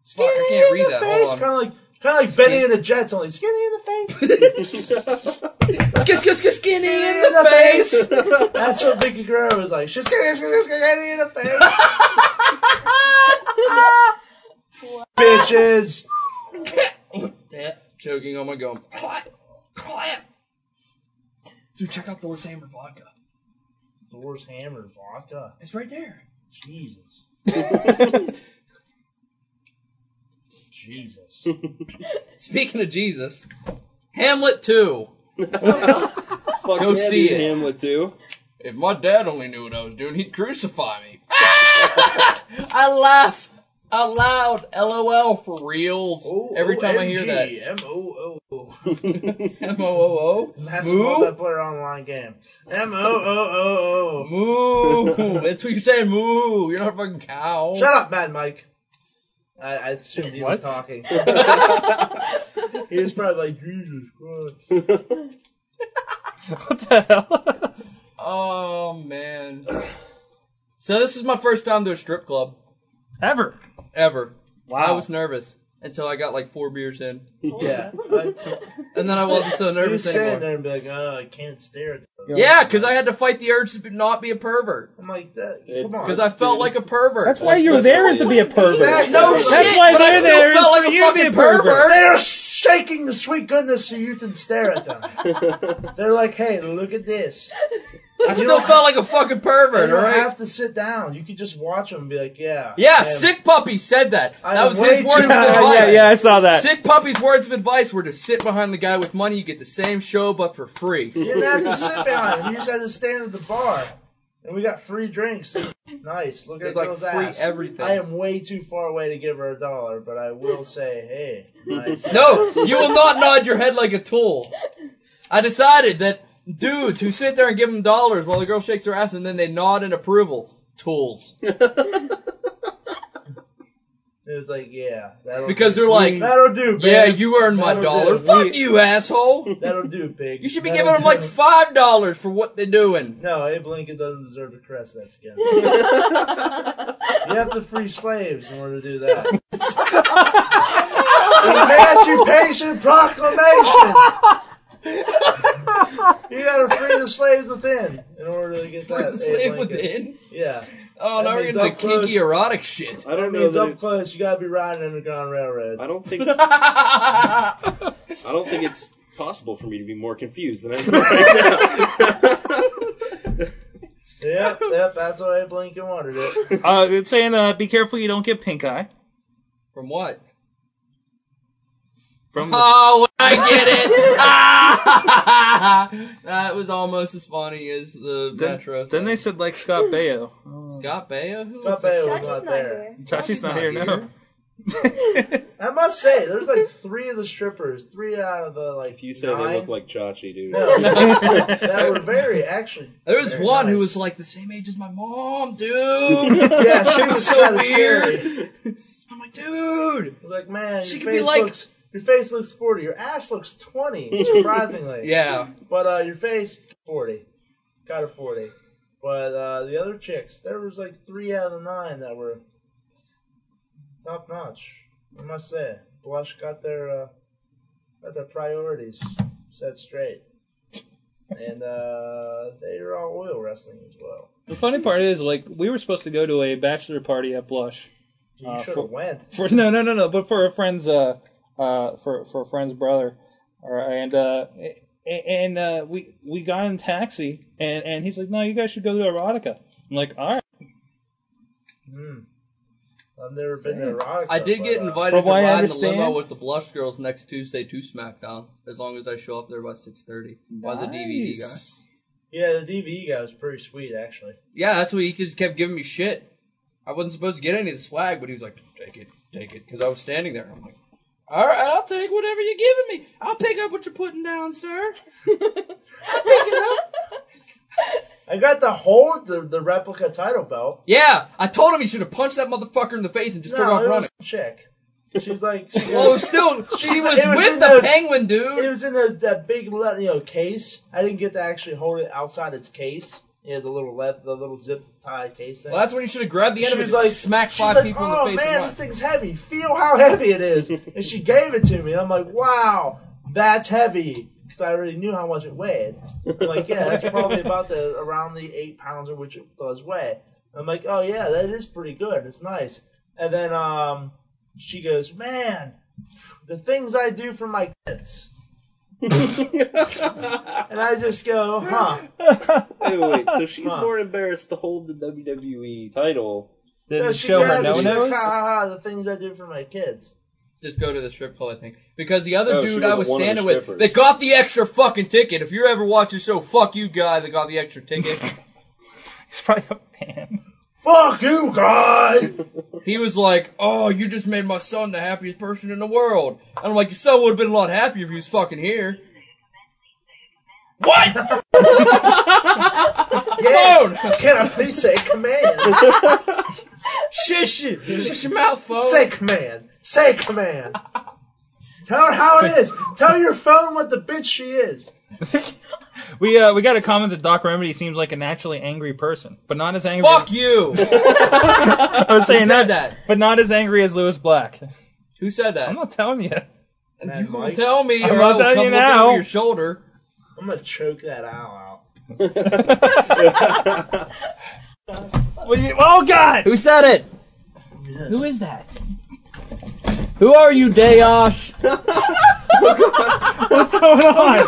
W: Fuck, I can't read that. Hold on.
V: Kind of like, kind of like Benny and the Jets, only skinny in the face.
W: *laughs* Skis, skis, skis, skinny in
V: in
W: the face.
V: *laughs* That's what Vicky Guerrero was like. She's skinny, skinny, skinny in the face. *laughs* Bitches.
W: *laughs* Yeah, choking on my gum. Quiet, quiet. Dude, check out Thor's Hammer Vodka.
V: Thor's hammer vodka.
W: It's right there.
A: *laughs*
V: Jesus.
W: *laughs*
V: Jesus.
W: Speaking of Jesus,
A: *laughs*
W: Hamlet 2. Go
A: yeah,
W: see
A: dude,
W: it.
A: Hamlet 2.
W: If my dad only knew what I was doing, he'd crucify me. *laughs*
C: I laugh.
W: Out loud, LOL for reals. *laughs* Every time I hear that.
V: Oh, M O O O.
W: *laughs* M O O O.
V: That's
W: Moo?
V: a multiplayer online game. M O O O O.
W: Moo. That's what you say, moo. You're not a fucking cow.
V: Shut up, Mad Mike. I, I assumed he was
D: What?
V: talking. he was probably like, Jesus Christ.
W: Oh man. so this is my first time to a strip club.
D: Ever.
W: Ever.
D: Wow.
W: I was nervous until I got like four beers in.
V: yeah.
W: *laughs* And then I wasn't so nervous
V: you stand
W: anymore.
V: there and be like, oh, I can't stare at them.
W: Yeah, because I had to fight the urge to be- not be a pervert.
V: I'm like that.
W: Come
V: on.
W: because I felt like a pervert.
D: That's why you're there is to be a pervert.
W: No
D: That's
W: shit,
D: why
W: but I
D: they're
W: still
D: there is
W: felt
D: for
W: like a
D: you to be a
W: fucking
D: pervert.
V: They're shaking the sweet goodness so you can stare at them. They're like, hey, look at this.
W: I still felt like a fucking pervert,
V: You don't
W: alright?
V: have to sit down. You can just watch them and be like, yeah.
W: Yeah,
V: I am-
W: sick puppy said that.
V: I
W: that
V: am
W: was his
V: way
W: words
V: too-
W: of advice.
D: Yeah, yeah, I saw that.
W: Sick puppy's words of advice were to sit behind the guy with money. You get the same show, but for free.
V: You didn't have to sit behind him. You just had to stand at the bar. And we got free drinks. Nice. Look
W: There's,
V: at those
W: like, free
V: ass.
W: everything.
V: I am way too far away to give her a dollar, but I will say, hey, nice.
W: No, you will not nod your head like a tool. I decided that dudes who sit there and give them dollars while the girl shakes her ass and then they nod in approval, tools.
V: It was like, yeah. that'll
W: Because
V: do.
W: they're like,
V: that'll do,
W: Yeah,
V: babe.
W: you earned my
V: That'll
W: dollar.
V: do.
W: Fuck
V: We-
W: you, asshole.
V: That'll do, pig.
W: You should be
V: That'll
W: giving them
V: do.
W: like five dollars for what they're doing.
V: No, Abe Lincoln doesn't deserve to crest that skin. you have to free slaves in order to do that. Emancipation Proclamation! you gotta free the slaves within in order to get that.
W: the
V: Abe
W: slave
V: Lincoln.
W: within?
V: Yeah.
W: Oh, now
V: That
W: we're
V: means
W: getting into
V: up close-
W: kinky erotic shit.
A: I don't
V: that
A: know
V: means
A: that
V: up
A: it-
V: close, you gotta be riding Underground Railroad.
A: I don't think I don't think it's possible for me to be more confused than I am *laughs* right
V: *laughs* yep, yep, that's why Abe Lincoln wanted
A: *laughs*
V: it.
D: Uh, it's saying, uh, be careful you don't get pink eye.
W: From what?
D: From
W: Oh, I get it. Ah! *laughs* that was almost as funny as the
D: then,
W: metro.
D: then they said like Scott Baio.
W: Scott Baio? Who
V: Scott
W: was that?
V: Baio was not there.
D: Chachi's not here now.
V: I must say, there's like three of the strippers, three out of the like. If
A: You say they look like Chachi, dude.
V: that were very actually.
W: There was
V: very
W: one who
V: nice.
W: was like the same age as my mom, dude.
V: *laughs* Yeah,
W: *laughs*
V: she
W: It
V: was
W: so
V: kinda
W: weird.
V: scary.
W: I'm like, dude.
V: I was like, man,
W: She
V: she your
W: could be
V: face
W: like-
V: looks. Your face looks forty. Your ass looks
W: *laughs*
V: twenty, surprisingly.
W: Yeah.
V: But uh, your face forty, kind of forty. But uh, the other chicks, there was like three out of the nine that were top notch. I must say, Blush got their uh, got their priorities set straight, and uh, they are all oil wrestling as well.
D: The funny part is, like, we were supposed to go to a bachelor party at Blush.
V: You
D: Uh,
V: should
D: for-
V: have went.
D: for no no no no but for a friend's uh uh for for a friend's brother all right and uh a- and uh we we got in a taxi and and he's like no you guys should go to erotica i'm like all right
V: Hmm. I've never been to erotica.
W: I did
V: but,
W: get
V: uh,
W: invited
D: From
W: to
D: what I
W: ride in the
D: understand-
W: limo with the Blush Girls next Tuesday to SmackDown, as long as I show up there by 6.30 by the DVD guy.
V: Nice. Yeah, the DVD guy was pretty sweet, actually.
W: Yeah, that's what he just kept giving me shit. I wasn't supposed to get any of the swag, but he was like, take it, take it, because I was standing there. I'm like, all right, I'll take whatever you're giving me. I'll pick up what you're putting down, sir.
V: I got to hold the, the replica title belt.
W: Yeah, I told him he should have punched that motherfucker in the face and just took off
V: it
W: running.
V: was a chick. She's like, she
W: Well,
V: was-
W: still,
V: *laughs* she's
W: she
V: like-
W: was
V: it
W: with
V: in
W: the penguin, dude.
V: It was in a, that big, le- you know, case. I didn't get to actually hold it outside its case. Yeah, the little le- the little zip tie case thing.
W: Well, that's when you should have grabbed the end of
V: She
W: it and
V: was like-
W: smacked
V: she's
W: five
V: like,
W: people
V: oh,
W: in the face.
V: man,
W: and
V: this
W: run.
V: thing's heavy. Feel how heavy it is. and she gave it to me. And I'm like, wow, that's heavy. Because I already knew how much it weighed. I'm like, yeah, that's probably about the around the eight pounds or which it does weigh. I'm like, oh yeah, that is pretty good. It's nice. And then um, she goes, man, the things I do for my kids. and I just go, huh?
A: *laughs* wait, wait, wait. So she's
V: Huh.
A: more embarrassed to hold the WWE title than
V: No,
A: to
V: she
A: show her
V: grabbed
A: no
V: it. She's like,
A: nose.
V: Ha ha ha! The things I do for my kids.
W: Just go to the strip club, I think. Because the other
A: Oh, she
W: dude I
A: wasn't
W: was
A: one of the
W: standing with,
A: strippers.
W: they got the extra fucking ticket. If you're ever watching the show, fuck you guy that got the
V: *laughs*
W: extra ticket.
V: Fuck you, guy!
W: he was like, oh, you just made my son the happiest person in the world. And I'm like, your son would have been a lot happier if he was fucking here. What? *laughs*
V: Yeah. Can I please say command?
W: Shit
V: Shush you.
W: Shut your mouth, phone.
V: Say command. Say command. Tell her how
W: *laughs*
V: it is. Tell your phone what the bitch she is.
D: We uh, we got a comment that Doc Remedy seems like a naturally angry person, but not as angry.
W: Fuck you!
D: *laughs* I was saying
W: Who
D: that,
W: said that?
D: but not as angry as Lewis Black.
W: Who said that?
D: I'm not telling you.
W: You gonna tell me,
D: I'm
W: or
D: not
W: I'll
D: telling
W: come
D: you
W: look
D: now.
W: over your shoulder.
V: I'm gonna choke that owl
D: oh God!
W: Who said it? Who is that? Who are you, Dayosh?
D: What's going on?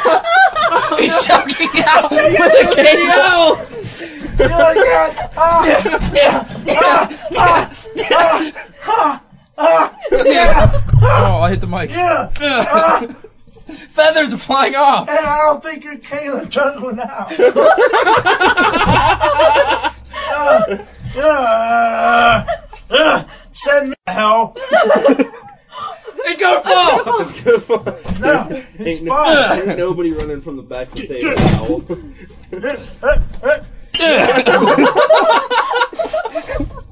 W: He's choking out with
S: He's
W: the
S: choking
W: KO.
V: Oh, Ah.
W: *laughs*
V: Ah.
W: Oh, I hit the mic.
V: Yeah.
W: *laughs* Feathers are flying off.
V: Hey, I don't think you're Caleb juggling
W: *laughs*
V: out. uh, uh, uh, send me to hell.
W: it's gonna fall.
A: It's gonna fall. No, ain't, no-
V: fine.
A: ain't nobody running from the back to save the
V: *laughs*
A: owl.
V: *laughs*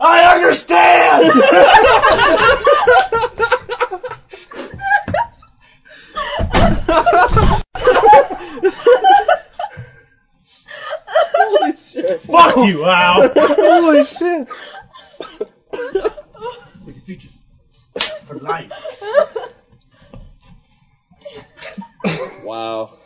V: I *laughs* understand.
S: Holy shit.
D: Fuck you, Al. Holy shit.
V: For life.
A: Wow.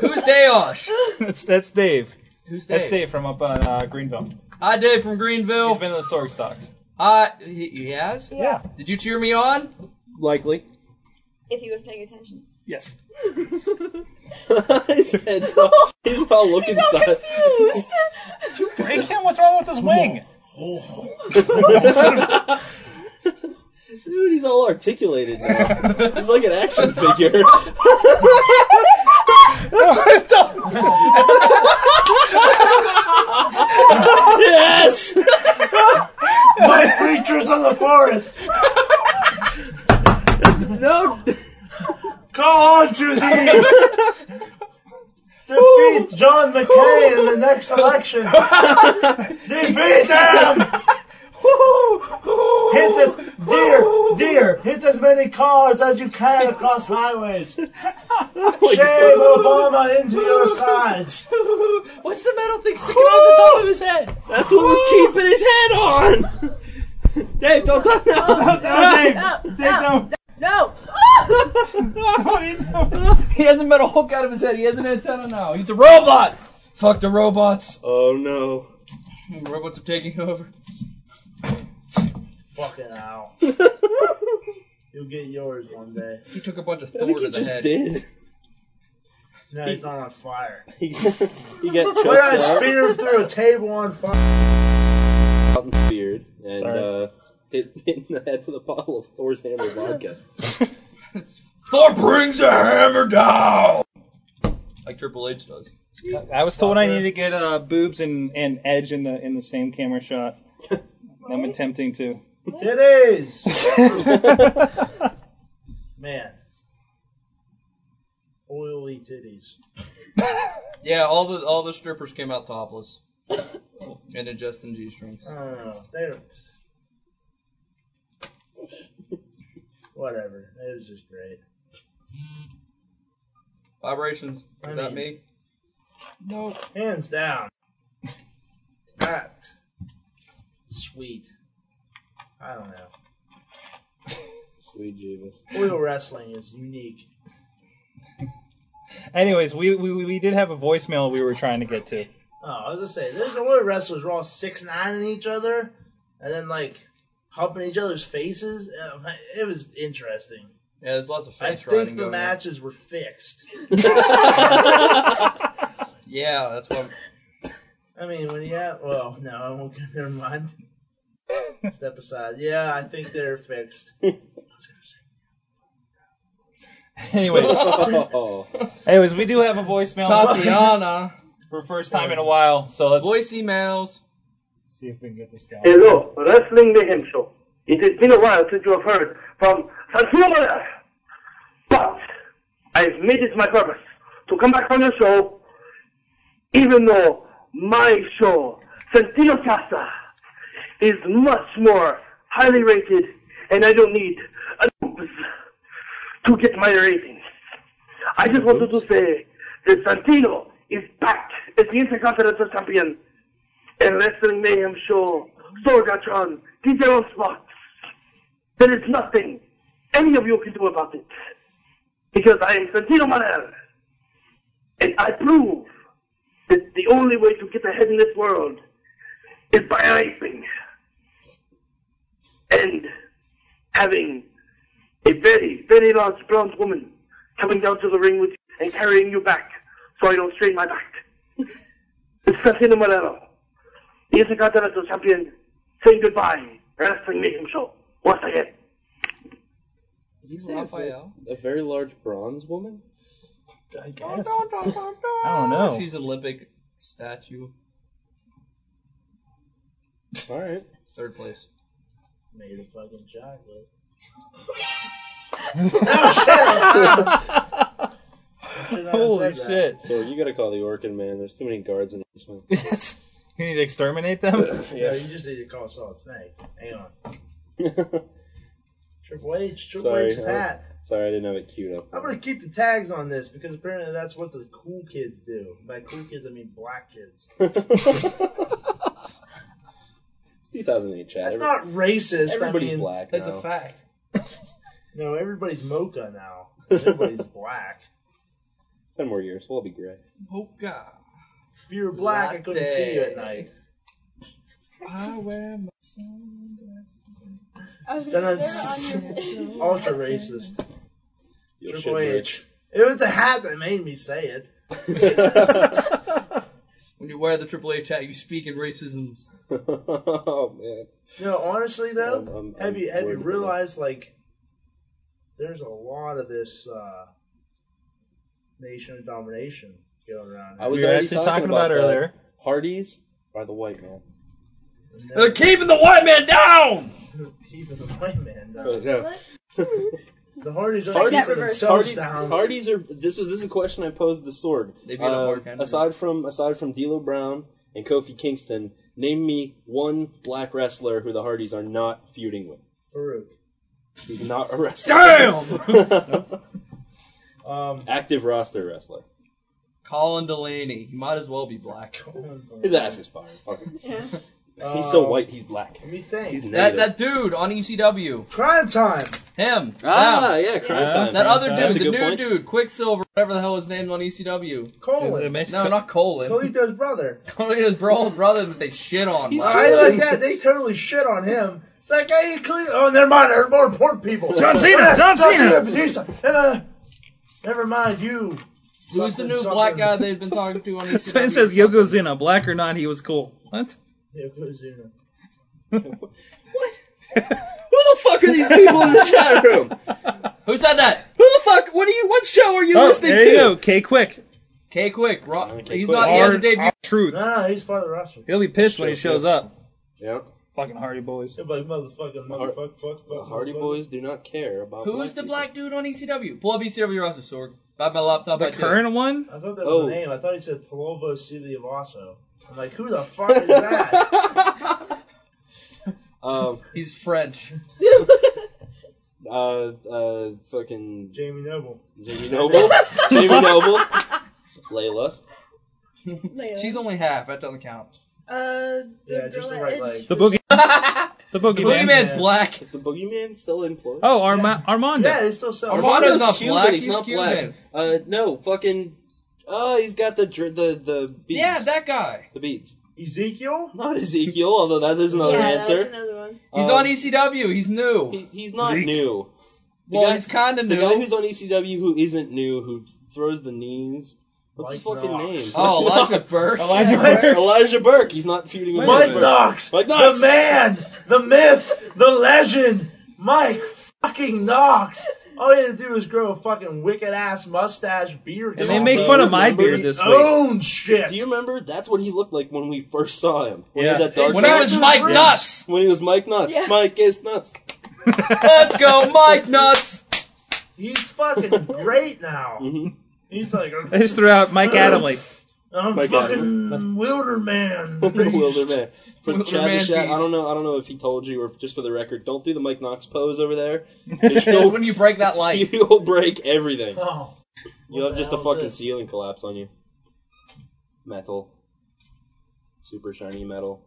W: Who's Dayosh?
D: *laughs* that's that's Dave.
W: Who's
D: That's
W: Dave?
D: Dave from up on uh, Greenville.
W: Hi, Dave from Greenville. He's
D: been in the Sorg stocks.
W: Uh, he, he has? Yeah. Did you cheer me on?
A: Likely.
C: If he was paying attention.
D: Yes.
A: his head's all, he's all looking side.
D: *laughs* you break him? What's wrong with his wing?
A: Dude, he's all articulated now. He's like an
V: *laughs*
A: action figure.
V: yes! My creatures of the forest! no! Go on to the Defeat John McCain in the next election! Defeat him! Hit this deer, deer! Hit as many cars as you can across highways. Shave Obama into your sides.
W: What's the metal thing sticking out the top of his head?
A: That's what was keeping his head on. Dave, don't talk
W: *laughs*
A: now.
W: no, no. he has a metal hook out of his head. He has an antenna now. He's a robot. Fuck the robots.
A: Oh no.
W: Robots are taking over.
V: Fucking owl.
W: *laughs*
V: You'll get yours one day.
W: He took a bunch of
V: I
W: Thor
V: think
W: to
V: he
W: the
V: just
W: head.
V: did. No, he's not on fire.
A: *laughs* he got choked
V: Where I
A: up.
V: spear him through a table on fire.
A: Out and speared and uh, hit, hit in the head with a bottle of Thor's hammer *laughs* vodka.
W: Thor brings the hammer down. Like Triple H does.
D: I was told I need to get uh, boobs and, and edge in the in the same camera *laughs* shot. I'm attempting to. *laughs*
V: Titties! Man. Oily titties.
W: Yeah, all the all the strippers came out *laughs* topless, and in Justin G strings.
D: Uh,
V: Oh, they're. Whatever. It was just great.
W: Vibrations.
V: I
W: Is that
V: mean-
W: me? No.
V: Hands down. That. Sweet. I don't know.
A: Sweet Jeebus.
V: Oil wrestling is unique.
D: Anyways, we, we we did have a voicemail we were trying to get to. *laughs*
V: Oh, I was gonna say, there's only wrestlers who are all six nine in each other, and then like humping each other's faces. Uh, It was interesting.
W: Yeah, there's lots of
V: I
W: face riding
V: think the
W: going on.
V: matches were fixed.
W: *laughs* Yeah, that's what.
V: *laughs* I mean, when you have, well, no, I won't get their mind. Step aside. Yeah, I think they're fixed.
D: *laughs* Anyways,
V: *laughs*
D: anyways, we do have a voicemail.
W: Tatiana.
D: For first time in a while, so let's
W: voice emails.
D: See if we can get this guy.
E: Hello, Wrestling Mayhem Show.
U: It has been a while since you have heard from Satsuma, but I've made it my purpose to come back on your show, even though my show, Santino Casa, is much more highly rated, and I don't need a oops to get my rating. I just wanted to say that Santino is back as the Intercontinental Champion and Wrestling Mayhem Show, Sorgatron, DJ on Spot. There is nothing any of you can do about it. Because I am Santino Manel. And I prove that the only way to get ahead in this world is by raping. And having a very, very large blonde woman coming down to the ring with you and carrying you back so I don't strain my back. *laughs* it's Santino Marrero, the Intercontinental Champion, saying goodbye, Wrestling Mayhem Show, once again.
A: Did you say Raphael? A, very large bronze woman?
D: I guess.
V: *laughs*
D: I don't know.
W: She's an Olympic statue.
A: All right.
W: Third place.
V: Made a fucking chocolate.
D: Holy shit.
A: So you gotta call the Orkin man. There's too many guards in this
V: *laughs*
A: one.
D: *laughs* You need to *laughs* exterminate them?
V: Yeah, you just need to call Solid Snake. Hang on.
A: *laughs*
V: Triple H, Triple
A: sorry,
V: H's
A: I-
V: hat.
A: sorry, I didn't have it queued up.
V: I'm gonna keep the tags on this because apparently that's what the cool kids do. By cool kids, I mean black kids.
A: It's 2008, Chad.
V: That's not racist.
A: Everybody's
V: I mean,
A: black. now.
V: fact. *laughs* no, everybody's mocha now.
A: *laughs*
V: Everybody's black.
A: Ten more years, we'll all be gray.
W: Oh God.
V: If you were black, I couldn't see you at night.
W: I wear my
X: I was
V: Then
X: gonna
V: that's
X: say,
V: *laughs*
X: they're on your-
V: ultra racist.
A: You'll
V: Triple
A: shit
V: H. It was a hat that made me say it.
A: *laughs*
V: *laughs*
W: When you wear the Triple H hat, you speak in racisms.
A: *laughs* oh man.
V: No, honestly though,
W: I'm- I'm-
V: have you
W: I'm
V: have you
W: worried about
V: realized like there's a lot of this uh, nation of domination going around?
A: I was
D: We were
A: already uh,
D: actually talking about
A: that.
D: earlier.
A: Parties by the white man.
V: Uh,
W: They're keeping the white man down.
V: Even the white man.
A: Oh, yeah.
V: *laughs* The Hardys are
A: Hardys,
V: keeping themselves
A: Hardys,
V: down.
A: Hardys are. This is this is a question I posed to Sword.
W: They beat up Mark Henry.
A: aside from aside from D'Lo Brown and Kofi Kingston, name me one black wrestler who the Hardys are not feuding with.
V: Farouk.
A: He's not a wrestler. *laughs*
W: Damn!
V: um,
A: Active roster wrestler.
W: Colin Delaney. He might as well be black.
A: His ass is fire. Fuck him. He's
W: Uh,
V: Um,
A: so white, he's black.
V: Let me think.
A: He's
W: That
A: negative.
W: that dude on ECW.
V: Crime time.
W: Him.
A: Ah,
W: them.
A: yeah, Crime Yeah, Time.
W: That
A: Crime
W: other
A: Time.
W: dude,
A: That's a
W: the
A: good
W: new
A: point.
W: dude, Quicksilver, whatever the hell his name on ECW.
V: Colin.
W: No, not Colin. *laughs*
V: Colito's brother.
W: Colito's bro, brother that they shit on.
V: He's
W: Wow.
V: I like that. They totally shit on him. It's Like, hey, Colito. Oh, never mind. There are more important people.
W: John Cena,
V: Yeah,
W: John Cena.
V: Batista. And, uh, never mind you.
W: Who's the
V: Something,
W: new
V: something.
W: black guy they've been talking
D: *laughs*
W: to on ECW?
D: Someone says Yokozuna, black or not, he was cool. What?
V: Yokozuna.
W: Who the fuck
A: are these people in the
W: *laughs*
A: chat room?
W: Who said that? Who the fuck? What are you? What show are you
D: oh, there you go. K Quick.
W: K Quick. Raw, he's
D: Quick.
W: not here
D: Hard-
W: the debut.
D: hard truth.
V: No, no, he's part of the roster.
D: He'll be pissed when he shows up.
A: Yeah.
D: Fucking Hardy Boys.
V: Like, motherfucking, motherfucker, fuck, fuck.
A: The Hardy Boys do not care about.
W: Who
A: black
W: is the
A: people.
W: black dude on ECW? Pull up E ECW roster, Sorg. By my laptop. The
D: current one.
V: I thought that was
W: Oh.
V: the name. I thought he said Palovo City of Osso. I'm like, who the fuck is that?
A: *laughs* Um,
W: he's French.
A: uh, uh, fucking
V: Jamie Noble.
A: Jamie Noble. Jamie
V: *laughs*
A: Noble. Layla.
E: Leia.
W: She's only half. That doesn't count.
E: Uh, yeah, just the right leg.
D: The
W: *laughs*
D: boogie. the boogeyman.
W: boogeyman's black.
A: Is the boogeyman still employed?
D: Oh, Arma- Armando.
A: Yeah,
V: it's still
A: Armando's not black. He's, not black. Uh, no, fucking. Oh, he's got the dr- the the beads.
W: Yeah, that guy.
A: The beads.
V: Ezekiel?
A: Not Ezekiel, although that is another
W: Yeah, that was
A: answer.
E: another one.
W: He's
A: Um,
W: on ECW. He's new.
A: he's not new. The
W: Well,
A: guy-
W: he's kind of
A: The
W: new.
A: guy who's on ECW who isn't new, who throws the knees. What's his
W: Mike
A: fucking
W: Knox.
A: name? *laughs*
W: Oh, Elijah Burke.
A: Elijah
W: Elijah
A: Burke.
W: Burke.
A: Elijah Burke. He's not feuding with
V: Mike
A: Burke.
V: Knox,
A: Mike Knox.
V: the man, the myth, the legend, Mike fucking Knox. All he had to do was grow a fucking wicked ass mustache, beard,
D: And they make fun of my beard this week.
V: Own shit.
A: Do you remember? That's what he looked like when we first saw him. When
D: Yeah.
A: he was, that dark
D: When he
A: guy.
D: was Mike
A: Yes.
D: Nuts.
A: When he was Mike Nuts.
D: Yeah.
A: Mike is nuts.
W: Let's
A: *laughs*
W: go, Mike Nuts.
V: He's fucking great now.
A: Mm-hmm.
V: He's like,
D: They
A: *laughs*
D: just threw out Mike Adamley.
V: I'm
A: Mike
V: fucking
A: Adamley.
V: Wilder
A: Mm.
V: Man.
A: *laughs* Wilderman. For
V: Wilderman
A: Chavishat, I
V: beast.
A: don't know. I don't know if he told you, or just for the record, don't do the Mike Knox pose over there.
W: *laughs* That's when you break that
A: *laughs*
W: light.
A: You'll break everything.
V: Oh.
A: You'll have
W: the
A: just a
W: hell is
A: fucking
W: this?
A: ceiling collapse on you. Metal. Super shiny metal.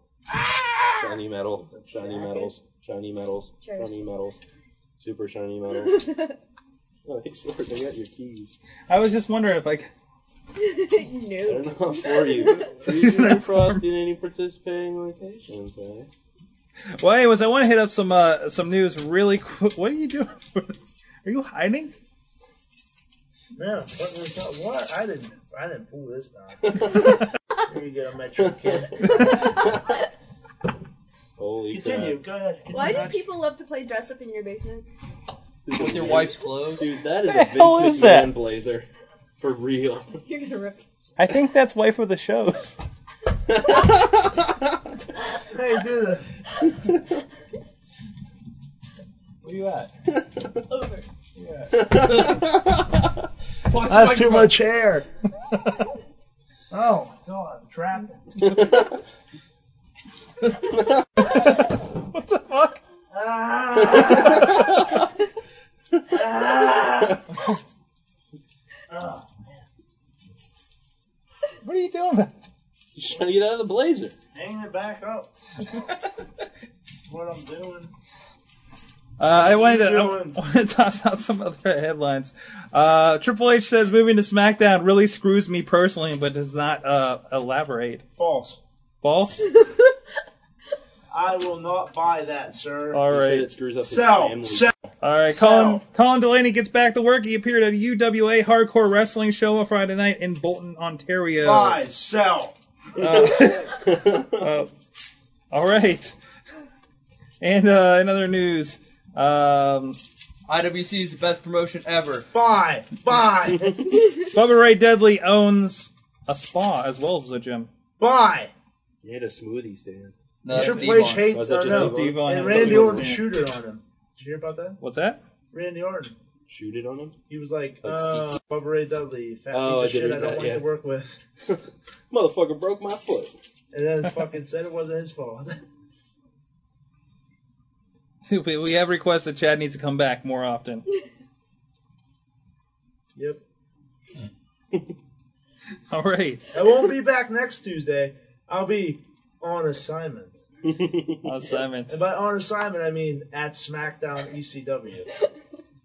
A: Shiny metal. Shiny metals. Shiny metals.
W: Cheers.
A: Shiny metals. Super shiny
U: *laughs*
A: metals. oh, hey, Sword, I got your keys.
D: I was just wondering if like
A: They're
C: no.
A: not
D: *laughs*
A: for you. Please do not frost in any participating locations, eh?
D: Well, anyways, I want to hit up some uh, some news really quick. *laughs* What are you doing? are you hiding?
V: Yeah, what was that? What? I didn't. I didn't pull
A: *laughs*
V: this down. Here you go, Metro Kid.
A: Holy
V: Continue.
A: crap.
V: Go ahead.
C: Why do people love to play dress up in your basement?
W: With your wife's clothes.
A: Dude, that is
D: The
A: a
D: hell
A: Vince
D: is
A: McMahon
D: that?
A: blazer. For real.
C: You're gonna rip.
D: I think that's wife of the *laughs* shows.
V: Hey, do that.
A: *laughs*
D: Where you
W: *laughs*
D: at?
C: Over.
V: I have too much
E: *laughs*
V: hair. oh God, I'm trapped.
A: *laughs*
V: what
D: the fuck?
W: Ah.
E: *laughs* Ah. Ah.
D: What are you doing? about
A: You're trying to get out of the blazer.
V: Hang it back up. That's what I'm doing.
D: *laughs* Uh, I wanted to,
V: What
D: I *laughs* wanted to toss out some other headlines. Uh, Triple H says moving to SmackDown really screws me personally, but does not uh, elaborate.
V: False.
D: False.
V: I will not buy that, sir.
D: All right.
V: Sell. Sell.
D: All right. Colin, Colin Delaney gets back to work. He appeared at a UWA hardcore wrestling show on Friday night in Bolton, Ontario.
V: Buy.
A: *laughs*
V: Sell.
D: Uh, *laughs* uh, all right. And uh, in other news, um,
W: IWC is the best promotion ever.
V: Bye. Bye.
D: Bubba Ray Dudley owns a spa as well as a gym.
V: Bye.
A: You had a smoothie stand.
D: No,
V: Triple H hates
D: that
V: or
D: just
V: no.
D: Devon?
V: And
D: Yeah.
V: Randy
D: Devon.
V: Orton shooter on him. Did you hear about that?
D: What's that?
V: Randy Orton.
A: Shoot it on him?
V: He was like,
A: Like
V: uh, Bubba Ray Dudley, fat
A: Oh,
V: piece
A: I did
V: of shit I
A: read
V: don't
A: that,
V: like
A: yeah.
V: to work with.
A: Motherfucker broke my foot.
V: And then fucking said it wasn't his fault. *laughs*
D: *laughs* We we have requests that Chad needs to come back more often.
V: Yep.
D: All right.
V: I won't be back next Tuesday. I'll be on assignment.
D: On assignment.
V: And by on assignment, I mean at SmackDown E ECW.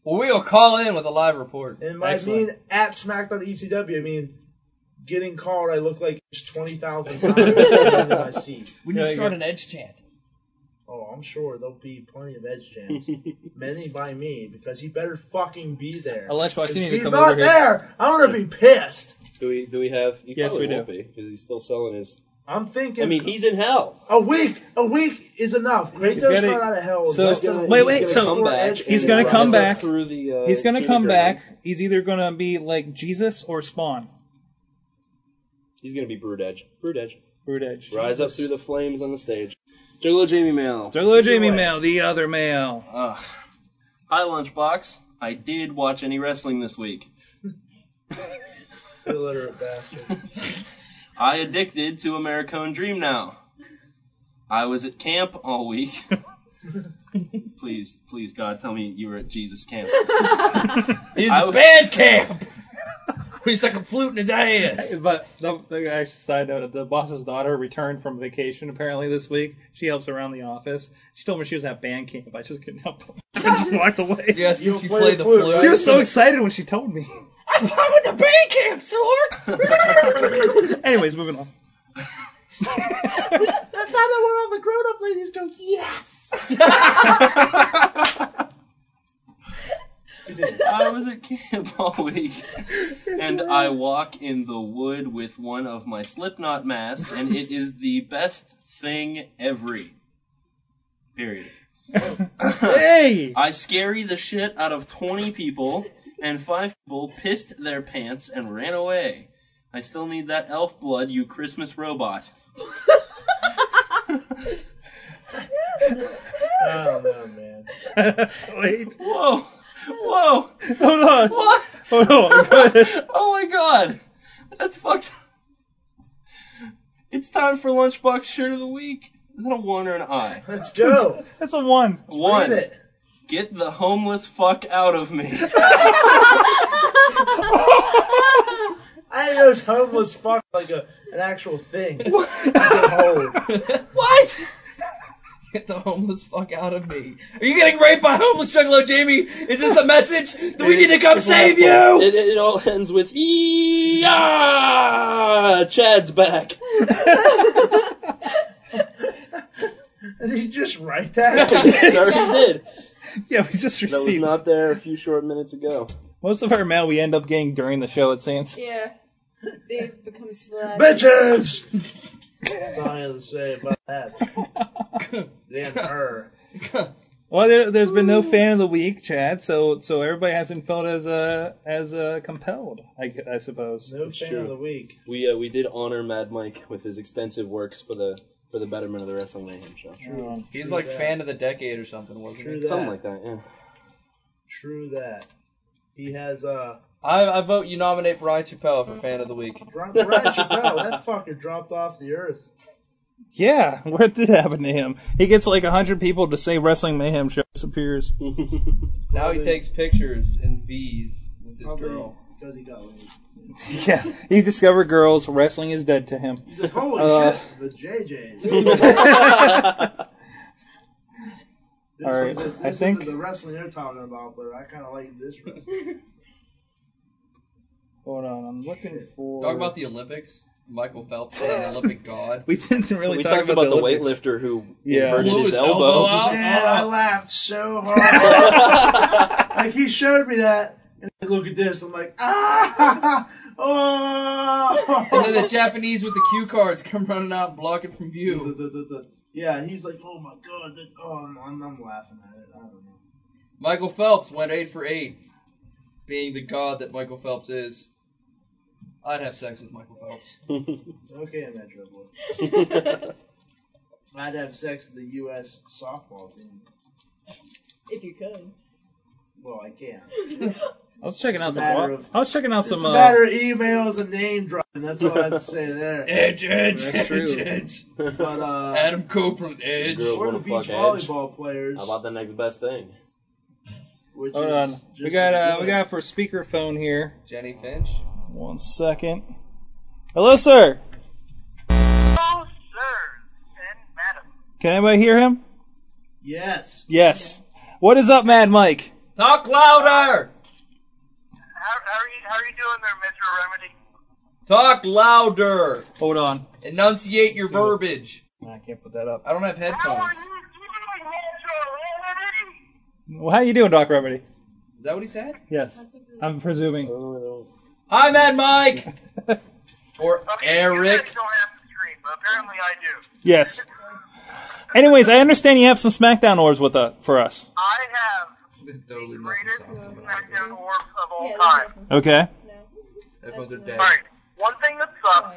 W: Well, we'll call in with a live report.
V: And by *laughs* mean at SmackDown ECW, I mean getting called. I look like it's twenty
D: *laughs*
V: thousand times in my seat.
W: We need to start an edge chant.
V: Oh, I'm sure there'll be plenty of edge
D: *laughs*
V: chants. Many by me because he better fucking be there.
D: Unless
V: If
D: Joaquin need to
V: he's
D: come
V: not
D: over here.
V: there, I'm gonna be pissed.
A: Do we do we have you
D: Yes,
A: probably
D: we
A: won't because he's still selling his
V: I'm thinking.
A: I mean, he's in hell.
V: A week, a week is enough. Kratos
D: He's gotta-
V: not out of hell.
D: So
V: Less than a
D: wait,
V: week.
D: wait.
V: He's gonna
D: So
V: come back
D: he's
V: and
D: gonna
V: rise
D: come
V: up
D: back.
V: through the, uh,
D: he's gonna
V: through the
D: come
V: ground.
D: back. He's either gonna be like Jesus or Spawn.
A: He's gonna be Brood Edge. Brood Edge.
D: Brood Edge.
A: Rise up through the flames on the stage. Juggalo Jamie Mail.
D: Juggalo Jamie Mail, the other male.
A: Ugh. Hi Lunchbox. I did watch any wrestling
D: *laughs*
A: this week.
V: Illiterate bastard.
A: I addicted to Americone Dream now. I was at camp all week. please, please, God, tell me you were at Jesus camp.
W: It's
A: I was-
W: band camp. *laughs* He's like a flute in his ass.
D: *laughs* But the, the actually, side note: the boss's daughter returned from vacation apparently this week. She helps around the office. She told me she was at band camp. I just couldn't help it. *laughs* I just walked away.
W: Yes, You she play played the the flute, flute. right?
D: She was so excited when she told me.
W: I went to band camp,
E: *laughs*
W: Sword.
D: *laughs* Anyways, moving on.
V: I found out where all the grown-up ladies go. Yes.
W: *laughs*
A: I was at camp all week, and I walk in the wood with one of my Slipknot masks, and it is the best thing every. Period. hey! I scary the shit out of 20 people, and five people pissed their pants and ran away. I still need that elf blood, you Christmas robot. *laughs*
V: Oh no, man.
A: Wait. Whoa! Whoa!
D: Hold on.
A: What?
D: Hold on.
V: *laughs*
A: oh my god! That's fucked up. It's time for Lunchbox Shirt of the Week. Is it a one or an I?
V: Let's
D: That's, *laughs* that's a one.
A: One. Get the homeless fuck out of me.
V: *laughs* I didn't know this homeless fuck like a an actual thing.
W: What? Get the homeless fuck out of me. Are you getting raped by homeless juggalo, Jamie? Is this a message? Do we need to come save you?
A: It, it all ends with yeah. Chad's back.
V: *laughs* Did you just
D: *laughs*
V: write that?
A: Sir did.
D: Yeah, we just
A: That was
D: received
A: not there a few short minutes ago.
D: most of our mail we end up getting during the show, it seems.
C: Yeah. They become splat.
V: That's all I have to say about that. Damn her.
D: Well, there, there's been no fan of the week, Chad. So, so everybody hasn't felt as uh as uh compelled, I, gu- I suppose.
V: No fan of the week.
A: We uh, we did honor Mad Mike with his extensive works for the for the betterment of the Wrestling Mayhem show.
W: He's like fan of the decade or something, wasn't
V: True
W: he?
V: that.
A: Something like that, yeah.
V: True that. He has uh
W: I, I vote you nominate Brian Chappelle for fan of the week.
V: Brian Chappelle. That fucker dropped off the earth.
D: Yeah, *laughs* where did it happen to him? He gets like hundred people to say Wrestling Mayhem show
V: *laughs*
D: disappears.
W: *laughs* Now he takes pictures in V's with this
V: Probably
W: girl.
V: Because he got laid.
D: yeah, he discovered girls. Wrestling is dead to him.
V: He's like, holy
D: Uh,
V: shit, the
D: *laughs*
V: *laughs* JJs. This
D: All right,
V: isn't-
D: I
V: this
D: think-
V: isn't the wrestling they're talking about, but I kind of like this wrestling.
D: Hold on, I'm looking for.
W: Talk about the Olympics. Michael Phelps and an
V: *laughs*
W: Olympic god.
D: We didn't really
A: we
D: talk
A: talked
D: about
A: about,
D: the
A: the,
D: Olympics.
A: weightlifter who
D: Yeah.
A: inverted
D: Blew
A: his,
D: his
A: elbow.
D: elbow out.
V: Man, *laughs* I laughed so hard. like he showed me that, and I look at this. I'm like, ah, oh.
W: And then the Japanese with the cue cards come running out and block it from
V: view. Yeah, he's like, oh my god, that, oh, I'm, I'm, I'm laughing at it. I don't know.
W: Michael Phelps went eight for eight, being the god that Michael Phelps is. I'd have sex with Michael Phelps.
V: Okay, I'm that trouble. I'd have sex with the U.S. softball team.
C: If you could.
V: Well, I can.
D: I was checking out
V: It's a
D: some.
V: matter
D: wa- I was checking out
V: It's
D: some.
V: a
D: Uh,
V: matter of emails and name dropping. That's all I have to say
D: *laughs*
V: there.
W: Edge, edge,
D: That's true.
W: edge,
A: *laughs*
W: edge.
V: But uh,
W: Adam Copeland, edge.
A: Girls
V: We're the
A: wanna
V: beach
A: fuck edge.
V: volleyball players.
A: How about the next best thing?
V: Which
D: hold
V: is
D: on, we
V: just
D: got
V: as
D: uh, we
V: good.
D: got for speakerphone here.
W: Jenny Finch.
D: One second. Hello, sir. Can anybody hear him?
V: Yes.
D: Yes. What is up, Mad Mike?
W: Talk louder! How, how, are, you, how are you doing there, Mr. Remedy? Talk louder!
D: Hold on.
W: Enunciate your
D: See what-
W: verbiage.
D: I can't put that up.
W: I don't have headphones.
D: Well, how you doing, Doc Remedy?
W: Is that what he said?
D: Yes. I'm presuming.
W: Hi, Mad Mike! *laughs* or Eric.
D: Yes. Anyways, I understand you have some SmackDown orbs with uh, for us.
W: totally
U: all time.
D: Okay.
W: Headphones are dead.
U: Alright, one thing that sucks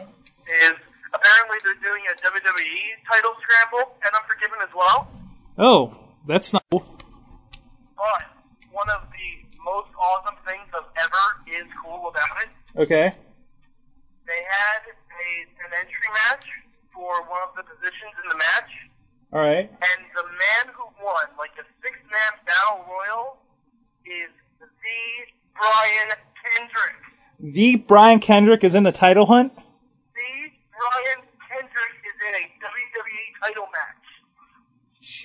U: is apparently they're doing a WWE title scramble and Unforgiven as well,
D: Oh, that's not. cool.
U: but one of the most awesome things of ever is cool about it.
D: Okay.
U: They had a, an entry match for one of the positions in the match,
D: All right.
U: and the man who won, like the six-man battle royal, is the Brian Kendrick.
D: The Brian Kendrick is in the title hunt.
U: The Brian Kendrick is in a WWE title match.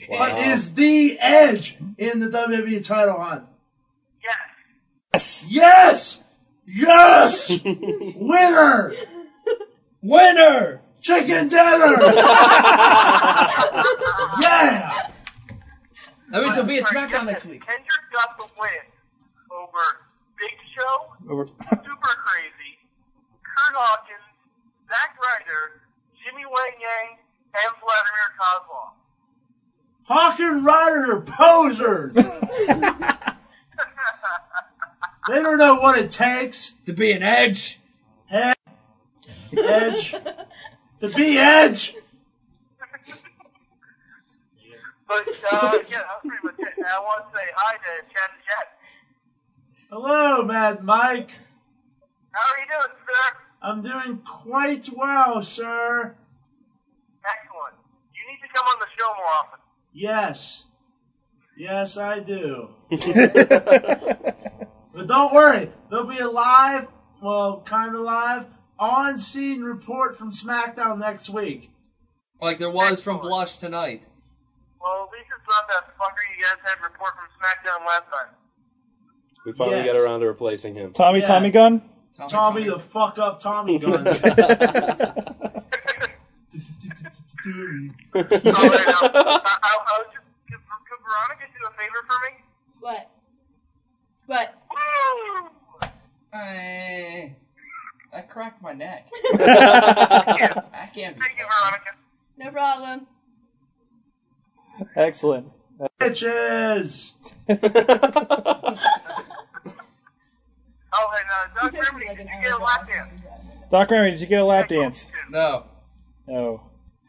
V: What is the edge in the WWE title hunt? Yes. Yes. Yes.
W: *laughs*
V: Yes. Winner.
W: Winner.
V: Chicken
W: *laughs*
V: dinner. yeah.
W: That means he'll be at SmackDown next week.
U: Kendrick got the win over Big Show,
D: Over-
U: Super Crazy, Kurt Hawkins, *laughs* Zack Ryder, Jimmy Wang Yang, and Vladimir Kozlov.
V: Hawker Rodder
D: *laughs*
V: are posers. they don't know what it takes
W: to be an edge.
V: Edge. edge. to be edge.
E: But uh, yeah, that's pretty much it. And I want to say hi to Jen Jen.
V: Hello, Mad Mike.
E: How are you doing, sir?
V: I'm doing quite well, sir.
E: Excellent. You need to come on the show more often.
V: Yes. Yes, I do. but don't worry, there'll be a live, well, kind of live, on scene report from SmackDown next week.
W: Like there was from Blush tonight.
E: Well, at least it's not that fucker you guys had report from SmackDown last time.
A: We finally
V: Yes.
A: got around to replacing him.
D: Tommy,
V: Yeah.
D: Tommy Gun.
V: Tommy, the fuck up
W: *laughs*
V: Tommy gun.
W: *laughs*
C: What? What?
W: Eh, I cracked
D: *laughs*
W: my neck.
E: I
W: can't.
E: Thank you, Veronica.
Y: No problem.
D: Excellent.
V: Bitches!
E: Oh, and uh, Doug Germany, did you get a lap dance?
D: *laughs* Doc Remy, did you get a lap dance?
W: No,
D: No.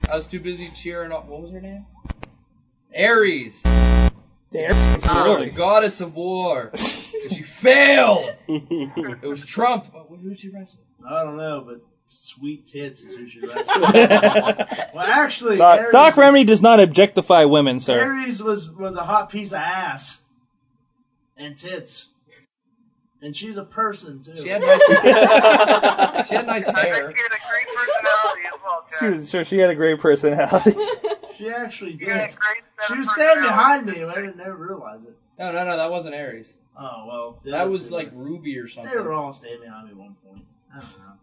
W: I was too busy cheering on. What was her name? Aries.
D: Aries,
W: the goddess
D: *laughs*
W: of war. And she failed. it was Trump. Oh, who did she wrestle?
V: I don't know, but sweet tits is who she
W: *laughs*
V: wrestles. well, actually,
D: Doc,
V: Aries,
D: Doc Remy does not objectify women, sir.
V: Aries was was a hot piece of ass and tits, and she's a person too. She *laughs*
W: had
V: nice,
W: she had nice hair.
D: She was sure she had a great *laughs* personality.
V: She actually did. She was standing behind me, and I didn't ever realize it.
W: No, no, no. That wasn't Aries.
V: Oh well, the
W: that
V: other
W: was
V: two
W: like
V: were-
W: Ruby or something.
V: They were all standing behind me at one point. I don't know.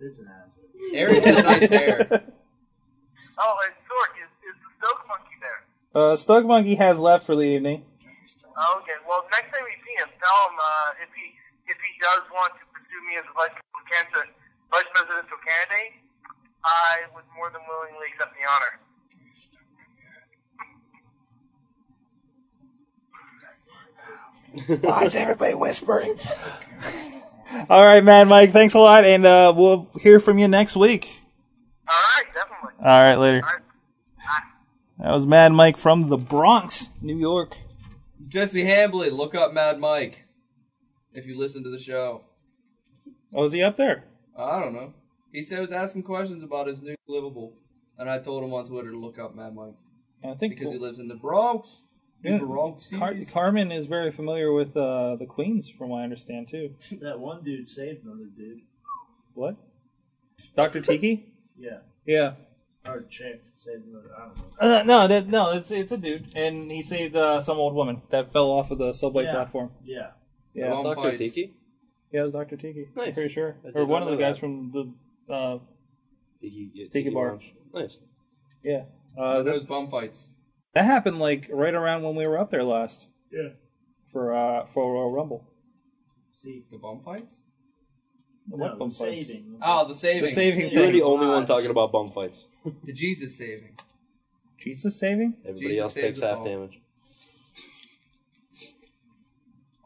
V: It's an ass.
W: Aries had nice *laughs* hair.
E: Oh, and Zork, is, is the Stoke Monkey there?
D: Uh, Stug Monkey has left for the evening.
E: Oh, okay, well, next time you see him, tell him uh, if he if he does want to pursue me as a vice presidential, vice presidential candidate, I would more than willingly accept the honor.
D: Why is everybody whispering? All right, man, Mike. Thanks a lot, and uh, we'll hear from you next week. All right, definitely. All right, later. That was Mad Mike from the Bronx, New York.
W: Jesse Hambley, look up Mad Mike. If you listen to the show,
D: Oh, is he up there?
W: Uh, I don't know. He said he was asking questions about his new livable, and I told him on Twitter to look up Mad Mike.
D: I think
W: because he lives in the Bronx.
D: Yeah.
W: The Bronx.
D: Car- Carmen is very familiar with uh, the Queens, from what I understand, too.
V: *laughs* That one dude saved another dude.
D: What? Doctor Tiki?
V: *laughs* Yeah.
D: Yeah.
V: Or a chick saved another. I don't know.
D: Uh, no, that, no, it's it's a dude, and he saved uh, some old woman that fell off of the subway
V: yeah.
D: platform.
V: Yeah.
D: Yeah,
A: Long Dr. fights. Tiki?
D: Yeah, it was Doctor Tiki. I'm
A: Nice.
D: pretty sure,
A: I did
D: or
A: not
D: one of the
A: know
D: guys
A: that.
D: from the uh,
A: Tiki, yeah,
D: Tiki Bar.
A: Lounge. Nice.
D: Yeah. Uh,
W: those
D: that,
W: bum fights.
D: that happened like right around when we were up there last
V: Yeah.
D: for uh, for Royal Rumble.
V: See
W: the bum fights.
D: The
V: No,
D: what bum
V: the
D: fights?
V: saving.
W: Oh, the saving.
D: The saving
A: You're
D: thing.
A: the only one talking about bum fights.
W: The Jesus saving.
D: Jesus saving.
A: Everybody
W: Jesus
A: else
W: saved
A: takes
W: us
A: half
W: all.
A: damage.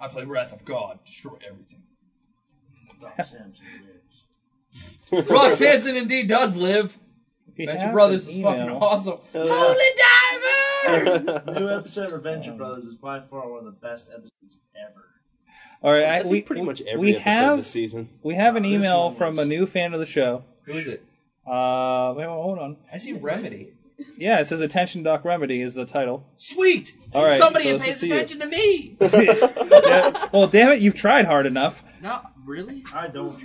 W: I play Wrath of God. Destroy everything. *laughs* Rock Samson indeed does live.
V: He
W: Venture
V: has
W: Brothers
V: an
W: is fucking
V: email.
W: awesome.
V: Uh,
W: Holy diver!
V: *laughs* New episode of Venture Brothers is by far one of the best episodes ever.
D: All right, I,
A: think
D: we
A: pretty much every
D: we
A: episode
D: have,
A: this season.
D: We have an
A: This
D: email
A: one
D: from a new fan of the show.
W: Who is it?
D: Uh, wait, well, hold on.
W: I see Remedy.
D: Yeah, it says "Attention, Doc Remedy" is the title.
W: Sweet.
D: All right,
W: Somebody
D: so
W: who
D: this is
W: pays
D: to you.
W: attention to me.
D: well, damn it, you've tried hard enough.
W: Not *laughs* really.
V: I don't.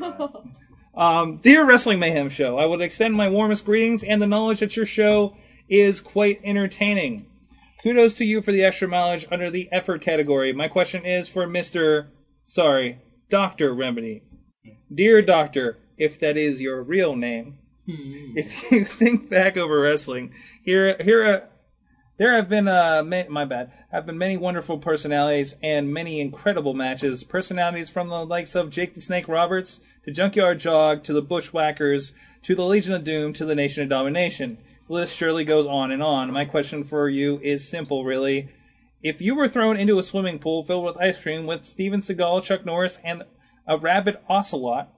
D: Um, dear Wrestling Mayhem Show, I would extend my warmest greetings and the knowledge that your show is quite entertaining. Kudos to you for the extra mileage under the effort category. My question is for Mr. Sorry, Dr. Remedy. Dear Doctor, if that is your real name,
A: Mm-hmm.
D: if you *laughs* think back over wrestling, here, here, uh, there have been uh, ma- my bad, have been many wonderful personalities and many incredible matches. Personalities from the likes of Jake the Snake Roberts to Junkyard Jog to the Bushwhackers to the Legion of Doom to the Nation of Domination. list surely goes on and on. My question for you is simple, really. If you were thrown into a swimming pool filled with ice cream with Steven Seagal, Chuck Norris, and a rabid ocelot,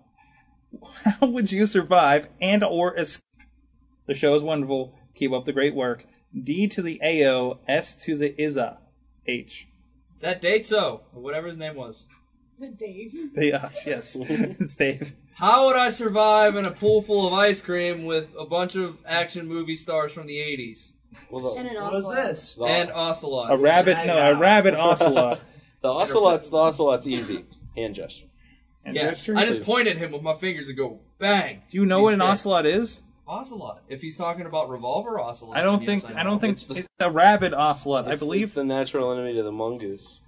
D: *laughs* how would you survive and or escape? The show is wonderful. Keep up the great work. D to the AO, S to the IZA, H. *laughs*
W: Is that Dateso, or whatever his name was?
K: Dave.
D: They, uh, yes, it's Dave.
W: How would I survive in a pool full of ice cream with a bunch of action movie stars from the 80s?
K: And an What is ocelot. this?
W: And ocelot.
D: A rabbit, no, a
W: *laughs*
D: rabbit ocelot.
K: *laughs*
A: The ocelot's the ocelot's easy. Hand gesture.
W: Yeah, I just point at him with my fingers and go bang.
D: Do you know
W: He's
D: what an
W: dead.
D: ocelot is?
W: Ocelot. If he's talking about revolver ocelot,
D: I don't
W: then
D: think.
W: yes,
D: I
W: know.
D: don't think it's a rabid ocelot. I
A: It's-
D: believe
A: it's the natural enemy to the mongoose.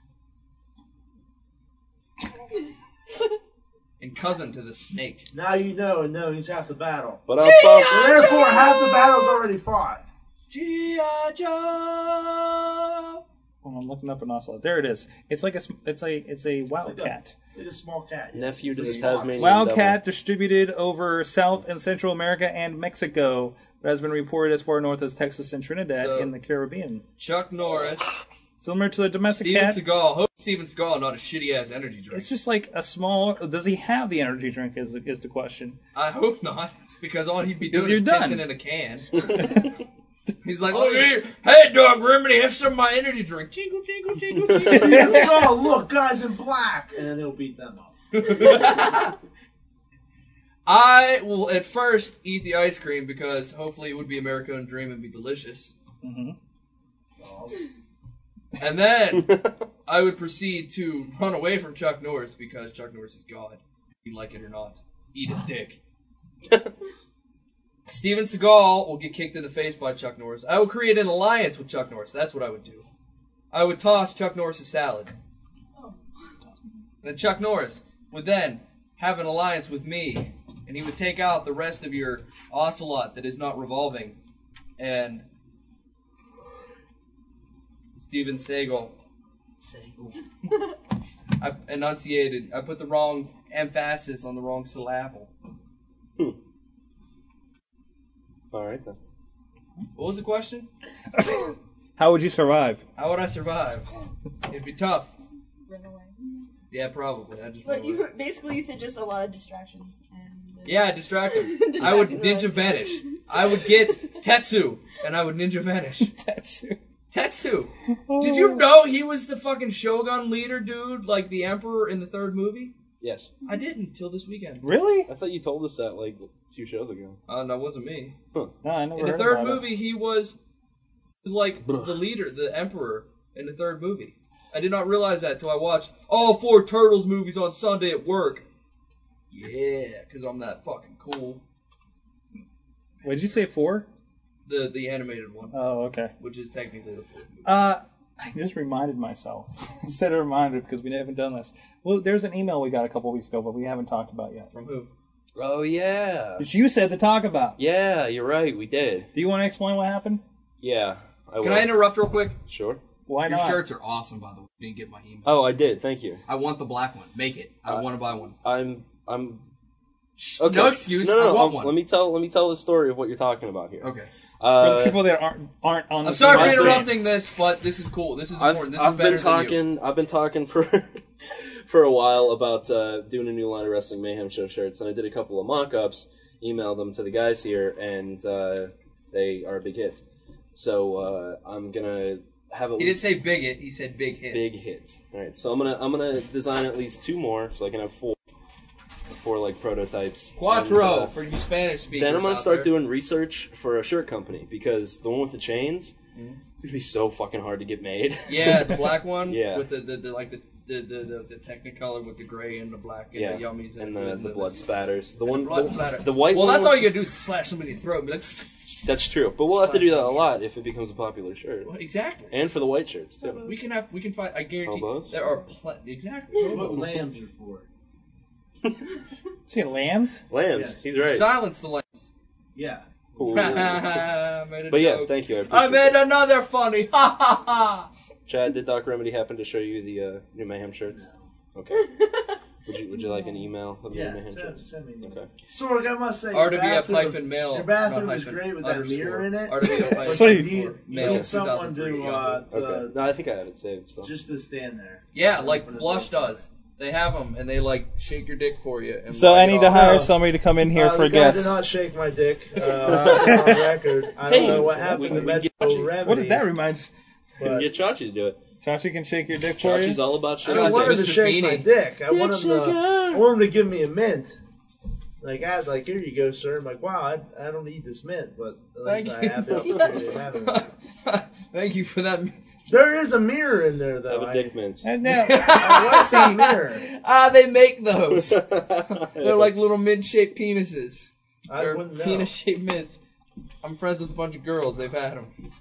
W: And cousin to the snake.
V: Now you know, no, he's half the battle.
A: But I'm G.I.
V: So Therefore, half the battle's already fought.
W: G.I. Joe.
D: Hold on, I'm looking up an ocelot. There it is. It's like a. sm- It's a. It's a wildcat.
V: It's a small cat.
A: Nephew to
V: It's a
A: the
V: small-
A: Tasmanian
D: Wildcat distributed over South and Central America and Mexico. That has been reported as far north as Texas and Trinidad
W: So-
D: in the Caribbean. *sighs*
W: Chuck Norris,
D: Similar to the domestic
W: Steven
D: cat,
W: Seagal. Hope Steven Seagal not a shitty ass energy drink.
D: it's just like a small. Does he have the energy drink? Is the, is the question?
W: I hope not, *laughs* because all he'd be
D: Because
W: doing
D: you're
W: is
D: done.
W: pissing in a can. He's like, look here, hey dog Remedy, have some of my energy drink. Jingle, jingle, jingle,
D: *laughs*
V: *laughs*
W: jingle.
V: It's all look, guys in black, and then they'll beat them up.
W: I will at first eat the ice cream because hopefully it would be American Dream and be delicious. And then I would proceed to run away from Chuck Norris because Chuck Norris is God. You like it or not. Eat a dick. Steven Seagal will get kicked in the face by Chuck Norris. I will create an alliance with Chuck Norris. That's what I would do. I would toss Chuck Norris a salad. And then Chuck Norris would then have an alliance with me, and he would take out the rest of your ocelot that is not revolving. And Steven Seagal. Seagal. *laughs* I enunciated. I put the wrong emphasis on the wrong syllable.
A: Hmm. All right then.
W: What was the question?
D: *laughs* How would you survive?
W: How would I survive? It'd be tough. Yeah, probably. I just.
K: But you basically you said just a lot of distractions. And,
W: Yeah,
D: *laughs*
W: distract him. I would ninja vanish. I would get Tetsu, and I would ninja vanish.
D: *laughs* Tetsu. Oh.
W: Tetsu. Did you know he was the fucking Shogun leader, dude? Like the emperor in the third movie?
A: Yes.
W: I didn't till this weekend.
D: Really?
A: I thought you told us that like two shows ago.
W: Uh, no, it wasn't me.
A: Huh.
D: No, I never
W: In the third movie, he was he was like the leader, the emperor in the third movie. I did not realize that till I watched all four Turtles movies on Sunday at work. Yeah, because I'm that fucking cool.
D: What did you say? Four?
W: The the animated one,
D: Oh, okay.
W: which is technically the fourth.
D: Uh, I just reminded myself. *laughs* I said I reminded because we haven't done this. Well, there's an email we got a couple weeks ago, but we haven't talked about yet.
W: From who?
A: Oh yeah.
D: Which you said to talk about.
A: Yeah, you're right. We did.
D: Do you want to explain what happened?
A: Yeah. I
W: Can
A: will.
W: I interrupt real quick?
A: Sure.
D: Why
W: Your
D: not?
W: shirts are awesome, by the way. You didn't get my email.
A: Oh, I did. Thank you. Uh,
W: I want the black one. Make it. I want to buy one.
A: I'm I'm
W: Okay. No excuse.
A: No, no,
W: I want
A: um,
W: one.
A: Let me tell let me tell the story of what you're talking about here. Uh,
W: Okay.
D: For the people that aren't aren't on.
W: I'm
D: this
W: sorry for
D: email.
W: interrupting this, but this is cool. This is
A: I've,
W: important. This
A: I've
W: is better
A: been
W: than you.
A: talking. I've been talking for *laughs* for a while about uh, doing a new line of wrestling mayhem show shirts, and I did a couple of mock-ups, emailed them to the guys here, and uh, they are a big hit. So uh, I'm gonna have at
W: He didn't
A: least
W: say bigot. He said big hit.
A: big hit. All right, so I'm gonna I'm gonna design at least two more, so I can have four four like prototypes.
W: Quattro
A: And, uh,
W: for you Spanish speakers.
A: then I'm gonna
W: out
A: start
W: there.
A: doing research for a shirt company because the one with the chains, it's gonna be so fucking hard to get made.
W: Mm-hmm.
A: *laughs*
W: Yeah, the black one.
A: yeah.
W: With the, the, the like the the, the, the the technicolor with the gray and the black and
A: yeah,
W: the yummies and,
A: the, the, blood spatters. The one,
W: blood
A: the,
W: splatter.
A: the white
W: Well,
A: one.
W: that's all
A: with-
W: you gotta do is slash somebody in the throat. and be like,
A: That's true, but we'll have to do that a lot if it becomes a popular shirt.
W: *laughs* Well, exactly.
A: And for the white shirts too.
W: We can have we can find. I guarantee
A: Elbows?
W: there are plenty. Exactly.
V: That's what lambs are for.
D: See lambs.
A: Lambs. He's right.
W: Silence the lambs.
V: Yeah.
A: Ooh.
W: *laughs* Made a
A: but yeah,
W: joke.
A: thank you. I,
W: I
A: appreciate
W: made
A: that.
W: another funny. *laughs* Ha ha ha.
A: Chad, did Doc Remedy happen to show you the uh, new Mayhem shirts? Okay. Would you Would you like an email? Let me
V: Yeah,
A: give you my
V: send-
A: handshake.
V: send me an
A: Okay.
V: Sorg, I must say, your
W: RWF
V: bathroom-
W: hyphen mail.
V: Your bathroom
W: no,
V: is
W: hyphen,
V: great with that
W: underscore.
V: mirror in it.
A: *laughs*
W: RWF
V: But
W: hyphen
V: you need-
W: mail,
V: you need someone to
W: 2003,
V: uh,
W: yeah.
V: the-
A: No, I think I have it saved. So.
V: just to stand there.
W: Yeah, like Blush does. They have them and they like shake your dick for you. And
D: So
W: wipe
D: I
W: it
D: need to
W: off.
D: hire somebody to come in here
V: Uh,
D: for
V: the guy
D: guests.
V: did not shake my dick
D: *laughs*
V: uh, on record. I don't
D: Hey,
V: know what
D: so
V: happened
D: we-
V: to
D: we get
V: Metro Remedy.
D: What did that remind?
A: You can get Chachi to do it.
D: Chachi can shake your dick for you.
A: Chachi's all about
V: I
A: shit.
V: don't want him to shake my dick. I
D: Dick
V: want him to. I want him to give me a mint. Like I was like, here you go, sir. I'm like, wow, I, I don't need this mint, but at least
W: Thank
V: I
W: you. *laughs*
V: have the opportunity of having it.
W: Thank you for that.
V: There is a mirror in there, though.
A: Have a dick mint. *laughs*
V: I like a mirror.
W: *laughs* Ah, they make
D: *laughs*
A: *laughs*
W: those. They're like little mid-shaped penises.
V: I
W: They're
V: wouldn't know.
W: penis-shaped mitts. I'm friends with a bunch of girls. They've had them.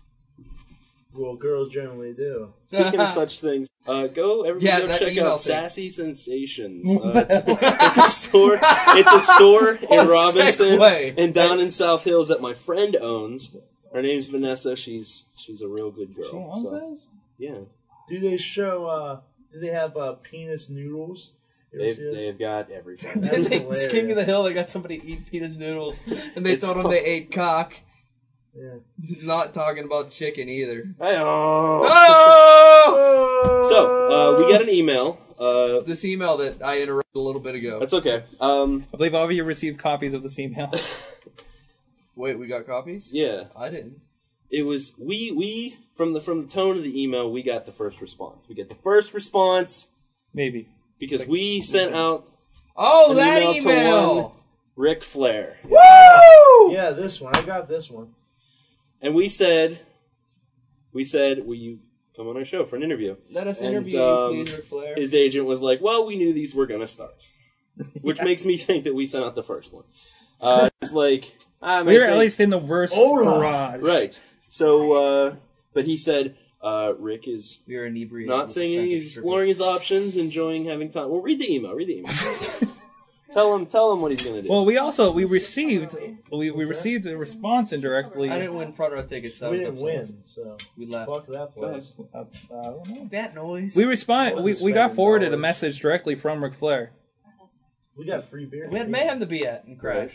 V: Well, girls generally do.
A: Speaking
W: *laughs*
A: of such things, uh, go everybody
W: Yeah,
A: go
W: that
A: check
W: email
A: out
W: thing.
A: Sassy
W: *laughs*
A: Sensations. Uh, it's, *laughs* it's a store. It's a store
W: What
A: in
W: a
A: Robinson
W: segue.
A: and down in South Hills that my friend owns. Her name's Vanessa. She's she's a real good girl.
V: owns
A: so, Yeah,
V: Do they show? uh Do they have uh penis noodles? You ever
A: they've
V: see this?
A: they've got
W: *laughs*
A: everything.
V: That's
W: they just came to
V: hilarious.
W: the hill. They got somebody to eat penis noodles, and they
A: It's
W: told them
A: fu-
W: they ate cock.
V: Yeah.
W: Not talking about chicken either.
A: Oh! So uh, we got an email. Uh,
W: this email that I interrupted a little bit ago.
A: That's okay. Um,
D: I believe all of you received copies of this email.
W: Wait, we got copies?
A: Yeah,
W: I didn't.
A: It was we we from the from the tone of the email we got the first response. We get the first response,
D: maybe
A: because we sent out.
W: Oh,
A: an
W: that
A: email,
W: email!
A: To one Ric Flair,
V: Woo! Yeah, this one. I got this one.
A: and we said, we said, will you come on our show for an interview?
W: Let us
A: And,
W: interview you,
A: um,
W: please, Ric Flair.
A: His agent was like, well, we knew these were gonna
W: *laughs*
A: start, which makes me think that we sent out the first one.
W: *laughs*
A: Uh, it's like ah, it
D: we
A: makes
D: were at
A: sense.
D: least in the worst barrage.
A: Right. So, uh, but he said uh, Rick is
W: you're inebriated.
A: Not
W: with
A: saying
W: the scent
A: he's
W: of sugar.
A: exploring his options, enjoying having time. Well, read the email. Read the
W: *laughs*
A: email. tell him. Tell him what he's gonna do.
D: Well, we also we received we, we received a response indirectly.
W: I didn't win front row tickets. So
D: We
W: I was
D: didn't
W: upset.
D: win,
V: so
W: we left.
V: Fuck that Uh,
D: place.
W: That noise.
D: We responded. We, we got forwarded a message directly from Ric Flair.
V: We got free beer.
W: We had mayhem to be at and crash.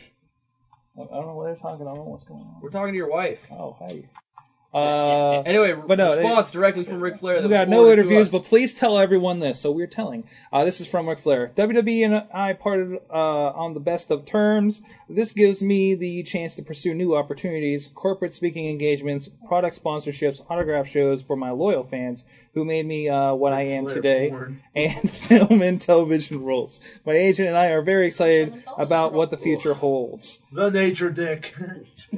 D: I don't know what they're talking. I don't know what's going on.
W: We're talking to your wife.
D: Oh,
W: *laughs*
D: hey. Uh,
W: Anyway,
D: but no, they-
W: response directly from Ric Flair. that
D: We got
W: was
D: no
W: forwarded to
D: interviews,
W: us.
D: but please tell everyone this. So we're telling. Uh, this is from Ric Flair. WWE and I parted uh, on the best of terms. This gives me the chance to pursue new opportunities, corporate speaking engagements, product sponsorships, autograph shows for my loyal fans who made me uh, what I am
T: Flair
D: today,
T: porn.
D: and *laughs* film and television roles. My agent and I are very excited about what the future holds.
V: The nature dick.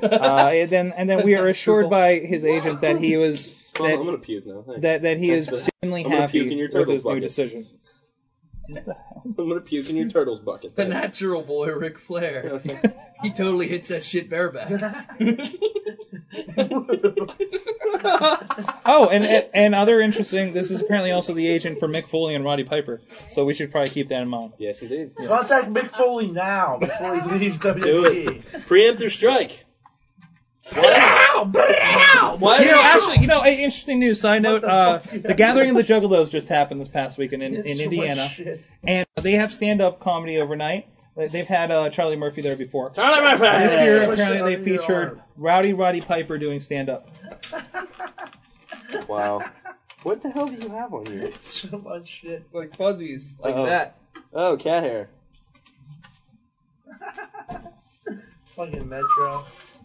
D: Uh, and then, and then we are
A: *laughs*
D: assured by his agent that he was.
A: Hold on,
D: That,
A: I'm gonna puke now. Thanks.
D: that that he is
A: Thanks, but
D: genuinely
A: I'm gonna
D: happy
A: puke in your
D: with
A: turtles
D: his new
A: bucket.
D: decision.
A: I'm gonna puke in your turtles bucket.
W: The natural boy, Ric Flair. *laughs* he totally hits that
V: *laughs*
W: shit bareback. *laughs*
D: Oh, and, and and other interesting. This is apparently also the agent for Mick Foley and Roddy Piper, so we should probably keep that in mind.
A: Yes, indeed.
V: Contact Mick Foley now before he leaves
A: Do
V: WWE.
A: it. Preemptive strike. Why
D: you
A: is
D: know,
A: it-
D: actually, you know, a- interesting news. Side note: uh, the Gathering of the Juggalos just happened this past weekend in, in Indiana, and they have stand-up comedy overnight. They- They've had uh, Charlie Murphy there before.
A: Charlie Murphy!
D: This year,
A: Yeah.
D: apparently, they
A: Under your
D: featured Rowdy Roddy Piper doing stand-up.
A: Wow. What the hell do you have on you?
V: so much shit.
W: Like fuzzies, like
A: Uh-oh.
W: that.
A: Oh, cat hair.
V: Fucking
A: *laughs*
V: Metro.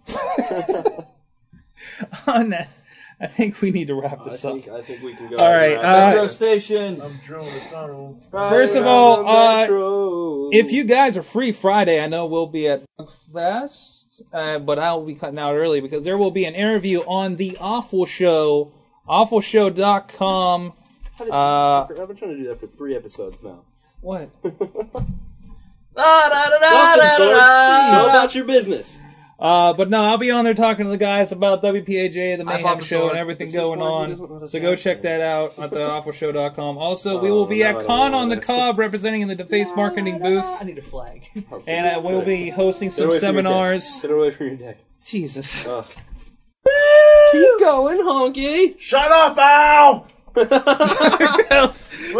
D: *laughs* On that, I think we need to wrap
A: I
D: this up.
A: think, I think we can go.
D: All right, uh, Metro
W: Station.
V: I'm drilling the tunnel.
D: First of all, uh, if you guys are free Friday, I know we'll be at Fest, uh, but I'll be cutting out early because there will be an interview on the Awful Show, awfulshow.com. Uh,
A: I've been trying to do that for three episodes now.
D: what?
W: Da, da, da, da,
A: Welcome,
W: da,
A: sir.
W: da.
A: Know about your business.
D: Uh, but no, I'll be on there talking to the guys about WPAJ, the Mayhem
A: Papa
D: Show,
A: Sword.
D: and everything
A: This is
D: going
A: why he
D: on. So go check that out
A: *laughs*
D: at the awfulshow.com. Also, we
A: Oh,
D: will be
A: now I
D: at
A: don't
D: Con
A: know
D: on the
A: that.
D: Cob representing the Deface Marketing booth.
W: I need a flag.
D: And uh, we'll be hosting
A: Get away from
D: some
A: your dick.
D: seminars.
A: Get away from your deck.
D: Jesus. *laughs*
A: Ugh. Keep going, honky.
V: Shut up, Al.
D: With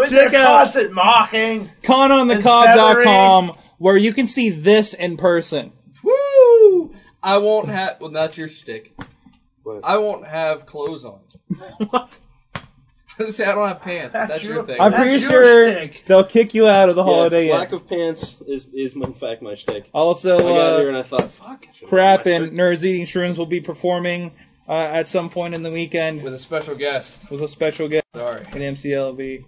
D: check
V: They're
D: out
V: constant mocking.
D: cononthecob.com where you can see this in person.
W: Woo! I won't have. Well, that's your stick. I won't have
D: *laughs*
W: clothes on. *laughs* what? See, I don't have pants. But that's your thing.
D: I'm pretty sure they'll kick you out of the holiday
A: yeah,
D: inn.
A: lack of pants is is in fact my shtick.
D: Also,
A: I got
D: uh,
A: here and I thought, fuck,
D: Crap and Nerds Eating Shrooms will be performing uh, at some point in the weekend
W: with a special guest.
D: With a special guest.
W: Sorry.
D: An MCLV.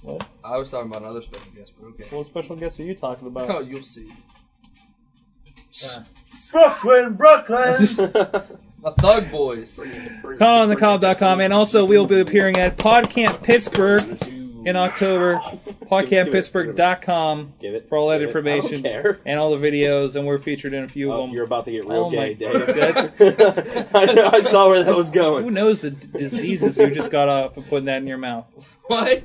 D: What?
W: I was talking about another special guest, but okay.
D: What special guest are you talking about?
W: Oh, you'll see.
V: Brooklyn, Brooklyn.
D: *laughs*
W: The Thug Boys.
D: ConOnTheCob.com, and also we'll be appearing at PodCamp Pittsburgh in October. PodCampPittsburgh.com for all that
A: give it. I
D: information
A: don't care. Oh,
D: and all the videos, and we're featured in a few of them. Oh You're
A: about to get real gay, Dave.
D: I,
A: *laughs* I saw where that was going.
D: Who knows the d- diseases you just got off of putting that in your mouth?
W: What?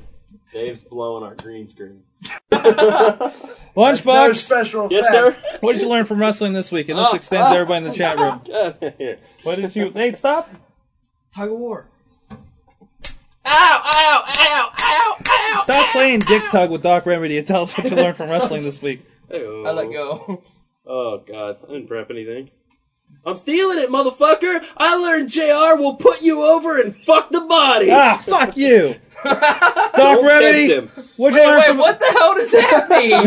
A: Dave's blowing our green screen.
D: Lunchbox.
A: no special Yes, effect. sir?
D: What did you learn from wrestling this week? And this
A: Oh,
D: extends
A: oh,
D: to everybody in the chat room.
A: Get out of here.
D: What did you? Hey, stop!
W: Tug of War.
D: Ow! Ow! Ow! Ow! Ow! Stop playing Dick Tug with Doc Remedy and tell us what you learned from wrestling this
A: *laughs*
D: week.
A: I
W: let go.
A: *laughs* Oh god, I didn't prep anything. I'm stealing it, motherfucker! I learned JR will put you over and fuck the body! *laughs*
D: Ah, fuck you, Doc
A: Don't
D: Remedy.
A: tempt him.
D: What
W: Wait, wait, what the hell does that mean?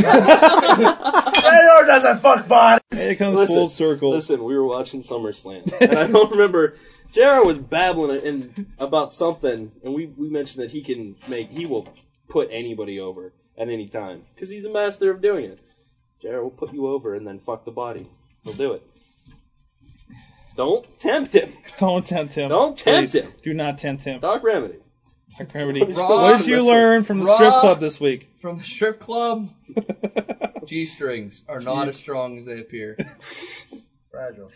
V: Radar doesn't fuck bodies.
D: It comes
A: full
D: circle.
A: Listen, we were watching SummerSlam, and I don't *laughs* remember. JR was babbling in, about something, and we, we mentioned that he can make he will put anybody over at any time because he's the master of doing it. JR will put you over and then fuck the body. He'll do it. Don't tempt him.
D: Don't tempt him.
A: Don't tempt
D: Please,
A: him.
D: Do not tempt him.
A: Doc Remedy.
D: Doc Remedy.
A: Ron,
D: what did you
A: listen.
D: learn from the strip
W: Ron.
D: club this week?
W: From the strip club, G strings are not as strong as they appear.
V: Fragile.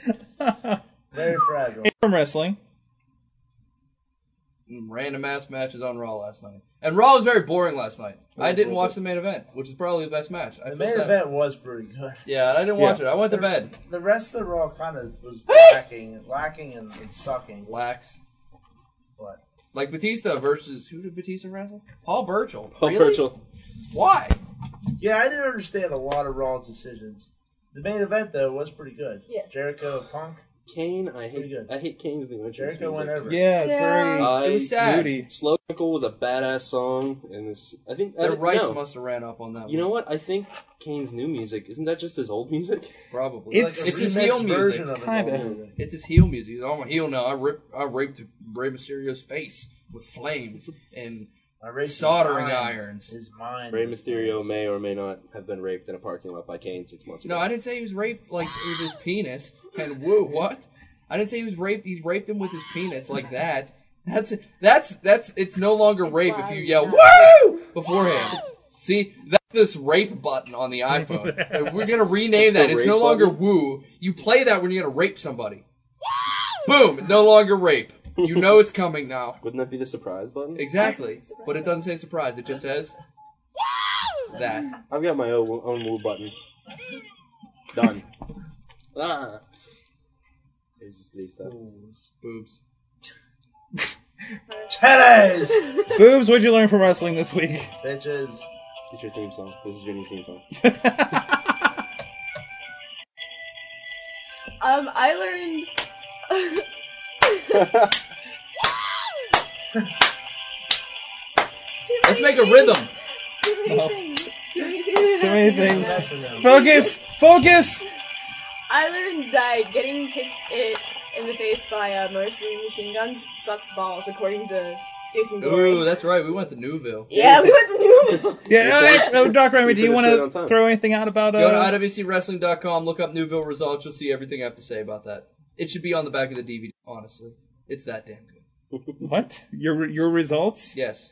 V: Very fragile.
D: And From wrestling.
W: Mm, Random ass matches on Raw last night, and Raw was very boring last night. I didn't watch the main event, which is probably the best match. I
V: The
W: feel
V: main
W: sad.
V: event was pretty good.
W: Yeah, I didn't watch
V: Yeah.
W: it. I went to bed.
V: The rest of the Raw kind of was lacking, lacking and, and sucking.
W: Lax.
V: What?
W: Like Batista versus who did Batista wrestle? Paul Burchill.
V: Paul
W: really?
V: Burchill.
W: Why?
V: Yeah, I didn't understand a lot of Raw's decisions. The main event though was pretty good. Yeah. Jericho and Punk.
A: Kane, I hate. I hate Kane's new entrance.
V: Jericho went
A: music.
V: over.
D: Yeah, it's very
A: I-
D: it was sad. moody.
A: Slow Nickel was a badass song, and this I think I
W: Their
A: don't-
W: rights
A: no.
W: must have ran up on that.
A: You know what? I think Kane's new music isn't that just his old music?
W: Probably. It's, it's his heel music. It's his heel music. He's, I'm a heel now. I rip. I raped Rey Mysterio's face with flames and soldering irons.
V: His mind.
A: Rey Mysterio may or may not have been raped in a parking lot by Kane six months ago.
W: No, I didn't say he was raped like with his penis. And woo, what? I didn't say he was raped. He raped him with his penis like that. That's that's that's. It's no longer rape if you yell woo beforehand. See, that's this rape button on
A: *laughs*
W: the iPhone. And We're gonna rename
A: It's the
W: that. It's no
A: rape
W: longer
A: button?
W: woo. You play that when you're gonna rape somebody. Boom! No longer rape. You know it's coming now.
A: Wouldn't that be the surprise button?
W: Exactly, but it doesn't say surprise. It just says that.
A: I've got my own, own woo oh, button. *laughs* Done. ah. Jesus Christ.
W: Boobs.
V: Titties!
D: *laughs* Boobs, what'd you learn from wrestling this
A: *laughs*
D: week?
V: Bitches.
A: It's your theme song. This is your new theme
W: *laughs*
A: song.
C: Um, I learned. *laughs*
W: Let's make a rhythm.
C: Too many
W: Oh.
C: things. Too many
D: Too
C: things.
D: many things. Focus! Focus!
C: I learned that getting kicked it in the face by uh, Mercy machine guns sucks balls, according to Jason Gore.
W: Ooh, that's right. We went to Newville.
C: Yeah, we went to New.
D: *laughs* Yeah, oh, Doc Remy,
W: You
D: do you
W: finished
D: want
W: it on time.
D: to throw anything out about
W: Go to
D: uh,
W: IWCWrestling.com, look up Newville results. You'll see everything I have to say about that. It should be on the back of the DVD, honestly. It's that damn good.
D: what your your results?
W: Yes.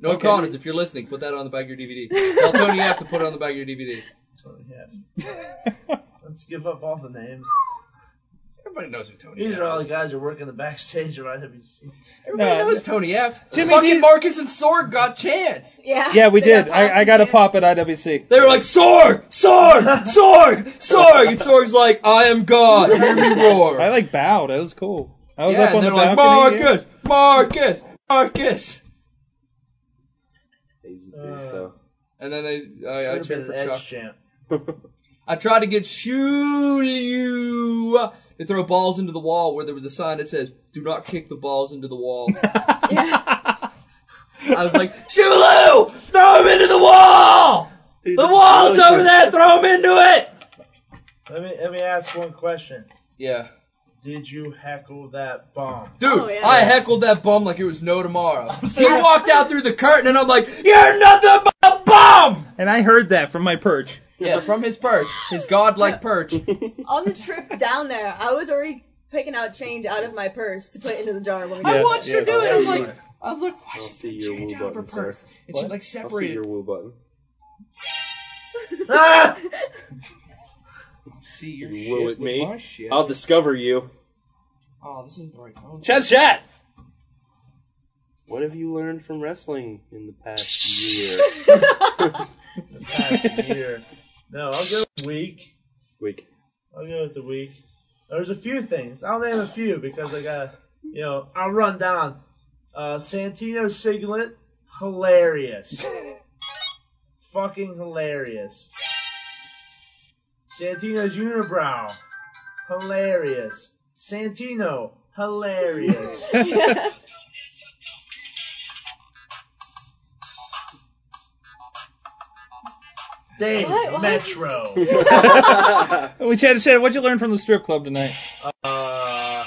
W: No
D: Okay.
W: comments. If you're listening, put that on the back of your DVD. Tell Tony you have to put it on the back of your DVD.
V: *laughs* Let's give up all the names.
W: Everybody knows who Tony
V: These
W: F
V: are all the
W: is.
V: guys who work in the backstage *laughs* of IWC.
W: Everybody
D: No.
W: knows Tony F.
D: Jimmy,
W: Fucking
D: do you-
W: Marcus and Sorg got chance.
D: Yeah, we did. I, I got a pop at IWC.
W: They were like Sorg, Sorg, Sorg, *laughs* Sorg, and Sorg's like, I am *laughs* God. uh, Hear me roar.
D: I like bowed. It was cool. I was
W: yeah,
D: up on
W: and
D: the
W: they're like
D: balcony. yeah.
W: Marcus, Marcus, Marcus.
A: days these days.
W: Uh,
A: so
W: And then they, I, I
A: Should've
W: cheered
A: been
W: for
A: an
W: Chuck.
A: X
W: *laughs* I tried to get you to throw balls into the wall where there was a sign that says, "Do not kick the balls into the wall." I was like, Shulu, throw him into the wall. The wall's over there. Throw him into it.
V: Let me let me ask one question.
W: Yeah,
V: Did you heckle that bomb?
W: dude, I heckled that bum like it was no tomorrow. He
V: sorry.
W: walked out through the curtain, and I'm like, "You're nothing but a bum."
D: And I heard that from my perch.
W: Yes,
V: *laughs*
W: from his perch, his godlike perch.
C: On the trip down there, I was already picking out change out of my purse to put into the jar when we
W: I
C: got
W: watched her
C: back.
W: do it. I was
A: yes.
W: like, I was like, why
A: I'll
W: she's
A: see your woo
W: change out of her
A: button, sir.
W: purse? And she
A: What?
W: like
A: I'll see
W: separated.
A: your woo button.
W: See your
A: You
W: shit
A: woo at
W: with my
A: me.
W: shit.
A: I'll discover you.
W: Oh, this isn't the right phone.
A: Chat chat. What have you learned from wrestling in the past
V: *laughs*
A: year?
V: Past year. No, I'll go with week.
A: Week.
V: I'll go with the week. There's a few things. I'll name a few because I got you know, I'll run down. Uh Santino Siglet, hilarious. Fucking hilarious. Santino's unibrow, hilarious. Santino, hilarious. Dave Metro.
D: *laughs*
U: *laughs*
D: we chatted, chatted. What'd you learn from the strip club tonight? *laughs*
V: Uh,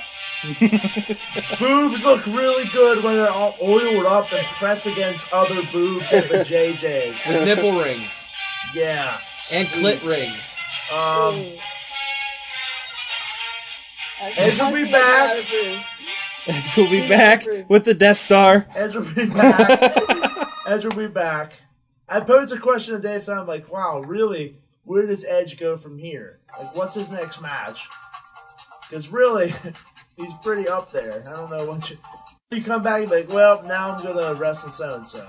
V: boobs look really good when they're all oiled up and pressed against other boobs at the JJ's.
W: With nipple rings.
V: Yeah.
W: And clit rings.
V: Um, Edge will be back.
D: we'll be back with the Death Star.
V: Edge will be
W: *laughs*
V: back. Edge will be back. I posed a question to Dave, and I'm like, wow, really? Where does Edge go from here? Like, what's his next match? Because really, *laughs* he's pretty up there. I don't know what you. You come back and be like, well, now I'm gonna wrestle so and so.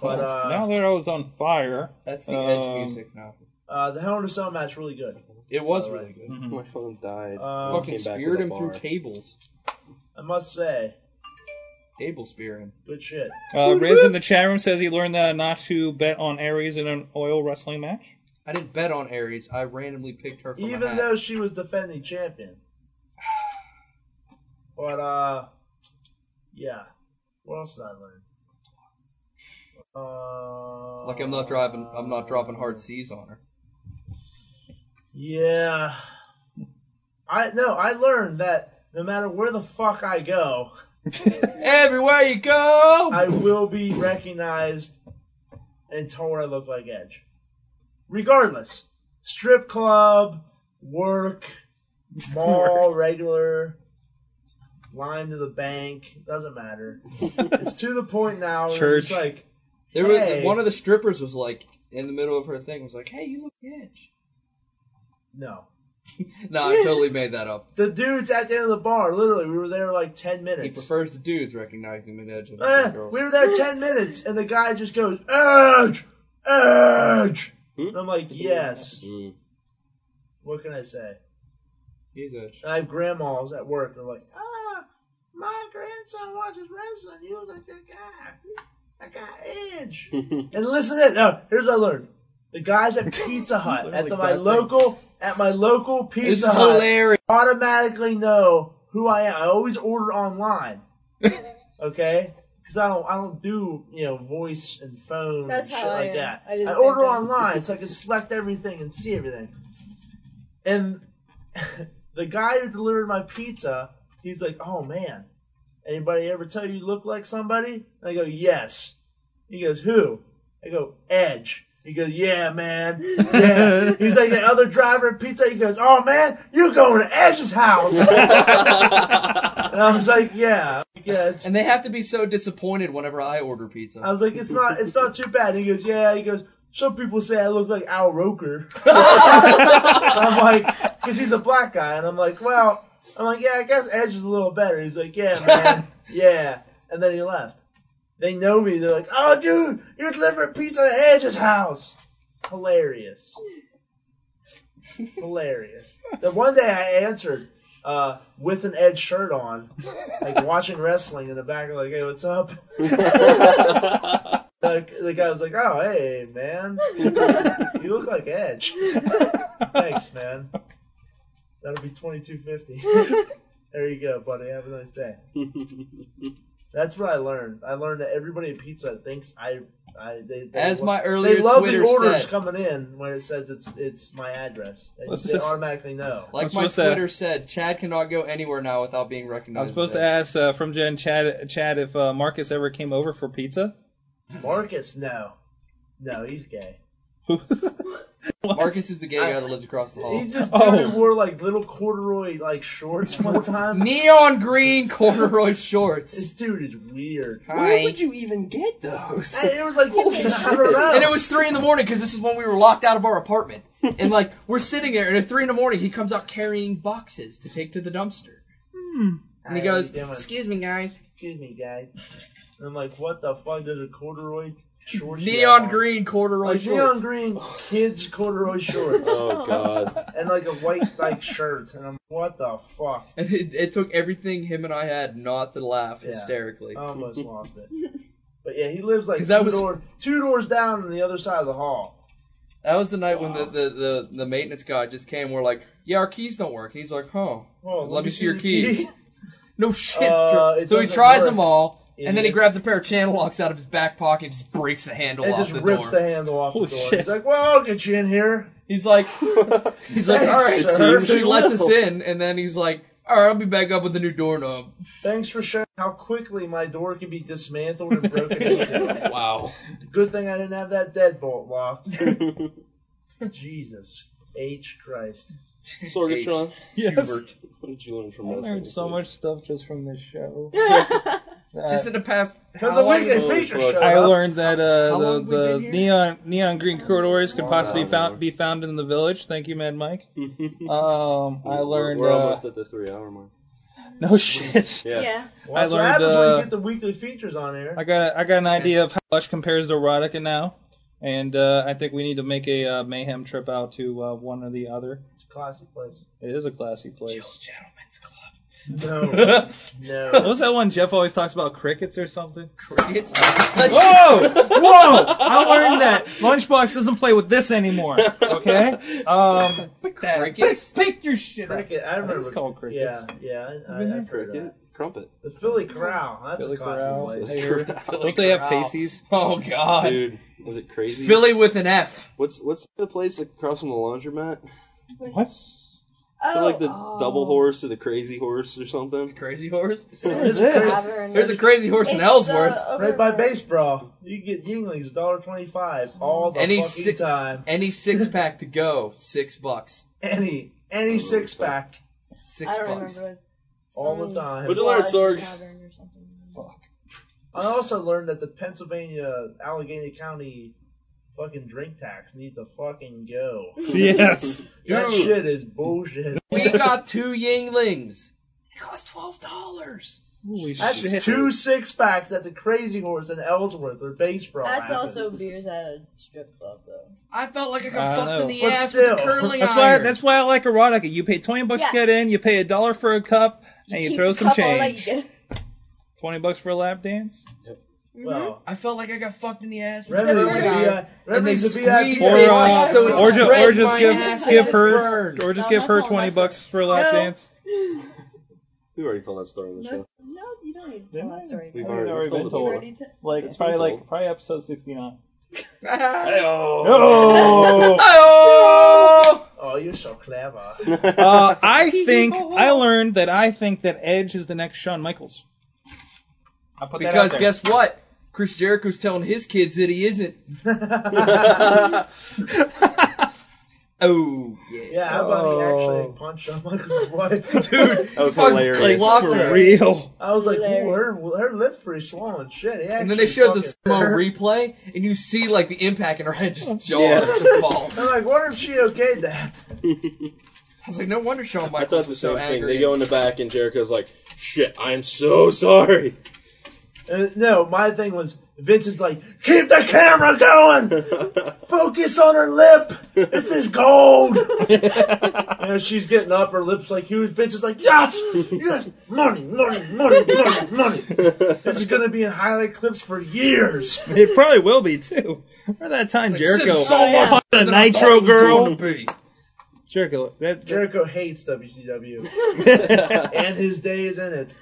V: But uh,
D: now that I was on fire, um,
W: that's
V: the Edge
A: Um,
W: music now.
V: Uh, the Hell in a Cell match really good.
W: It was really good.
A: My phone died.
V: Um,
W: Fucking speared him through tables.
V: I must say,
W: table spearing.
V: Good shit.
D: Uh, Riz in the chat room says he learned that not to bet on Aries in an oil wrestling match.
W: I didn't bet on Aries. I randomly picked her. From a
V: Even
W: hat.
V: though she was defending champion. But uh, yeah. What else did I learn? Uh,
W: like I'm not driving. I'm not dropping hard C's on her.
V: yeah. I no. I learned that no matter where the fuck I go,
W: *laughs* everywhere you go,
V: I will be recognized and told I look like Edge, regardless. Strip club,
W: *laughs*
V: work, mall, regular, line to the bank, doesn't
W: *laughs*
V: matter. it's to the point now. Where it's
W: Church.
V: like
W: There
V: hey.
W: was one of the strippers was like in the middle of her thing was like, "Hey, *laughs* you look edge."
V: no.
W: No, I
V: *laughs*
W: totally made that up.
V: The dudes at the end of the bar, literally, we were there like ten
W: He
V: minutes.
W: prefers the dudes recognizing him as edge. and not
V: Eh,
W: the girls.
V: we were there ten minutes, and the guy just goes Edge, Edge.
W: Hmm?
V: And I'm
W: *laughs*
V: like, yes. What can I say?
W: He's edge.
V: And I have grandmas at work. They're
W: *laughs*
V: like,
U: Ah, my grandson watches wrestling. You look like that guy. That guy Edge.
V: and listen to it. Oh, here's what I learned. The guys
W: *laughs*
V: at Pizza Hut at the, my
W: bad
V: local at my local Pizza
W: This is
V: Hut
W: hilarious.
V: automatically know who I am. I always order
W: *laughs*
V: online. okay? Because I don't I don't do, you know, voice and phone
C: That's
V: and
C: how
V: shit
C: I
V: like
C: am.
V: that.
C: I do the
V: I,
C: same
V: order
C: thing. *laughs*
V: online so I can select everything and see everything. And *laughs* the guy who delivered my pizza, he's like, Oh man, anybody ever tell you you look like somebody? And I go, Yes. He goes, Who? I go, Edge. He goes, Yeah, man. Yeah. He's like the other driver at pizza. He goes, Oh man, you're going to Edge's house. *laughs* and I was like, yeah, yeah. It's,
W: And they have to be so disappointed whenever I order pizza.
V: I was like, it's not, it's not too bad. He goes, yeah. He goes, some people say I look like Al Roker. *laughs* I'm like, because he's a black guy, and I'm like, well, I'm like, yeah, I guess Edge is a little better. He's like, yeah, man, yeah. And then he left. They know me. They're like, oh, dude, you're delivering pizza at Edge's house. Hilarious. Hilarious. The one day I answered uh, with an Edge shirt on,
W: *laughs*
V: like watching wrestling in the back, like, hey, what's up? the, the the guy was like, "Oh, hey, man, you look like Edge." Thanks, man. That'll be twenty two
W: *laughs*
V: fifty. There you go, buddy. Have a nice day. That's what I learned. I learned that everybody at Pizza Hut thinks I, I they, they
W: As
V: lo-
W: my earlier
V: they love
W: Twitter
V: the orders
W: said.
V: coming in when it says it's it's my address. They,
D: Let's
V: they
D: just-
V: automatically
W: *laughs*
V: know.
W: Like my Twitter said, Chad cannot go anywhere now without being
D: I was
W: recognized.
D: supposed to ask uh, from Jen Chad Chad if uh, Marcus ever came over for pizza.
V: Marcus, no, no, he's gay.
W: Marcus is the gay guy that lives across the hall.
V: He's just dude who wore like little corduroy like shorts one time.
W: Neon green corduroy shorts.
V: This dude is weird.
W: Hi.
V: you even get those? It was like I don't know.
W: And it was three in the morning because this is when we were locked out of our apartment. And like we're sitting there, and at three in the morning, he comes out carrying boxes to take to the dumpster. And he
V: Hey,
W: goes,
V: how Hmm. you doing?
W: "Excuse me, guys."
V: Excuse me, guys. And I'm like, what the fuck? There's a corduroy shorts. you have
W: Neon
V: on.
W: green corduroy
V: like neon
W: shorts.
V: green
W: *laughs*
V: kids corduroy shorts.
W: Oh, God.
V: And like a white like shirt, and I'm what the fuck?
W: And it, it took everything him and I had not to laugh
V: Yeah.
W: hysterically.
V: I almost lost it. But yeah, he lives like two,
W: 'Cause that was-
V: door, two doors down on the other side of the hall.
W: That was the night when the, the, the, the maintenance guy just came. We're like, "Yeah, our keys don't work." He's like, "Huh?
V: Well,
W: let, me see your keys."
V: key.
W: *laughs* No shit.
V: Uh, it
W: so he
V: doesn't
W: tries
V: work,
W: them all, and then he
V: idiot.
W: grabs a pair of channel locks out of his back pocket and just breaks the handle
V: It
W: off
V: just
W: the
V: rips the
W: door.
V: handle off
W: Holy
V: the door.
W: shit.
V: He's like, well, I'll get you in here.
D: *laughs*
W: He's like, he's like,
V: Thanks,
W: all right.
V: sir. *laughs*
W: So he
V: He
W: lets us
V: will.
W: in, and then he's like, all right, I'll be back up with a new doorknob.
V: Thanks for showing how quickly my door can be dismantled and broken into.
W: wow.
V: Good thing I didn't have that
D: *laughs*
V: deadbolt locked. Jesus. H. Christ.
D: Sorgatron. Yes. Hubert.
A: What did you learn
D: I learned so much stuff just from this show.
W: *laughs* Just in the past,
D: Because
W: how long
D: I
W: ago-
D: learned that
W: How
D: uh,
W: long we
D: the, the
W: been here?
D: neon neon green corridors could
A: Long
D: possibly
A: hour.
D: found, be found in the village. Thank you, Mad
A: *laughs*
D: Mike. um, I learned.
A: We're
D: uh,
A: almost at the three hour mark.
D: no shit.
A: Yeah. Yeah.
V: Well, that's
D: I
V: what
D: learned.
V: happens when you
D: Uh,
V: get the weekly features on here.
D: I got I got an idea of how much compares to erotica now, and uh, I think we need to make a uh, mayhem trip out to uh, one or the other.
V: It's a classy place.
D: It is a classy place.
W: *laughs*
V: Gentlemen's Club. No,
D: What was that one Jeff always talks about? Crickets or something?
W: Crickets?
D: whoa! Whoa! I learned that. Lunchbox doesn't play with this anymore. Okay? Um, pick that.
W: Crickets?
D: Pick, pick your shit up.
V: Cricket, I remember.
D: It's called crickets.
V: Yeah, yeah. I, I,
D: Been there?
V: I've heard of
A: Cricket?
V: that.
A: Crumpet.
V: The Philly Corral. That's
D: Philly
V: a classy
D: Corral.
V: place.
D: I heard. Don't they have pasties?
W: Oh God,
A: Dude, was it crazy?
W: Philly with an F.
A: What's what's the place like across from the laundromat?
D: What?
A: I feel like the
V: Oh.
K: Oh.
A: double horse or the crazy horse or something.
W: Crazy horse?
V: There's a crazy-
W: There's a crazy horse in
A: uh,
V: It's, uh,
W: Ellsworth.
V: right by base bro. You can get Yinglings dollar twenty five all the
W: any
V: fucking
W: six
V: time. *laughs*
W: any six pack to go, six bucks.
V: Any any six pack
W: Six bucks.
V: all the time.
A: What'd you learn, Sorg?
V: I also learned that the Pennsylvania Allegheny County fucking drink tax needs to fucking go.
D: *laughs* Yes.
V: that
W: Dude.
V: shit is bullshit.
W: We got two Yinglings. It cost twelve dollars.
D: Holy
V: That's two six packs at the Crazy Horse in Ellsworth or Base Bro.
K: That's
V: happens.
K: also beers at a strip club, though.
W: I felt like I got
D: I
W: fucked
D: know.
W: in the
D: But
W: ass
D: still.
W: with a curling
D: That's why.
W: iron.
D: That's why I like erotica. You pay twenty bucks
K: Yeah.
D: to get in. You pay a dollar for a cup, and you,
K: Keep
D: throw
K: the
D: some
K: cup all that you
D: change.
K: get.
D: Twenty bucks for a lap dance. Mm-hmm.
V: Well,
W: I felt like I got fucked in the ass with Mm-hmm. a
V: Remedies
W: curling
V: to be-
W: iron. And they
V: remedies to be happy.
W: squeezed
D: Or,
W: it
D: uh,
W: so it
D: or, ju- or
W: spread
D: just
W: my
D: give
W: ass
D: give
W: as it
D: her *laughs*
W: burned.
D: or just
K: No,
D: give
K: that's
D: her
K: all
D: twenty
K: messed
D: bucks for a lap
W: No.
K: *gasps*
D: dance.
A: We already told that story on the
K: No,
A: show.
K: no, you don't need to tell that story.
A: We've
K: You've
A: already,
D: already
A: told
D: been
A: it
D: told.
A: before.
K: already t-
D: Like
A: it's probably like-
D: probably episode sixty nine. *laughs* Oh.
W: *laughs* Oh!
V: Oh, you're so clever.
D: *laughs* uh,
K: *laughs*
D: I think I learned that I think that Edge is the next Shawn Michaels. I put that out
W: Because
D: there.
W: guess what? Chris Jericho's telling his kids that he isn't. oh
V: Yeah, how about he actually
D: Oh.
V: punched on Michael's
D: *laughs*
V: *laughs* wife?
W: Dude,
A: That was
W: Fuck,
A: hilarious.
W: like, Locked
D: for
W: her.
D: real.
V: I was like, ooh, her, her lip's pretty swollen. Shit, yeah.
W: And then they showed the slow
V: *laughs*
W: replay, and you see like the impact, and her head just jars and falls. I
V: I'm like, wonder if she okayed that.
W: was like, *laughs* no wonder Shawn
A: I
W: Michaels
A: thought the
W: was so
A: same thing.
W: angry.
A: They go in the back and Jericho's like, "Shit, I'm so *laughs* sorry."
V: Uh, no, my thing was, Vince is like, keep the
D: *laughs*
V: camera going. Focus on her lip. This is gold. and she's getting up, her lips like huge. Vince is like, yes, yes, money,
E: *laughs*
V: money, money, money, money. This is gonna be in highlight clips for years.
D: It probably will be too. Remember that time Jericho
V: "This is so Oh, yeah. much
D: the
V: better than I
D: Nitro
V: thought it
D: Girl?
V: was
D: Jericho, that,
V: Jericho
D: *laughs*
V: hates WCW, and his day is in it.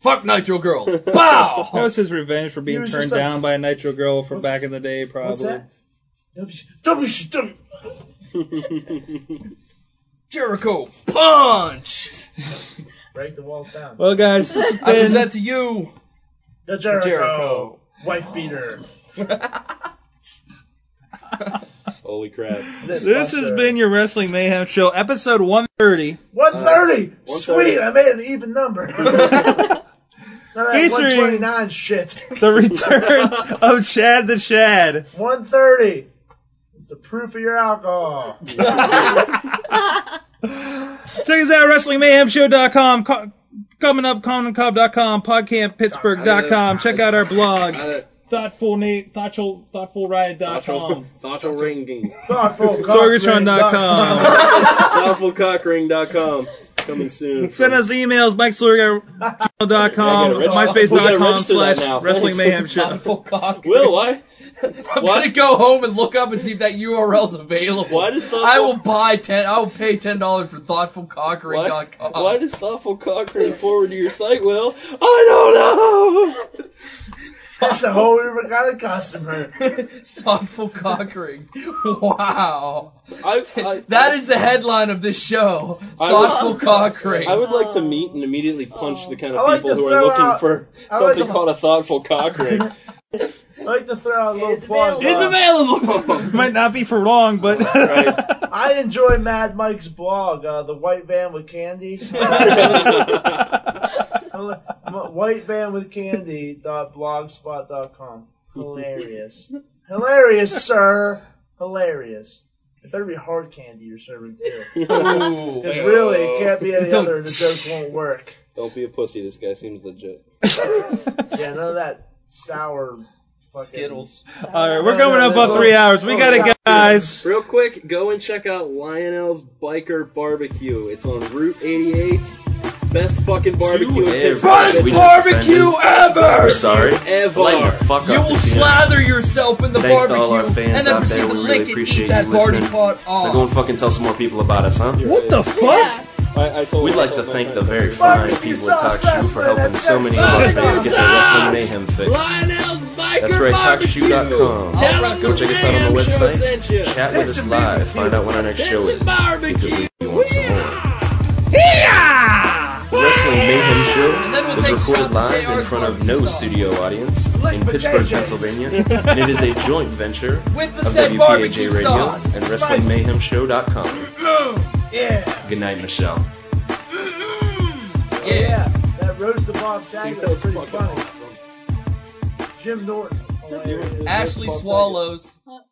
W: Fuck Nitro Girl.
D: Wow, *laughs* that was his revenge for
V: He
D: being
V: was
D: turned
V: just like-
D: down by a Nitro Girl for back in the day, probably.
V: What's that? WCW.
W: Jericho punch.
V: Break the walls down.
D: *laughs* Well, guys, this has
W: *laughs* I
D: been-
W: present to you
V: The Jericho,
W: Jericho.
V: wife
D: *laughs*
V: beater.
A: Holy crap!
D: This has been your Wrestling Mayhem Show, episode 130.
V: One thirty.
D: Uh,
V: Sweet, I made an even
D: *laughs*
V: number. One twenty
D: Featuring
V: nine. Shit.
D: the return of Chad the Shad.
V: *laughs* One thirty. It's the proof of your
D: *laughs*
V: alcohol.
D: Check us out, WrestlingMayhemShow.com, co- coming up, CommonCob.com, PodcampPittsburgh.com. Check out our blogs. Thoughtful Nate, thoughtful, thoughtfulriot.com.
A: *laughs* Thoughtful ringing. *laughs*
V: Thoughtful
D: Sorgatron.com.
A: Thoughtfulcockring.com. Coming soon.
D: Send us emails, MikeSlurga.com,
A: Yeah, I gotta register- we gotta
D: MySpace.com
A: register that
D: slash
A: now,
D: Wrestling
A: thanks.
D: Mayhem Show.
A: Will, why?
W: *laughs* I'm gonna go home and look up and see if that URL's available. Why does I will buy ten. I will pay ten dollars for
A: Why,
W: thoughtfulcockery.com.
A: why does Thoughtful Cockring forward to your site, Will? I don't know!
V: That's a whole different kind of customer.
W: *laughs* Thoughtful cockering. Wow.
A: I-
W: That is the headline of this show.
A: I *laughs*
W: Thoughtful
A: would-
W: cockering.
A: I would like to meet and immediately punch the kind
V: I
A: of
V: like
A: people
V: to
A: who are
V: throw
A: looking
V: out-
A: for
V: I like
A: something
V: to-
A: called a thoughtful
V: *laughs*
A: cock ring.
V: I like to throw out a little plug.
D: It's available. *laughs* Might not be for long, but
V: I enjoy Mad Mike's blog, uh, the White Van with Candy. White Van with Candy dot blogspot dot com. Hilarious, hilarious, sir, hilarious. It better be hard candy you're serving too.
A: Ooh.
V: Because really, it can't be
A: *laughs*
V: any other. The joke won't work.
A: Don't be a pussy. This guy seems legit.
V: Yeah, none of that sour. Fucking... Skittles.
D: All right, we're
A: Oh,
D: coming up on three hours. We gotta go, guys.
A: Real quick, go and check out Lionel's Biker Barbecue. It's on Route 88. Best fucking barbecue in
J: Ever.
A: Pittsburgh.
J: We just offended- I'm sorry.
A: Ever.
J: Lighten the fuck up
W: you will
J: this year.
W: slather yourself in the
J: Thanks to
W: barbecue
J: all our fans
W: and then
J: out
W: proceed
J: there.
W: to
J: We
W: lick
J: really
W: it, eat
J: appreciate
W: that
J: you
W: party
J: listening.
W: pot Oh.
J: Now
W: off.
J: go and fucking tell some more people about us, huh?
D: What the fuck?
A: I, I told
J: We'd like to thank the very fine people at TalkShoe for helping so many of our fans get their wrestling mayhem fix.
A: Lionel's Biker
J: That's right, TalkShoe.com.
A: Tell us
J: Go check us out on the website. Chat with us live. Find out when our next show is.
A: Barbecue.
J: Because we want some more. The Wrestling Mayhem Show is recorded live in front of no studio audience in Pittsburgh, Pennsylvania, and it is a joint venture
W: *laughs* With the
J: of
W: said barbecue
J: WPAJ Radio
W: sauce.
J: and WrestlingMayhemShow.com.
V: Yeah,
J: Good night, Michelle.
V: yeah. That roast the Bob Saget was pretty funny. Jim Norton. hilarious.
W: Ashley swallows.
K: What?